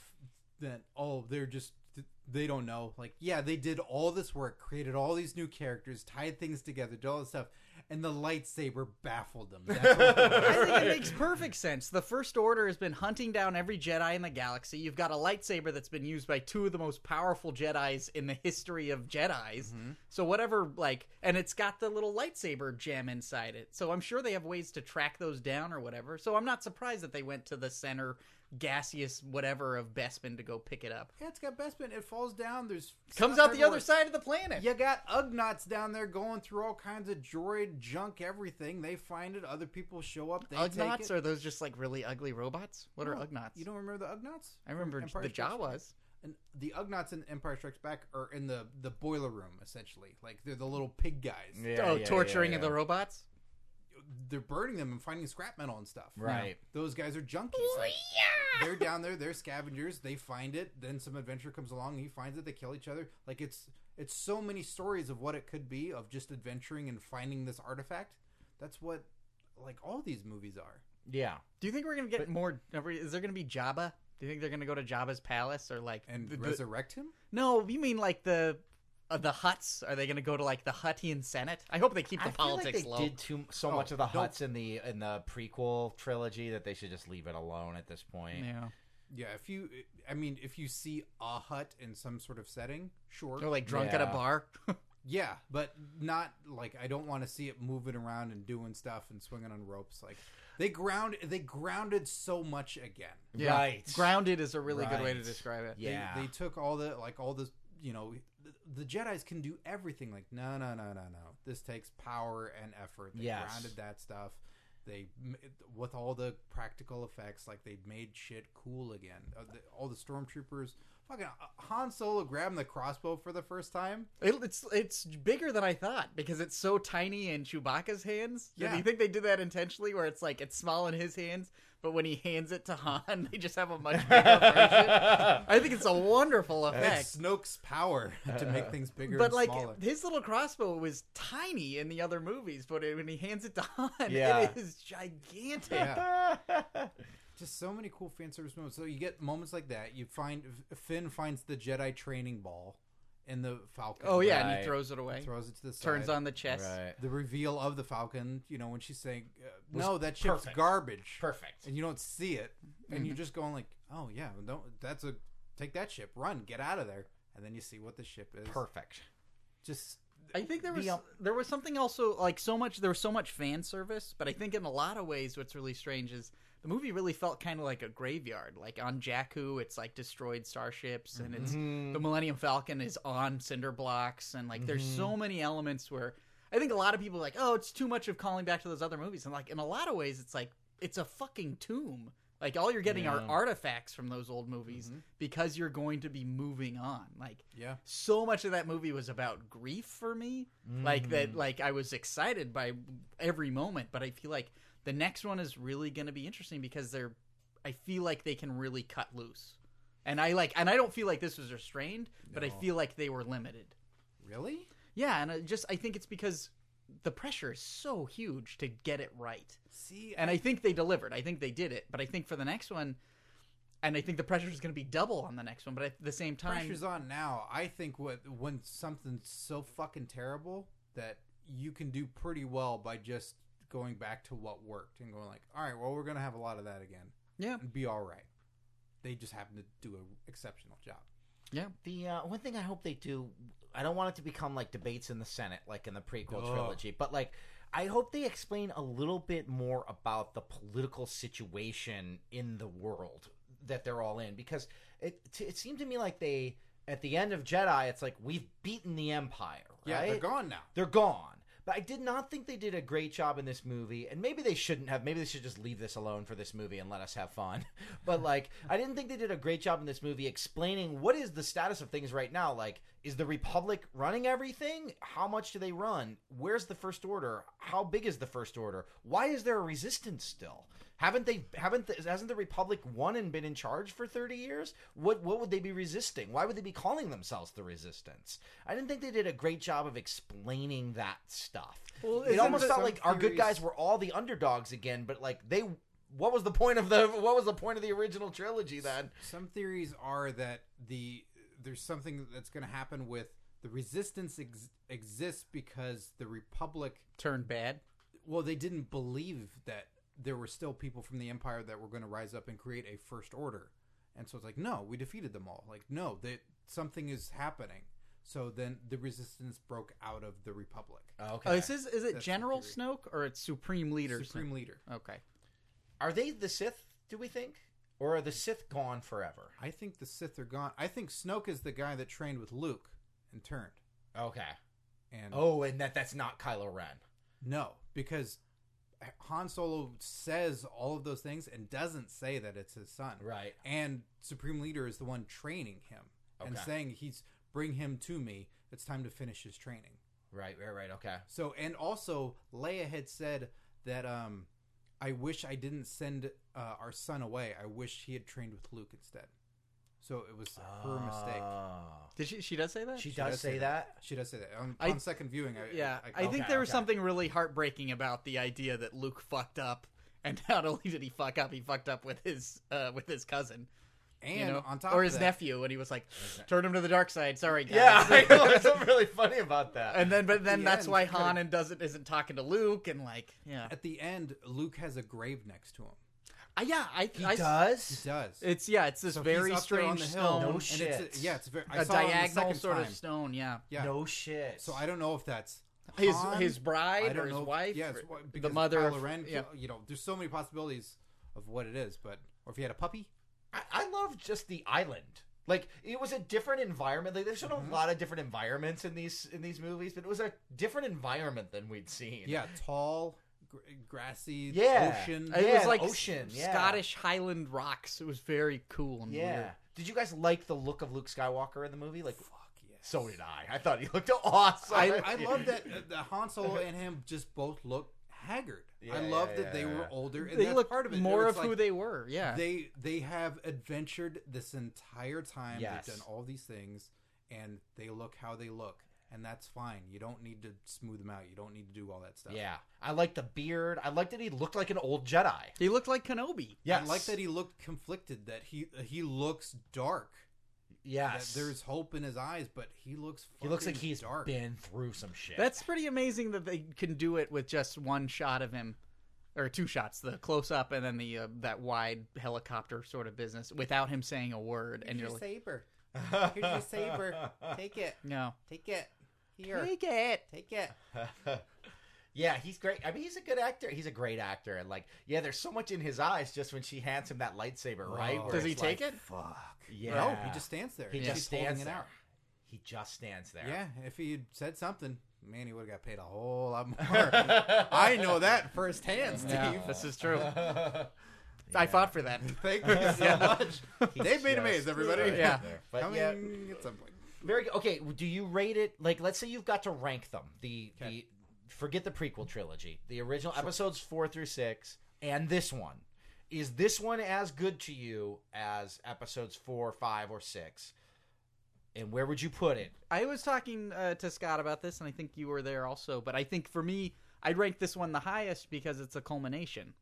that. Oh, they're just they don't know. Like yeah, they did all this work, created all these new characters, tied things together, did all this stuff, and the lightsaber baffled them. That's what it was.
I think it makes perfect sense. The First Order has been hunting down every Jedi in the galaxy. You've got a lightsaber that's been used by two of the most powerful Jedi's in the history of Jedi's.
Mm-hmm.
So whatever, like, and it's got the little lightsaber gem inside it. So I'm sure they have ways to track those down or whatever. So I'm not surprised that they went to the center gaseous whatever of Bespin to go pick it up.
yeah, it's got Bespin. It falls down. There's
Comes
stuff
out the other
everywhere.
side of the planet.
You got Ugnots down there going through all kinds of droid junk, everything. They find it. Other people show up. They take
Ugnaughts
it.
are those just like really ugly robots? What are
No,
Ugnaughts?
You don't remember the Ugnaughts?
I remember
Empire
the
Strikes Back?
Jawas.
And the Ugnaughts in Empire Strikes Back are in the the boiler room essentially. Like they're the little pig guys.
oh, torturing of the robots.
They're burning them and finding scrap metal and stuff.
Right.
Those guys are junkies. Like, They're down there. They're scavengers. They find it. Then some adventurer comes along. He finds it. They kill each other. Like it's it's so many stories of what it could be of just adventuring and finding this artifact. That's what like all these movies are.
Yeah.
Do you think we're gonna get more? are we- Is there gonna be Jabba? Do you think they're gonna go to Jabba's palace or like?
And
the- the-
resurrect him.
no, you mean like the uh, the huts? Are they gonna go to like the Huttian Senate? I hope they keep the
I feel like
politics
they
low.
did too, so
Oh,
much of the
don't-
huts in the in the prequel trilogy that they should just leave it alone at this point.
Yeah,
Yeah, if you, I mean, if you see a hut in some sort of setting, sure.
they're like drunk at a
Yeah.
bar.
yeah, but not like I don't want to see it moving around and doing stuff and swinging on ropes. Like they ground, they grounded so much again.
Right.
Grounded is a really good way to
Right.
describe it.
They,
Yeah.
they took all the like all this, you know, the, the Jedi's can do everything. Like no, no, no, no, no. This takes power and effort. They
Yes.
grounded that stuff. They m- with all the practical effects, like they made shit cool again. Uh, the, all the stormtroopers Fucking Han Solo grabbing the crossbow for the first time.
It, it's it's bigger than I thought because it's so tiny in Chewbacca's hands. Yeah.
Yeah.
Do you think they did that intentionally, where it's like it's small in his hands, but when he hands it to Han, they just have a much bigger version? I think it's a wonderful
That's
effect.
Snoke's power to make things bigger
But
and
like
smaller.
his little crossbow was tiny in the other movies, but it, when he hands it to Han,
Yeah.
it is gigantic.
Yeah. Just so many cool fan service moments. So you get moments like that. You find Finn finds the Jedi training ball in the Falcon.
Oh yeah, and
Right.
he throws it away,
throws it to the side.
turns on the chest.
Right.
the reveal of the Falcon. You know when she's saying, uh,
Was
"No, that ship's
perfect.
garbage,"
Perfect.
and you don't see it, and you're just going like, "Oh yeah, don't that's a take that ship, run, get out of there," and then you see what the ship is.
Perfect.
Just
I think there
The,
was
um,
there was something also like so much there was so much fan service, but I think in a lot of ways what's really strange is the movie really felt kind of like a graveyard. Like on Jakku, it's like destroyed starships, and it's
Mm-hmm.
the Millennium Falcon is on cinder blocks, and like there's so
Mm-hmm.
many elements where I think a lot of people are like, oh, it's too much of calling back to those other movies, and like in a lot of ways, it's like it's a fucking tomb. Like all you're getting are
Yeah. Mm-hmm.
artifacts from those old movies because you're going to be moving on. Like
yeah,
so much of that movie was about grief for me like
Mm.
that like i was excited by every moment but i feel like the next one is really going to be interesting because they're i feel like they can really cut loose and i like and i don't feel like this was restrained but i
No.
feel like they were limited
really.
yeah and i just i think it's because the pressure is so huge to get it right
See,
and I think they delivered. I think they did it. But I think for the next one, and I think the pressure is going to be double on the next one. But at the same time,
pressure's on now. I think what when something's so fucking terrible that you can do pretty well by just going back to what worked and going like, all right, well, we're gonna have a lot of that again
yeah,
and be all right. They just happen to do an exceptional job.
yeah.
The uh, one thing I hope they do, I don't want it to become like debates in the Senate, like in the prequel
Ugh.
trilogy, but like I hope they explain a little bit more about the political situation in the world that they're all in, because it it seemed to me like they at the end of Jedi, it's like we've beaten the Empire,
Yeah,
right?
they're gone now.
They're gone. But I did not think they did a great job in this movie, and maybe they shouldn't have. Maybe they should just leave this alone for this movie and let us have fun. but like, I didn't think they did a great job in this movie explaining what is the status of things right now. Like, is the Republic running everything? How much do they run? Where's the First Order? How big is the First Order? Why is there a resistance still? Haven't they? Haven't the, hasn't the Republic won and been in charge for thirty years? What what would they be resisting? Why would they be calling themselves the Resistance? I didn't think they did a great job of explaining that stuff.
Well,
it
isn't
almost
it-
felt
some
like our good
theories-
guys were all the underdogs again, but like they. What was the point of the What was the point of the original trilogy then?
Some theories are that the there's something that's going to happen with the resistance ex- exists because the republic.
Turned bad.
Well, they didn't believe that there were still people from the empire that were going to rise up and create a first order, and so it's like, no, we defeated them all. Like, no, that something is happening. So then the resistance broke out of the republic.
Okay.
Oh, is this, is it
That's
General
the
Snoke or it's Supreme Leader?
Supreme leader.
Snoke? Okay.
Are they the Sith? Do we think, or are the Sith gone forever?
I think the Sith are gone. I think Snoke is the guy that trained with Luke and turned.
Okay.
And
Oh, and that that's not Kylo Ren.
No, because Han Solo says all of those things and doesn't say that it's his son.
Right.
And Supreme Leader is the one training him and
Okay.
saying he's bring him to me. It's time to finish his training.
Right. Right. Right. Okay.
So and also Leia had said that um I wish I didn't send uh, our son away. I wish he had trained with Luke instead. So it was her mistake.
Oh.
Did Ah. she? She does say that.
She, does, say that.
She does say that on,
I-
on second viewing. uh, I,
yeah, I, think
okay,
there was
okay.
something really heartbreaking about the idea that Luke fucked up, and not only did he fuck up, he fucked up with his uh, with his cousin,
and
you know,
on top
or
of
his
that-
nephew, and he was like, "Turn him to the dark side." Sorry, guys.
I know, there's something really funny about that.
and then, but then
the
that's
end,
why
you gotta-
Han and doesn't isn't talking to Luke, and like, yeah,
at the end, Luke has a grave next to him.
Uh, yeah, I,
he
I
He
does.
does.
It's yeah, it's this
So he's
very
up there on
strange
the hill,
stone,
No
and it's
shit.
a, yeah, it's very. I
a
saw it on the
diagonal
second
sort
time.
of stone. Yeah,
Yeah.
No shit.
So I don't know if that's
his
Han,
his
I
bride
don't
or his
know if-
wife,
Yeah,
or
it's wh-
the
because
mother
Kylo
of
Ren.
yeah.
You know, there's so many possibilities of what it is, but or if he had a puppy.
I, I love just the island. Like it was a different environment. Like there's been
Mm-hmm.
a lot of different environments in these in these movies, but it was a different environment than we'd seen.
Yeah, tall, gr- grassy,
Yeah.
ocean.
I-
It
Yeah,
was
the
like
ocean,
s-
yeah.
Scottish Highland rocks. It was very cool and
Yeah.
weird.
Did you guys like the look of Luke Skywalker in the movie? Like,
Fuck yes.
so did I. I thought he looked awesome.
I, I love that uh, the Han Solo and him just both look haggard.
Yeah,
I love
yeah,
that
yeah,
they
yeah.
were older. And
They
that's
look
part of it.
more
It's
of who
like
they were. Yeah.
They they have adventured this entire time.
Yes.
They've done all these things, and they look how they look, and that's fine. You don't need to smooth them out. You don't need to do all that stuff.
Yeah, I like the beard. I liked that he looked like an old Jedi.
he looked like Kenobi.
Yes,
I like that he looked conflicted. That he uh, he looks dark.
Yes,
That there's hope in his eyes, but he looks.
He looks like
fucking
he's
dark.
been through some shit.
That's pretty amazing that they can do it with just one shot of him, or two shots, the close up and then the uh, that wide helicopter sort of business without him saying a word. and you're like,
saber. Here's your saber. Take it.
no,
Take it. Here.
take it.
Take it.
yeah, he's great. I mean, he's a good actor. He's a great actor, and like, yeah, there's so much in his eyes just when she hands him that lightsaber, right?
Oh.
Where
Does he
it's like-
take it?
Fuck.
Yeah,
No, he just stands there.
he
He's
just stands
holding
there.
it out.
He just stands there.
Yeah, if he had said something, man, he would have got paid a whole lot more. I know that firsthand, Steve.
Yeah, this is true. I fought for that.
Thank you so much.
He's
They've been
just
amazed, everybody.
right
Yeah.
there. But
Coming
yeah,
at some point.
Very good. Okay, do you rate it like let's say you've got to rank them. The the
Okay.
forget the prequel trilogy. The original episodes 4 through 6 and this one. Is this one as good to you as episodes 4, 5 or 6? And where would you put it?
I was talking uh, to Scott about this, and I think you were there also. But I think for me, I'd rank this one the highest because it's a culmination.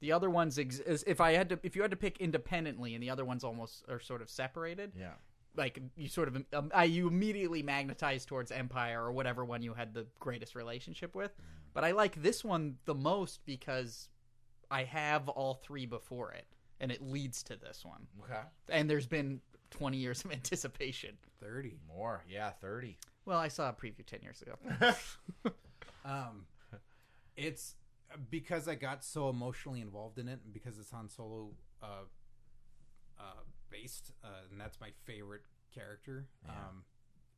The other ones, ex- is- if I had to, if you had to pick independently, and the other ones almost are sort of separated.
Yeah.
Like you sort of, um, I, you immediately magnetize towards Empire or whatever one you had the greatest relationship with. But I like this one the most because I have all three before it, and it leads to this one.
Okay.
And there's been 20 years of anticipation.
30.
More. Yeah, 30.
Well, I saw a preview 10 years ago.
Um, it's because I got so emotionally involved in it, and because it's Han Solo uh, uh, based, uh, and that's my favorite character. Um,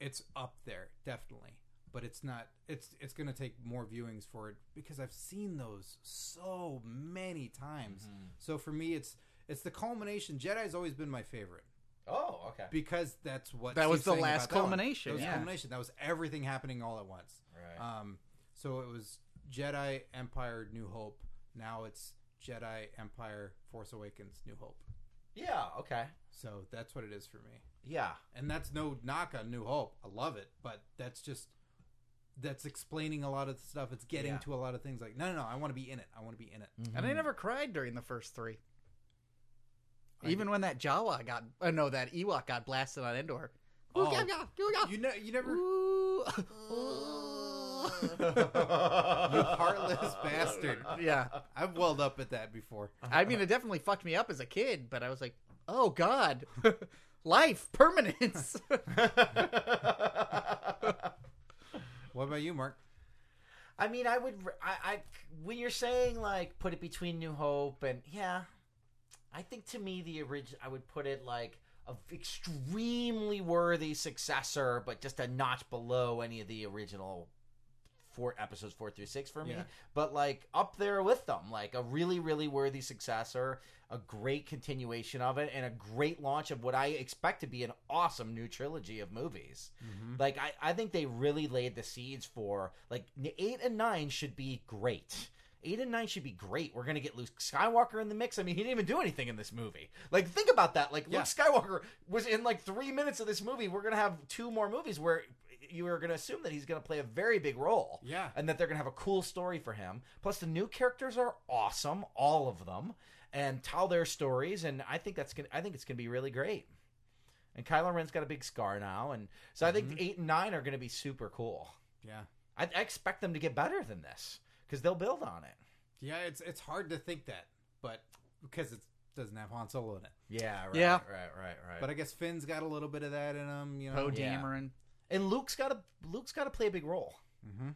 it's up there definitely, but it's not. It's it's going to take more viewings for it because I've seen those so many times.
Mm-hmm.
So for me, it's it's the culmination. Jedi's always been my favorite
Oh, okay.
because that's what
That was
Steve's
the
saying
last
about that one.
culmination,
That was
yeah.
culmination. That was everything happening all at once.
Right.
Um, so it was Jedi Empire New Hope. Now it's Jedi Empire Force Awakens New Hope.
yeah, okay.
So that's what it is for me.
Yeah.
And that's no knock on New Hope. I love it, but that's just that's explaining a lot of stuff. It's getting
Yeah.
to a lot of things. Like no, no, no. I want to be in it. I want to be in it.
And
Mm.
I never cried during the first three. Even when that Jawa got, oh no, that Ewok got blasted on Endor.
Oh.
Ooh, yeah, yeah, yeah, yeah.
You know, you never.
Ooh.
You heartless bastard.
yeah,
I've welled up at that before.
I mean, it definitely fucked me up as a kid, but I was like, oh god, life, permanence.
What about you, Mark?
I mean, I would. I, I when you're saying like put it between New Hope and yeah, I think to me the original I would put it like a extremely worthy successor, but just a notch below any of the original four episodes four through six for me.
Yeah.
But like up there with them, like a really really worthy successor, a great continuation of it, and a great launch of what I expect to be an awesome new trilogy of movies. Like I, I think they really laid the seeds for like n- eight and nine should be great. Eight and nine should be great. We're gonna get Luke Skywalker in the mix. I mean, he didn't even do anything in this movie. Like, think about that. Like,
Yeah.
Luke Skywalker was in like three minutes of this movie. We're gonna have two more movies where you are gonna assume that he's gonna play a very big role.
Yeah.
and that they're gonna have a cool story for him. Plus, the new characters are awesome, all of them, and tell their stories. And I think that's gonna. I think it's gonna be really great. And Kylo Ren's got a big scar now, and so I think eight and nine are going to be super cool.
Yeah.
I, I expect them to get better than this because they'll build on it.
Yeah, it's it's hard to think that, but because it doesn't have Han Solo in it.
Yeah, right,
Yeah.
right, right, right.
But I guess Finn's got a little bit of that in him, you know.
Poe
Yeah.
Dameron.
and Luke's got to Luke's got to play a big role,
Mhm.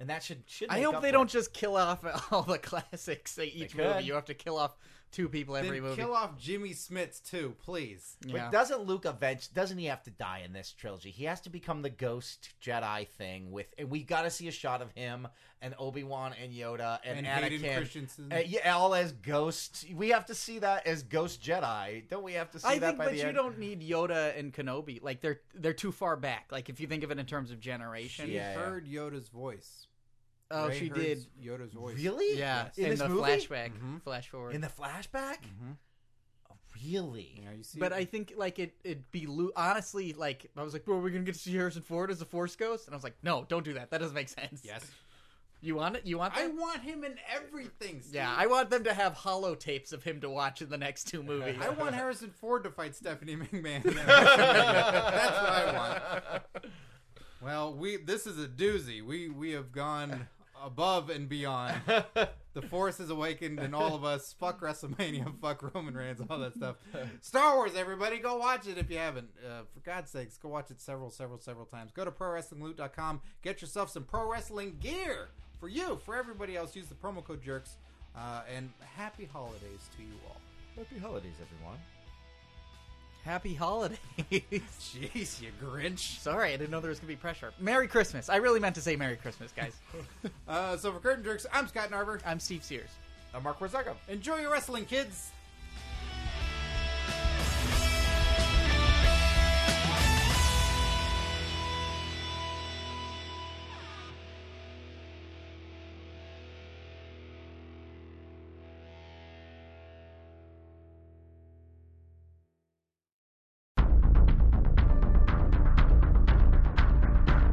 and that should should.
I
make
hope
up
they
for
don't
it.
just kill off all the classics. They each
could.
movie you have to kill off two people every
then
movie.
kill off Jimmy Smits too, please.
yeah.
But doesn't Luke avenge? Doesn't he have to die in this trilogy? He has to become the ghost Jedi thing. With and we got to see a shot of him and Obi Wan and Yoda and,
And
Anakin.
Hayden Christensen.
Uh, yeah, all as ghosts. We have to see that as ghost Jedi. Don't we have to see
I
that
think,
by
but
the
you
end?
don't need Yoda and Kenobi. Like they're they're too far back. Like if you think of it in terms of generation.
She
Yeah, yeah.
heard Yoda's voice.
Oh,
Ray
she
heard
did.
Yoda's voice.
Really?
Yeah,
In
in
this
the
movie? Mm-hmm.
flashback, flash forward.
In the flashback?
Mm-hmm.
Mhm.
Oh, Really?
Yeah, you see.
but I think like it it'd be Lu- honestly like I was like, "Well, are we gonna get to see Harrison Ford as the Force Ghost?" And I was like, "No, don't do that. That doesn't make sense."
yes,
You want it? You want that?
I want him in everything. Steve.
yeah, I want them to have hollow tapes of him to watch in the next two movies.
I want Harrison Ford to fight Stephanie McMahon. That's what I want. Well, we this is a doozy. We we have gone above and beyond. The Force is awakened in all of us. Fuck WrestleMania. Fuck Roman Reigns. All that stuff. Star Wars. Everybody, go watch it if you haven't. Uh, for God's sakes, go watch it several, several, several times. Go to prowrestlingloot.com. Get yourself some pro wrestling gear for you. For everybody else, use the promo code Jerks. Uh, and happy holidays to you all.
Happy holidays, everyone.
Happy holidays.
Jeez, you Grinch.
Sorry, I didn't know there was gonna be pressure. Merry Christmas. I really meant to say Merry Christmas, guys.
Uh, so for Curtain Jerks, I'm Scott Narver.
I'm Steve Sears.
I'm Mark Warzaka.
Enjoy your wrestling, kids.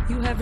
You have